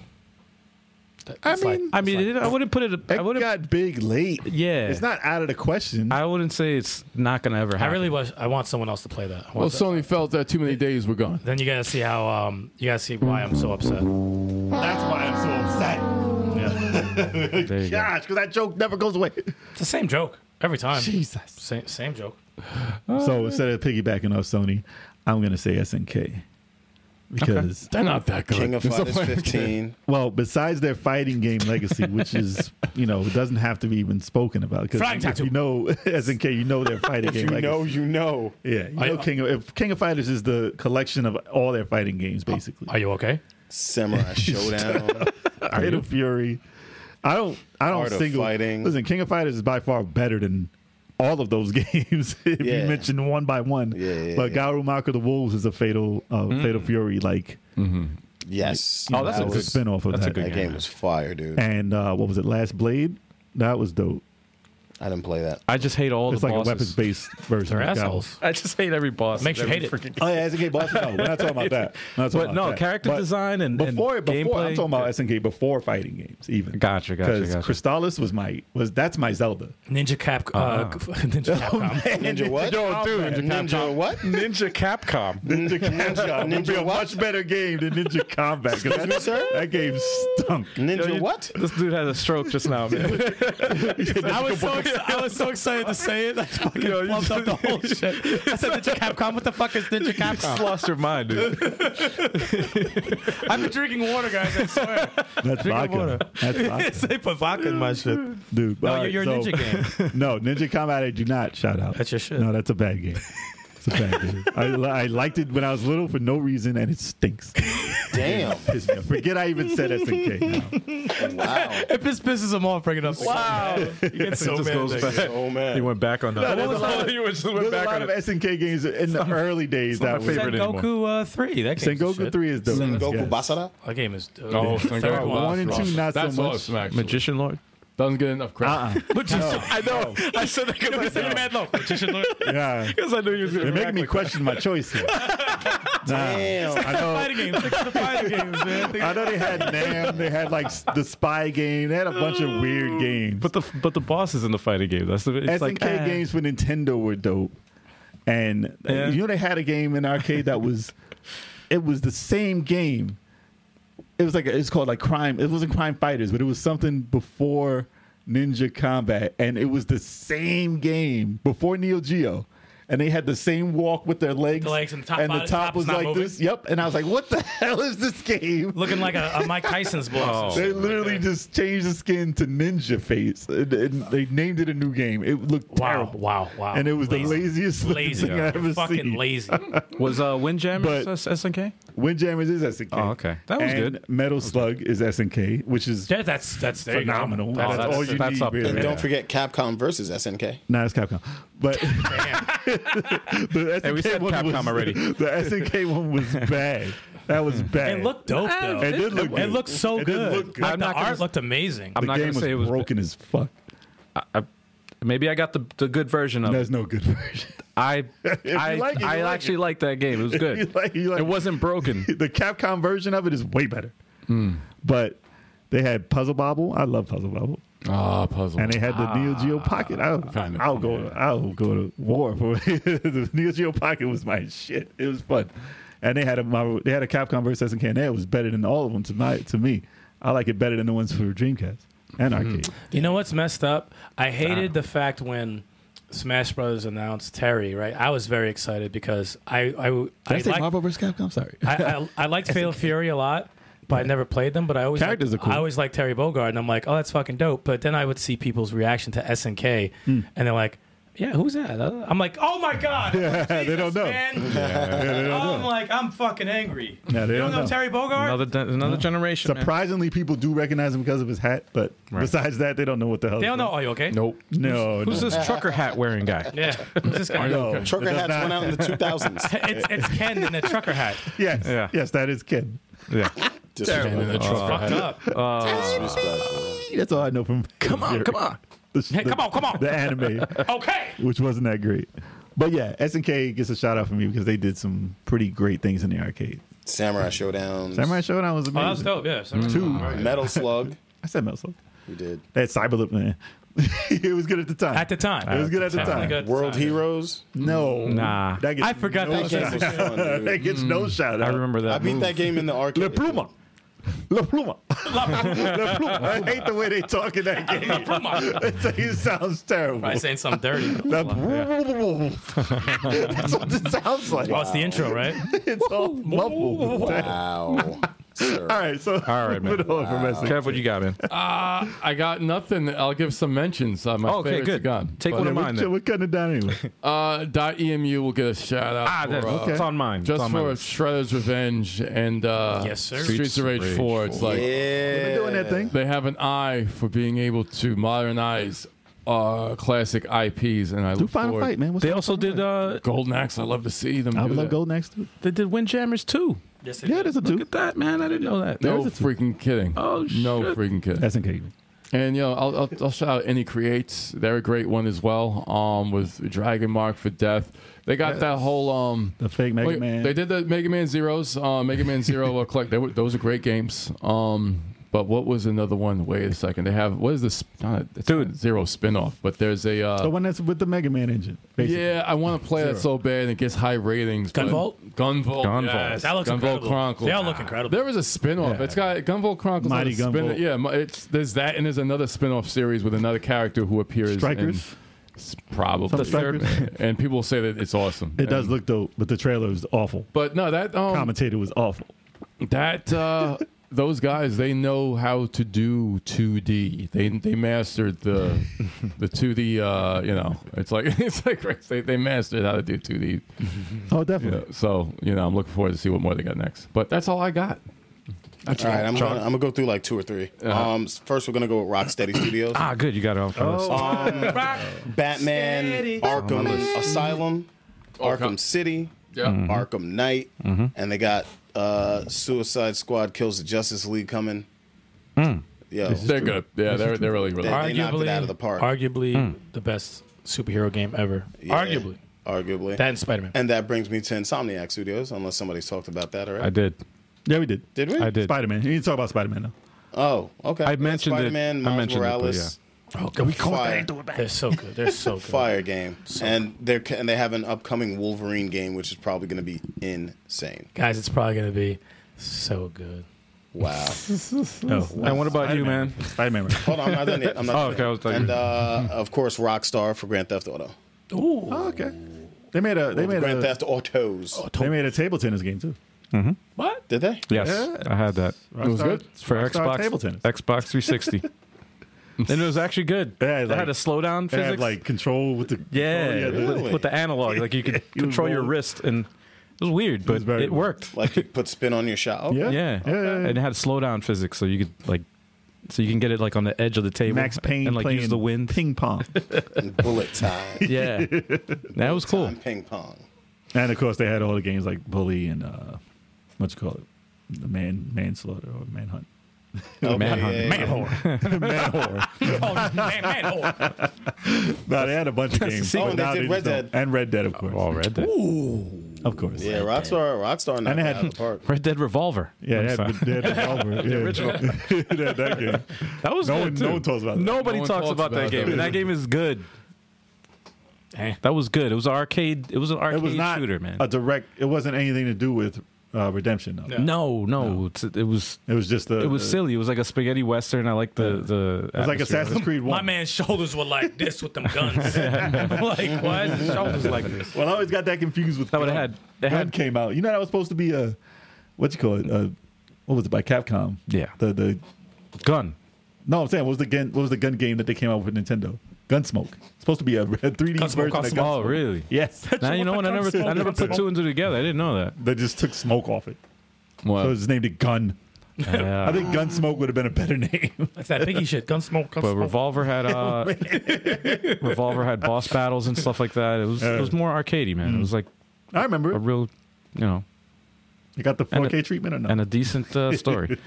That-
I
it's like-
mean,
I mean, it- I wouldn't put it. I
It
wouldn't.
got big late.
yeah,
It's not out of the question.
I wouldn't say it's not gonna ever
I
happen.
really was. I want someone else to play that. I want
Well,
that.
Sony felt that too many days were gone.
Then you gotta see how. Um, you gotta see why I'm so upset.
That's why I'm so upset.
Yeah.
There you go.
Gosh, because that joke never goes away.
it's the same joke every time.
Jesus.
Same, same joke.
Uh.
So instead of piggybacking off Sony, I'm gonna say SNK because
They're not that good.
King of
There's no
Fighters
point.
15.
well, besides their fighting game legacy, which is you know doesn't have to be even spoken about because
Flying
if
tattoo.
you know SNK, you know their fighting game
you
legacy.
know, you know.
yeah, you
I-
know King of if King of Fighters is the collection of all their fighting games basically.
Are you okay?
Samurai Showdown.
Fatal Fury. I don't. I don't
Art of
single.
Fighting.
Listen, King of Fighters is by far better than all of those games. if
Yeah.
you mention one by one,
Yeah, yeah,
but
yeah.
Garu Mark of the Wolves is a fatal, uh, Fatal Fury like.
yes.
Mm. Oh, that's
that
a
was
good-
spin off of
that's a
that.
good
That game was fire, dude.
And uh, what was it? Last Blade. That was dope.
I didn't play that.
I just hate all
It's
the
like a weapons
bosses.
based version.
They're
of Garu.
assholes.
I just hate every boss.
Makes you
Every
hate it.
freaking-
Oh yeah, SNK bosses. No, we're not talking about that. We're not talking
But
about
no,
that.
character design and- and
before before I'm
gameplay.
talking about SNK before fighting games even.
Gotcha, gotcha,
Because
gotcha.
Crystallis was my was that's my Zelda.
Ninja Cap. Uh, Ninja Capcom.
Ninja what?
Yo, dude,
Ninja what?
Ninja Capcom.
Ninja Combat would be a
Ninja what?
much better game than Ninja Combat. 'cause that,
me, sir?
that game stunk.
Ninja what?
This dude had a stroke just now, man.
I was so I was so excited to say it. I fucking
Yo, you
flubbed up the whole shit. I said Ninja Capcom. What the fuck is Ninja
Just
Capcom?
lost her mind, dude.
I've been drinking water, guys. I swear.
That's
water.
vodka. That's vodka,
they put vodka in my shit.
dude.
No,
All right,
you're, a
so-
ninja game.
No, Ninja Combat, I do not shout out.
That's your shit.
No, that's a bad game. It's a bad game. I, li- I liked it when I was little for no reason, and it stinks.
Damn.
Piss me off. Forget I even said SNK. now.
Wow.
It just pisses them off bringing up. Wow. You get so
just
mad.
goes
nigga.
back.
Oh man.
He went back on that.
there's a lot of-
you just
There's
went
a
back
lot
on
of
it.
SNK games in the early days
not
that
my
were.
favorite.
Sengoku uh, 3 that game's the
Sengoku
shit.
3 is dope.
Goku
Yes.
Basara.
That game is dope.
Oh,
Third
thank God.
one.
One and two, not so
That's
much.
awesome, actually.
Magician Lord.
Doesn't get enough credit.
Uh-uh.
I know. I said that because I,
Mad Low. Magician Lord.
Yeah.
because I knew you was
They're
going to
making me question my choice here. Nah.
Damn.
I know,
Fighting games. Stick to the fighting games, man.
I know they had Nam, they had like s- the spy game, they had a bunch of weird games.
But the but the boss is in the fighting game. That's the. It's
SNK
like eh.
games for Nintendo were dope, and uh,
Yeah.
you know they had a game in arcade that was, it was the same game. It was like it's called like Crime. It wasn't Crime Fighters, but it was something before Ninja Combat, and it was the same game before Neo Geo. And they had the same walk with their legs,
The legs and the top body- top
was
is not
like
moving.
this. Yep, and I was like, "What the hell is this game?"
Looking like a, a Mike Tyson's
Oh.
boss.
They literally just changed the skin to ninja face. And- and they named it a new game. It looked
Wow,
terrible
wow, wow.
and it was
lazy.
the laziest
lazy.
thing I ever
You're fucking
seen.
lazy.
was uh, Windjammers
But-
S- SNK.
Windjammers is SNK.
Oh, okay. That was
and
good.
Metal Slug is SNK, which is
Yeah, that's that's there you go.
phenomenal.
Oh, That's,
That's,
that's-
all you
that's
need.
up there.
really.
And don't forget Capcom versus SNK.
Nah, it's Capcom. But the SNK
we said
one was,
Capcom already.
The SNK one was bad. That was bad.
it looked dope though.
It did look.
It
good.
looks so
It did
good.
look good.
Like,
I'm
the
not
art
gonna-
looked amazing.
I'm
The
not
game
gonna
was
say it was
broken as fuck.
Maybe I got the, the good version of it.
There's no good version.
I
you
I,
like it, you
I
like
actually
it.
liked that game. It was good.
You like- you like-
it wasn't broken.
the Capcom version of it is way better.
Hmm.
But they had Puzzle Bobble. I love Puzzle Bobble.
Uh-uh.
Ah, puzzle.
and they had the Neo Geo Pocket. I'll,
Kind of,
I'll go.
yeah.
I'll go to war for the Neo Geo Pocket was my shit. It was fun, and they had a Marvel, they had a Capcom versus SNK. And that was better than all of them to my to me. I like it better than the ones for Dreamcast and arcade.
You know what's messed up? I hated the fact when Smash Brothers announced Terry. Right, I was very excited because I I I, liked,
versus Capcom? Sorry.
I, I, I liked Fatal Fury a lot. But I never played them, but I always
Characters
liked,
are cool.
I always liked Terry Bogard, and I'm like, oh, that's fucking dope. But then I would see people's reaction to SNK,
Hmm.
and they're like, yeah, who's that? I'm like, oh my god,
they don't know.
man. Oh, I'm like, I'm fucking angry.
Yeah, they
you don't
don't
know,
know.
Terry Bogart?
Another de- another generation. man.
Surprisingly, people do recognize him because of his hat, but besides that, they don't know what the hell.
they
he's
don't know. Are you okay?
Nope.
doing. No,
Who's
no.
this trucker hat wearing guy?
Yeah. Who's this guy?
No, it
Trucker
does
hats
not-
went out in the 2000s.
It's, it's Ken in a trucker hat.
Yes,
Yeah.
yes, that is Ken.
Yeah.
And then the truck
Fucked up.
Disrespectful.
That's all I know from. Come
on, come on.
Hey, come on, come on.
The anime.
Okay.
which wasn't that great. But yeah, SNK gets a shout out from me because they did some pretty great things in the arcade.
Samurai Showdown.
Samurai Showdown was
Oh,
amazing.
that was dope. Yeah. So
Two,
Metal Slug.
I said Metal Slug.
We did.
They had Cyberlip man. it was good at the time.
At the time.
it was good at the
Definitely
time.
good.
World Heroes.
No,
Nah.
that gets
I forgot
no
that
shout
That was
out.
fun,
that
dude.
gets no shout out.
I remember that.
I beat
move.
that game in the
La
arcade.
Pluma. La Pluma. La Pluma. I hate the way they talk in that game. It's like, it sounds terrible.
Probably saying something dirty.
La That's what it sounds like.
Oh, it's the intro, right?
It's all muffled.
Wow. Sir.
All right, so
All right, man. Ah.
moving on from SNK.
Kev, what you got, man?
I got nothing. I'll give some mentions. Uh, my
Oh, okay,
favorites
good.
are gone.
Take
But,
one of
Yeah,
mine,
we're,
then.
we're cutting it down anyway.
Uh, dot EMU will get a shout out.
Ah,
for,
that's
uh,
it's on mine. It's
Just
on
for
mine.
Shredder's Revenge and uh,
Yes, sir.
Streets of Rage 4. It's like
Yeah.
We're doing that thing.
they have an eye for being able to modernize uh, classic IPs. And I
Do
look
Final
forward.
Fight, man. What's
They
up?
also did uh
Golden Axe. I love to see them.
I
do
would love
that.
Gold next. Too.
they did Windjammers too.
Yes, it
Yeah,
is.
there's a
Look
two.
at that, man. I didn't know that.
No
There's a two.
freaking kidding.
Oh,
no
shit.
freaking kidding.
SNK.
And you know, I'll, I'll, I'll shout out any creates. They're a great one as well. Um, with Dragon Mark for Death, they got that whole um.
The fake Mega
wait,
Man.
They did the Mega Man Zeros. Uh, Mega Man Zero. well, collect. They were, those are great games. Um, But what was another one? Wait a second. They have what is this? Not a, it's
Dude.
not a zero spinoff, but there's a. Uh,
The one that's with the Mega Man engine. Basically.
yeah, I want to play that so bad and it gets high ratings. but-
Gunvolt?
Gunvolt.
Gunvolt.
Yes.
That looks
Gunvolt
incredible.
Chronicles.
They all look incredible.
There was a spin-off.
Yeah.
It's got Gunvolt Chronicles.
Mighty
had a
Gunvolt.
yeah, mi- it's there's that and there's another spin-off series with another character who appears in-
Strikers?
s- probably
Some Strikers?
and people say that it's awesome.
It does
And-
look dope, but the trailer was awful.
But no, that um,
Commentator was awful.
that uh, those guys they know how to do 2D. They they mastered the the 2D. Uh, you know, it's like it's like Chris, they they mastered how to do 2D.
Oh,
You
definitely.
know, so you know, I'm looking forward to see what more they got next. But that's all I got.
All right, I'm gonna, I'm gonna go through like two or 3 Um, first, we're gonna go with Rocksteady Studios.
Uh-huh. Ah, good. You got it off first.
Batman, Arkham Asylum,
come-
Arkham City,
Yeah.
Arkham Knight,
Mm-hmm.
and they got uh, Suicide Squad kills the Justice League coming.
Hmm.
Yo,
They're good. Yeah, they're they're really really.
They-
good.
they knocked it out of the park.
Arguably the best superhero game ever.
yeah,
Arguably.
arguably,
That and Spider Man.
and that brings me to Insomniac Studios. Unless somebody's talked about that already,
I did.
Oh. Yeah, we did.
did we?
I did.
Spider Man. You need to talk about Spider Man now.
Oh, okay.
I mentioned it.
Spider-Man,
I
Miles
mentioned it, but
Morales.
Oh, God, we call
Fire.
They're so good. They're so good.
Fire game, and they are and they have an upcoming Wolverine game, which is probably going to be insane.
Guys, it's probably going to be so good.
Wow.
Oh.
And what about you, man?
Spider Man.
Hold on, I'm not done yet. I'm not.
Oh, okay,
done
I was
yet.
like-
and uh, of course, Rockstar for Grand Theft Auto.
Ooh.
oh, okay. They made a they made
Grand
a
Theft Autos.
they made a table tennis game too.
What?
Did they?
Yes,
Oh. Yeah.
I had that.
Rockstar, it
was good.
It's for Xbox
table tennis.
Xbox 360. and it was actually good.
Yeah,
it
like-
had a slowdown
They
physics.
had like control with the
Oh, yeah,
control together.
with, with the analog, like you could control your
roll.
wrist, and it was weird, but
was
it,
very weird.
worked.
Like you put spin on your shot.
Yeah.
Yeah,
Yeah, yeah, yeah.
and it had slowdown physics, so you could like, so you can get it like on the edge of the table.
Max Payne
and like
playing
use the wind.
ping pong,
And bullet time.
Yeah, that was cool.
And ping pong.
and of course they had all the games like bully and uh, what you call it, the man manslaughter or manhunt.
Okay,
Manhunt.
yeah, yeah.
man whore.
Oh, man, man. Oh.
No, they had a bunch of games.
Oh,
but
and they
now
did
just
Red
don't.
Dead.
and Red Dead, of course,
All Red Dead.
of course.
Yeah, Rockstar. Rockstar
And
knocked it
they
out
had-
of the park.
Red Dead Revolver.
Yeah,
I'm
they had,
sorry.
they had the revolver. yeah.
original.
they had that game.
that was
No
good
one,
too.
no one talks about that.
Nobody
No one
talks,
talks
about, that
about
game.
that.
and that game is good. That was good. It was an arcade. It was an arcade
It was not
shooter, man.
a direct. It wasn't anything to do with uh, redemption. though.
no, no, It's, it was.
It was just the.
It was silly. It was like a spaghetti western. I like the the.
Uh, It was like
atmosphere.
Assassin's Creed
My
One.
man's shoulders were like this with them guns. like, why is his shoulders like this?
Well, I always got that confused with.
That would've
Gun.
had- it
Gun
had-
came out. You know that was supposed to be a, what you call it? A, what was it by Capcom?
Yeah.
The the
Gun.
no, I'm saying what was the gun? What was the gun game that they came out with Nintendo? Gunsmoke. It's supposed to be a, a 3D
Gunsmoke,
version of
Gunsmoke.
Gunsmoke.
Oh, really?
Yes.
Now you know what? I never I never put two and two together. I didn't know that.
They just took smoke off it.
Uh,
Wow.
So it's named it Gun. I think Gunsmoke would have been a better name.
That's that piggy shit. Gunsmoke,
but
gunsmoke.
revolver had uh, revolver had boss battles and stuff like that. It was it was more arcadey, man. It was like
I
a
remember.
real, you know,
You got the
And a-
4K treatment or no?
and a decent uh, story.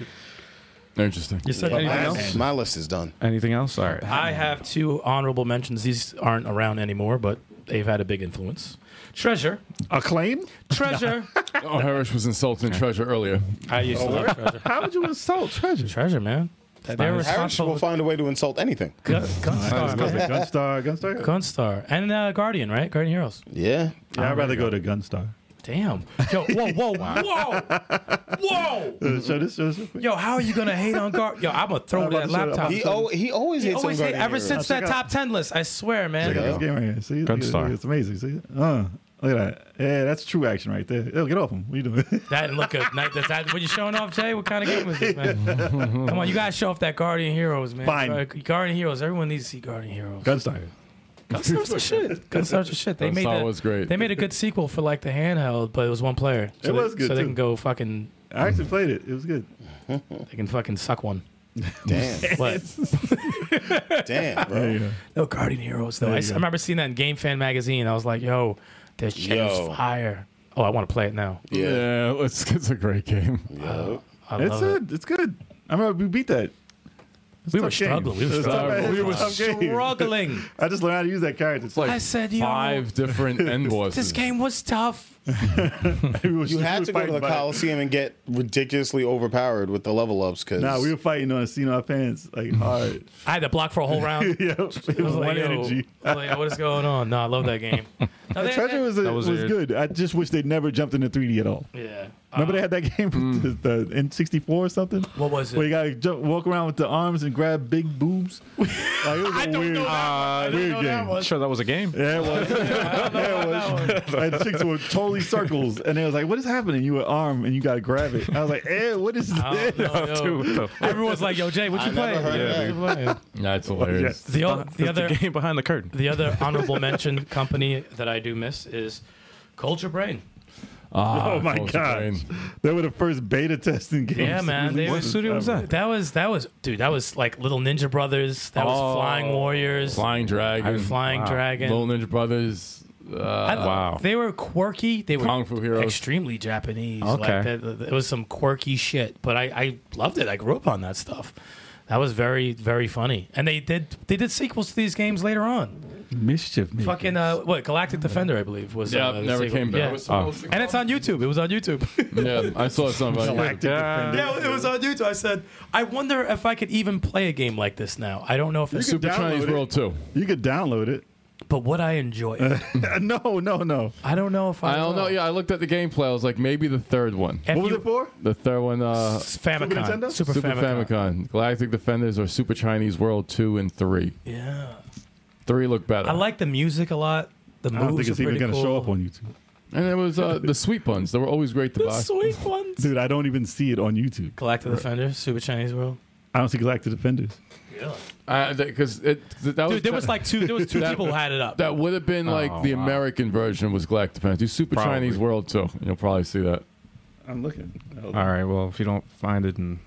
Interesting.
you said anything
My
else?
list, my list is done.
Anything else? All right.
I have two honorable mentions. These aren't around anymore, but they've had a big influence. Treasure.
Acclaim?
Treasure.
Oh, Harris was insulting Treasure earlier.
I used to love Treasure.
Oh, How would you insult Treasure?
Treasure, man. They were
Harris will
responsible for
find a way to insult anything.
Gun, Gunstar.
Gunstar,
man.
Gunstar, Gunstar.
Gunstar. And uh, Guardian, right? Guardian Heroes.
Yeah.
yeah, I'd rather go to Gunstar.
Damn. Yo, whoa, whoa, whoa. Whoa.
Uh, show this, show this.
Yo, how are you going to hate on Guard? Yo, I'm going to throw
I'm
that
about to show it.
laptop.
He, oh, he always
He
hates
always
on
hate
Guardian
ever
Heroes.
since that
check out-
top 10 list. I swear, man.
Check out this game right here. See, look at-
Gunstar.
look, it's amazing. See, uh, look at that. Yeah, that's true action right there. Yo, get off him. What you doing?
That didn't look good. Night, that's that, what you showing off, Jay? What kind of game was this, man? Come on, you gotta show off that Guardian Heroes, man.
Fine.
Gu- Guardian Heroes. Everyone needs to see Guardian Heroes.
Gunstar.
Gunstar's the shit. Gunstar's the shit. They made
Gunstar
that-
was great.
They made a good sequel for like the handheld, but it was one player. So
It was
they,
good,
So they
too.
can go fucking.
I actually played it. It was good.
They can fucking suck one.
Damn,
But
damn, bro.
Yeah.
no Guardian Heroes though.
There
I,
you
s- I
go.
remember seeing that in Game Fan magazine. I was like, yo, this shit
Yo.
is fire. Oh, I want to play it now.
Yeah.
it's, it's a great game.
Yo.
I
It's
love it.
good. It's good. I remember we beat that. It
We were
tough game.
struggling. We were
It's a tough-
struggling. We were
it's a tough game.
struggling.
I just learned how to use that character. It's
like
I said, yo,
five different end bosses.
this game was tough.
you
You had to go to the Coliseum and get ridiculously overpowered with the level ups because
Nah, we were fighting on a scene our pants like hard.
I had to block for a whole round.
yeah, it was
I was like,
one
yo,
energy.
I was like, yo, what is going on? No, I love that game. Now, they-
Treasure was, a,
was
was,
weird.
good. I just wish they never jumped into 3D at all.
yeah.
Remember
Uh,
they had that game from the, the N64 or something?
What was it?
Where you gotta jump, walk around with the arms and grab big boobs. Like, it was a weird,
Uh,
weird game.
sure, that was a game.
Yeah, it was. yeah, it was. And chicks were totally circles, and they was like, "What is happening?" You were arm, and you gotta grab it. I was like, "Eh, what is
I
this?"
don't know, yo.
Dude, what the fuck?
Everyone's like, yo, Jay, what you playing?
never heard of
Yeah, what you playing?
Nah, it's hilarious.
The, o- the
That's
other
the game behind the curtain.
the other honorable mention company that I do miss is Culture Brain.
Ah,
Oh my
Culture
gosh,
Brain.
they were the first beta testing games.
Yeah, man, they-
What studio was that?
That was that was dude. That was like Little Ninja Brothers. That
Oh.
was Flying Warriors,
Flying Dragon,
Flying
Wow.
Dragon.
Little Ninja Brothers. Uh,
I-
Wow.
They were quirky. They were
Kung Fu Heroes.
extremely Japanese.
Okay.
Like that, that- it was some quirky shit, but I, I loved it. I grew up on that stuff. That was very very funny. And they did they did sequels to these games later on.
Mischief. Maker.
Fucking uh, what Galactic Defender, I believe was.
Yeah,
uh, the
never
sequel.
came back.
Yeah. And it's on YouTube. It was on YouTube.
yeah, I saw somebody.
Galactic
Yeah.
Defender.
yeah, it was on YouTube. I said, I wonder if I could even play a game like this now. I don't know if it's
could
Super Chinese
download it.
World Two.
You could download it.
but would I enjoy it?
no, no, no.
I don't know if I.
I don't know. Yeah, I looked at the gameplay. I was like, maybe the third one.
If
What was
you-
it for?
The third one, uh,
Famicom.
Super Nintendo?
Super,
Super
Famicom.
Famicom. Galactic Defenders, or Super Chinese World Two and Three.
Yeah.
Three look better.
I like the music a lot. The
I
moves
don't think it's
are
even
pretty
gonna
cool.
show up on YouTube,
and it was uh, the sweet buns. They were always great to
The
buy.
sweet ones.
dude. I don't even see it on YouTube.
Galactic Defender, Super Chinese World.
I don't see Galactic Defenders.
Because it that was
Dude, there was like two. There was two people who had it up.
that would have been like
Oh,
the
wow.
American version was Galactic Defenders. Do Super
Probably.
Chinese World Two. You'll probably see that.
I'm looking.
All right, well, if you don't find it, and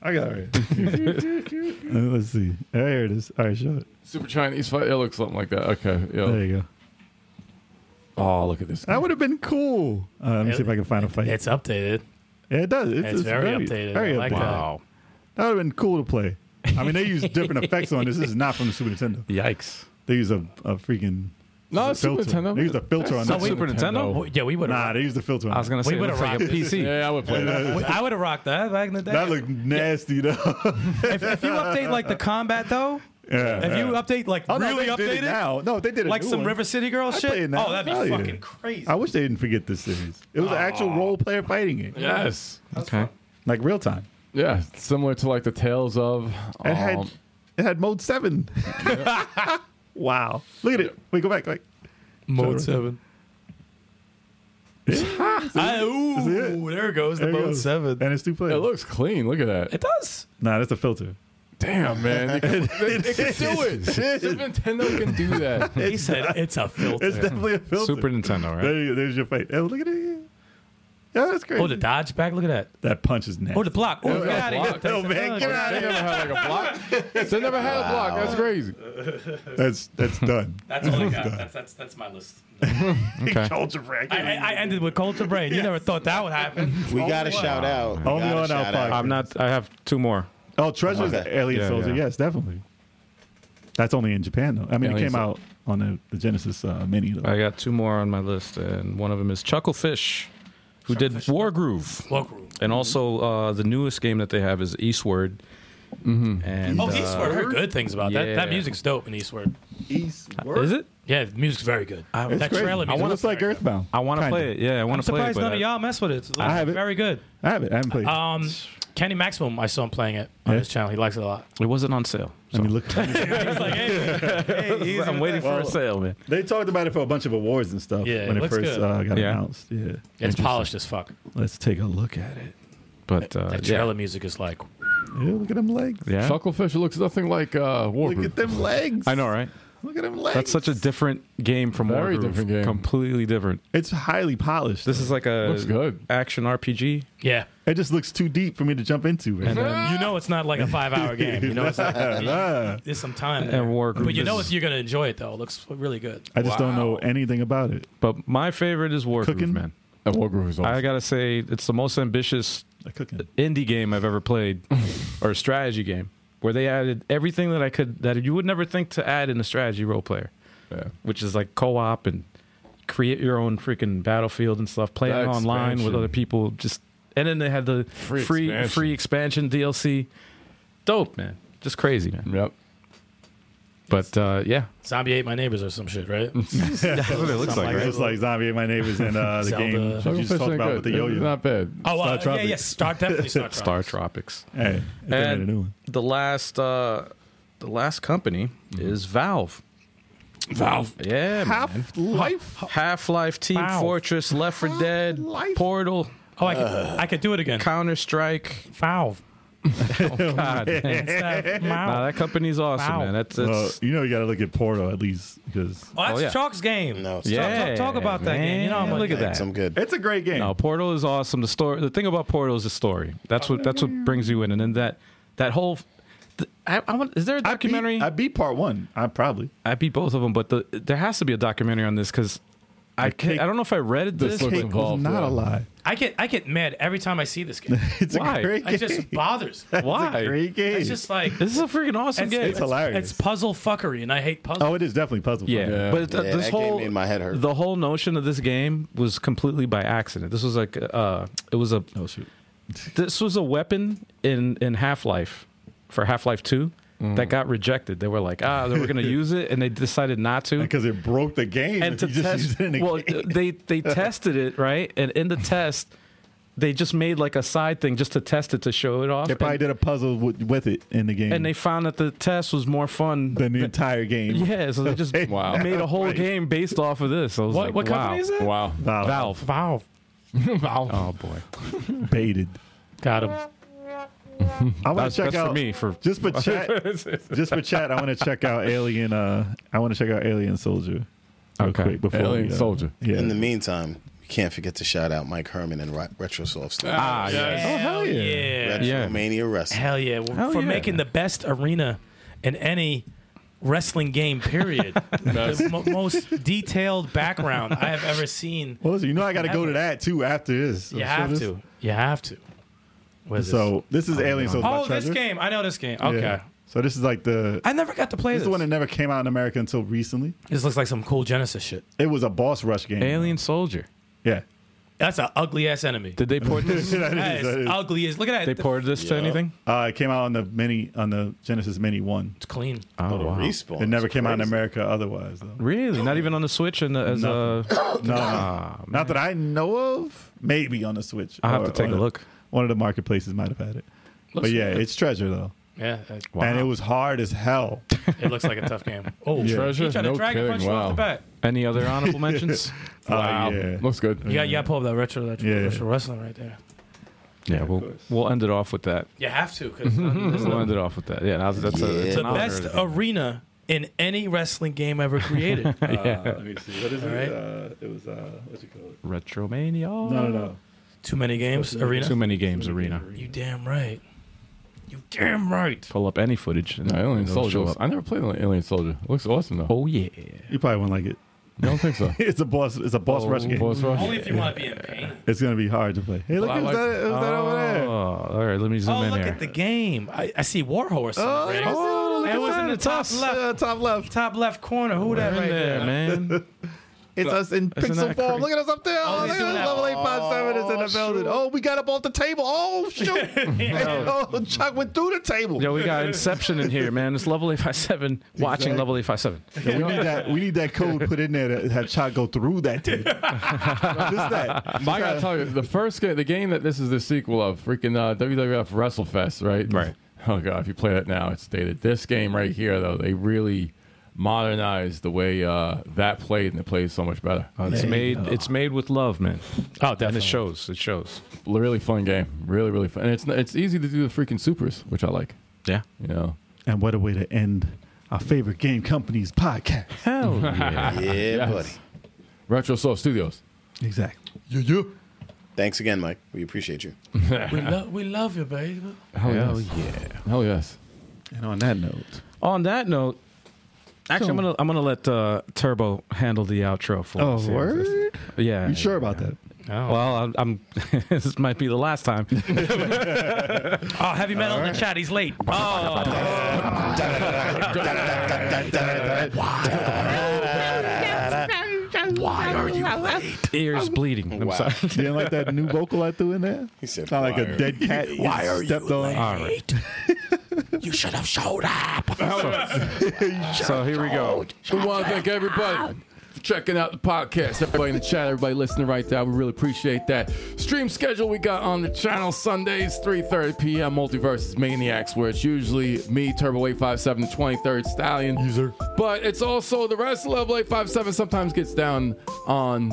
I got it. Uh, Let's see. There it is. All right, show it.
Super Chinese fight. It looks something like that. Okay.
There
Yeah.
you go.
Oh, look at this.
That would have been cool. Uh, let me see if I can find a fight.
It's updated.
yeah, it does. It's,
It's, very, updated.
Very
I like
updated. That would have been cool to play. I mean, they use different effects on this. This is not from the Super Nintendo.
yikes.
They use a, a freaking
No, it's Super
filter.
Nintendo.
They use a filter on
That's
this.
not Super Nintendo?
that. Well, Yeah, we would.
Nah,
have
they use the filter on
I was going
that.
to
We
say, it
would've
looks like a
rocked this.
PC.
Yeah, I would play that.
I would have rocked that back in the day.
That looked nasty, though.
if, if you update like the combat though,
yeah.
if you update like
oh, no,
really
they did
update
it
it,
now. No, they did a
like
new
some
one.
River City Girl
I
shit.
play it now.
Oh, that'd be
Hell yeah.
fucking crazy.
I wish they didn't forget this series. It was an actual role player fighting game,
Yes.
Okay.
like real time.
Yeah, similar to like the Tales of.
It had
um,
it had mode seven. wow! Look at it. Wait, go back. Like
Mode
Sorry.
seven. Ah, ooh, there goes the
There it
mode
goes.
seven.
and it's two
it
players.
looks clean. Look at that.
It does.
nah, that's a filter.
Damn, man. They can, they, they can do it. Super Nintendo can do that.
he said it's a filter.
It's definitely a filter.
Super Nintendo, right?
There you, there's your fight. Oh, look at it. again. Yeah, that's crazy.
oh, the dodge back. Look at that.
that punch is nasty.
Oh, the block. Oh,
Yeah,
get out
block.
of here.
Oh, man, get out
They
of here.
never had like a block. They never had a block. That's crazy.
That's that's done.
That's all I got. That's, that's, that's my list.
Okay.
Culture bracket.
I, I, I ended with Culture Brain. You never thought that would happen.
we got to shout out. We
Only
gotta
on our
shout out.
podcast.
I'm not, I have two more.
oh, Treasure's
Okay.
Alien
Yeah,
Soldier.
yeah.
Yes, definitely. That's only in Japan though. I mean,
Alien
it came out on the, the Genesis uh, mini though.
I got two more on my list, and one of them is Chucklefish, who did Wargroove.
Local.
And also, uh, the newest game that they have is Eastward. Mm-hmm. And,
Oh,
uh,
Eastward. I heard good things about that.
Yeah.
That music's dope in Eastward.
Is it?
Yeah, the music's very good.
It's
that
crazy.
trailer
I
music.
want
looks
to like
very good.
Earthbound.
I want to
Kinda.
play it. Yeah, I want
I'm
to play it.
surprised
but uh,
none of
I-
y'all mess with it. It's
I have it.
Very good.
I haven't. I haven't played. it.
Um, Kenny Maximum, I saw him playing it on
Yeah.
his channel. He likes it a lot.
It wasn't on sale.
I mean, look.
He's like, hey, hey, he's
I'm
with
waiting
that.
for a sale, man.
They talked about it for a bunch of awards and stuff
Yeah, it
when it,
looks
first
good.
uh, got
Yeah.
announced. Yeah,
It's polished as fuck.
let's take a look at it.
But uh,
That trailer
yeah.
music is like,
Yeah, look at them legs.
yeah,
Chucklefish looks nothing like uh, Wargroove.
Look at them legs.
I know, right?
Look at them legs.
That's such a different game from
Very
Wargroove.
different game.
Completely different.
It's highly polished.
This is like a
Looks good.
action RPG.
yeah.
it just looks too deep for me to jump into. Right?
Mm-hmm.
You know, it's not like a five-hour game. You know, it's like there's some time there.
And Wargroove
But you know,
is-
you're gonna enjoy it though. It looks really good.
I just don't know anything about it.
But my favorite is Wargroove,
Cooking?
man.
Uh, Wargroove is awesome.
I gotta say, it's the most ambitious
Like cooking.
indie game I've ever played, or strategy game. where they added everything that I could that you would never think to add in a strategy role player,
Yeah.
which is like co-op and create your own freaking battlefield and stuff, play
That
it online with
expansion.
other people. Just and then they had the free
Free
free expansion,
expansion.
DLC. Dope, man. Just crazy, man.
Yep.
But uh, yeah,
Zombie ate my neighbors or some shit, right?
that's what it looks like.
Like, it's like zombie and my neighbors and uh, the
Zelda.
game that you just
Suckerfish
talked
ain't
about
good.
with the yo-yo.
It's not bad.
oh, uh,
Star
yeah, yeah,
Tropics.
Star definitely Star Tropics.
Star Tropics.
Hey, if they made a
And
new one.
the last uh, the last company
Mm-hmm.
is Valve.
Valve.
Yeah, man.
Half life.
Half Life, Team
Wow.
Fortress, Left 4 Dead,
Half-Life.
Portal,
Oh, I could, I could do it again.
Counter Strike.
Foul.
God, man. Nah,
Wow.
that company's awesome,
Wow.
man. That's,
Well,
that's
you know you got to look at Portal at least because
Oh,
Oh,
that's
yeah.
Chalk's game.
No, it's
yeah.
Talk- talk about that game. You know, I'm
man, look
like,
at that.
Thanks, I'm good.
it's a great game.
No, Portal is awesome. The story, the thing about Portal is the story. That's what that's what brings you in, and then that that whole. th- I, I want. Is there a
I beat-
documentary?
I beat, part one. I probably.
I beat both of them, but the, there has to be a documentary on this because I can't,
cake-
I don't know if I read
This
this.
looks-
Cake was
involved,
not a
yeah.
lie.
I get I get mad every time I see this game.
It's
Why?
a great game.
It just bothers. me.
but Why?
great game.
It's just like
This is a freaking awesome game.
it's hilarious.
It's puzzle fuckery, and I hate puzzles.
oh, it is definitely puzzle.
yeah.
fun.
Yeah.
but th-
Yeah,
this
that
whole
game made my head hurt.
the whole notion of this game was completely by accident. This was like uh, it was a
Oh shoot.
this was a weapon in in Half Life for Half Life Two
Mm.
that got rejected. They were like, ah, they were going to use it, and they decided not to.
Because it broke the game.
and
if
to
you just
test,
used it in a
well,
game.
they they tested it right, and in the test, they just made like a side thing just to test it to show it off.
they probably
and,
did a puzzle with, with it in the game.
and they found that the test was more fun.
than the entire game.
yeah, so they just
Wow.
made a whole game based off of this. I was
what
like,
what
wow.
company is that?
Wow.
Wow.
Valve.
Valve.
Valve.
Oh boy,
Baited.
Got him.
I want
that's,
to check
that's
out
for me. For
just for chat. just for chat. I want to check out Alien. Uh, I want to check out Alien Soldier. real
Okay.
quick before
Alien
we, uh,
Soldier.
Yeah.
In the meantime, we can't forget to shout out Mike Herman and Ro- Retrosoft Studios.
ah, yeah.
Hell
Oh, hell
Oh.
yeah.
yeah.
yeah.
Retromania Wrestling.
Hell yeah.
Hell
For
yeah.
making the best arena in any wrestling game, period. the mo- most detailed background I have ever seen.
Well, listen, you know I got to go to that too after this.
You
So
have
this-
to. You have to. What is
So this is Alien Soldier.
this?
by
Oh, this
Treasure.
game. I know this game. Okay.
Yeah. So this is like the
I never got to play
this
this.
is the one that never came out in America until recently.
This looks like some cool Genesis shit.
It was a boss rush game.
Alien Soldier.
Yeah.
That's an ugly ass enemy.
Did they port this?
That
That
is- that
is
is.
ugly as look at
they
that.
ported this to anything?
Uh, it came out on the mini on the Genesis Mini One.
It's clean.
Uh,
Oh, wow.
Respawn.
It never came out in
Crazy.
America otherwise though.
Really? Not even on the Switch and the- as uh, a.
No, not that I know of. Maybe on the Switch.
I'll have
Or
to take
on
a look.
One of the marketplaces might have had it. but yeah, it's treasure though,
Yeah,
Wow.
and it was hard as hell.
it looks like a tough game. Oh,
Yeah.
Treasure?
he tried
No
to dragon
kidding.
punch you
wow.
off the bat.
Any other honorable mentions?
Oh,
Wow.
yeah.
Looks good.
You got, you got to pull up that retro, retro,
Yeah.
retro wrestling right there.
yeah, we'll we'll end it off with that.
You have to because
We'll end it off with that. Yeah, that's, that's a, it's
the
an honor.
best arena in any wrestling game ever created.
Let me see. What is
All right.
Uh, it was uh, what you call it?
Retromania.
No, no, no.
Too many games, arena.
Too many games, arena.
You damn right. You damn right.
Pull up any footage. And
No, Alien
it'll
Soldier.
show
looks-
up.
I never played an Alien Soldier. Looks awesome though.
Oh yeah.
You probably won't like it.
I don't think so. Oh,
It's a boss. It's a
Oh,
boss rush game.
Boss Rush.
if you want to be in pain.
It's gonna be hard to play. Hey, look,
Well, I
who's
like-
that, who's that over
Oh,
there?
all right. Let me zoom
Oh,
in
look
here.
at the game. I, I see Warhorse.
Oh,
on the
look
ring.
at
It was
that.
in the top
Us,
left,
uh, top left.
top left corner. Who that
We're in
right
there,
there?
man.
It's us in
Isn't
pixel
that crazy?
form. Look at us up there. Oh,
he's
look
doing that.
at us. Level eight five seven is in the building. Oh, we got up off the table. Oh shoot! oh, Chuck went through the table.
Yo, we got Inception in here, man. It's level 857. Watching level 857.
we need that. We need that code put in there to have Chuck go through that table. Just that.
I gotta tell you, the first game, the game that this is the sequel of, freaking uh, WWF WrestleFest, right?
Right.
Oh god, if you play that now, it's dated. This game right here, though, they really modernized the way uh, that played, and it played so much better. Uh,
It's made. It's made with love, man.
Oh,
And
definitely.
it shows. It shows.
Really fun game, really really fun, and it's it's easy to do the freaking supers, which I like.
Yeah.
You know,
And what a way to end our favorite game company's podcast.
Hell yeah.
Yeah,
Yes.
buddy.
Retro Soul Studios.
Exactly.
Thanks again, Mike. We appreciate you.
We, lo- we love you, baby.
Hell, yes. Hell yes.
And on that note,
On that note, actually, I'm
Oh,
gonna I'm gonna let uh, Turbo handle the outro for us.
Oh, word?
Yeah.
You sure about that?
Oh.
Well, I'm, I'm this might be the last time.
Oh, heavy metal in the chat. He's late. Oh,
Why are you late?
Ears bleeding. I'm
Wow.
sorry.
You didn't like that new vocal I threw in there?
He said,
Sound like
"Why
a
are
dead cat. you
Why are you
stepped on.
All right.
You should have showed up.
So here we go.
We want to thank everybody for checking out the podcast. Everybody in the chat, everybody listening right now, we really appreciate that. Stream schedule we got on the channel Sundays, 3.30 p.m. Multiverses Maniacs, where it's usually me, Turbo857, the 23rd Stallion. User. But it's also the rest of Level 857 sometimes gets down on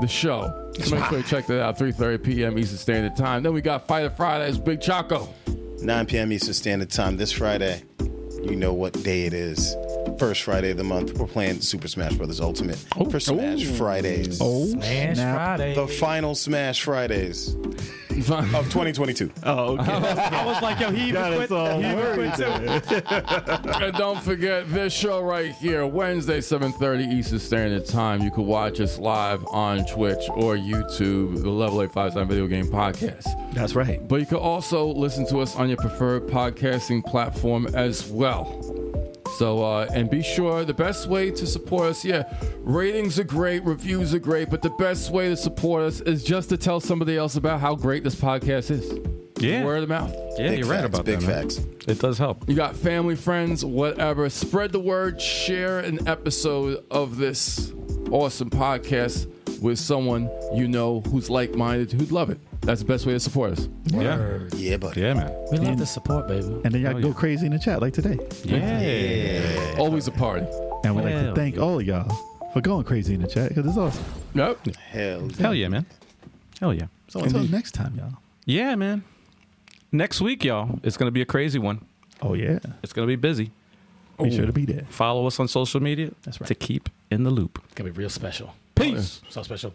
the show. So make sure you check that out, 3.30 p.m. Eastern Standard Time. Then we got Fighter Fridays, Big Choco.
9 p.m. Eastern Standard Time this Friday. You know what day it is. First Friday of the month, we're playing Super Smash Brothers Ultimate
Oh.
for Smash Fridays.
man, it's Friday.
The final Smash Fridays of 2022.
Oh, okay.
I was like, yo, he
Got us all worried there.
And don't forget this show right here, Wednesday, 7:30 Eastern Standard Time. You can watch us live on Twitch or YouTube, the Level 857 Video Game Podcast.
That's right.
But you can also listen to us on your preferred podcasting platform as well. So, uh, and be sure the best way to support us, yeah, ratings are great, reviews are great, but the best way to support us is just to tell somebody else about how great this podcast is.
Yeah.
Word of mouth.
Yeah,
Big
you're right
facts,
about
big
that. man.
facts.
It does help.
You got family, friends, whatever. Spread the word. Share an episode of this awesome podcast with someone you know who's like minded, who'd love it. That's the best way to support us.
Yeah.
Yeah, buddy.
Yeah, man.
We love the support, baby.
And then y'all go crazy in the chat like today.
Yeah.
Always a party.
And we'd like
Hell
to thank all of y'all for going crazy in the chat because it's awesome.
Yep.
Hell
Hell yeah, man. Hell yeah.
So until next time, y'all.
Yeah, man. Next week, y'all, it's gonna be a crazy one.
Oh, yeah.
It's gonna be busy.
Be sure to be there.
Follow us on social media
That's right.
to keep in the loop.
It's gonna be real special.
Peace.
So special.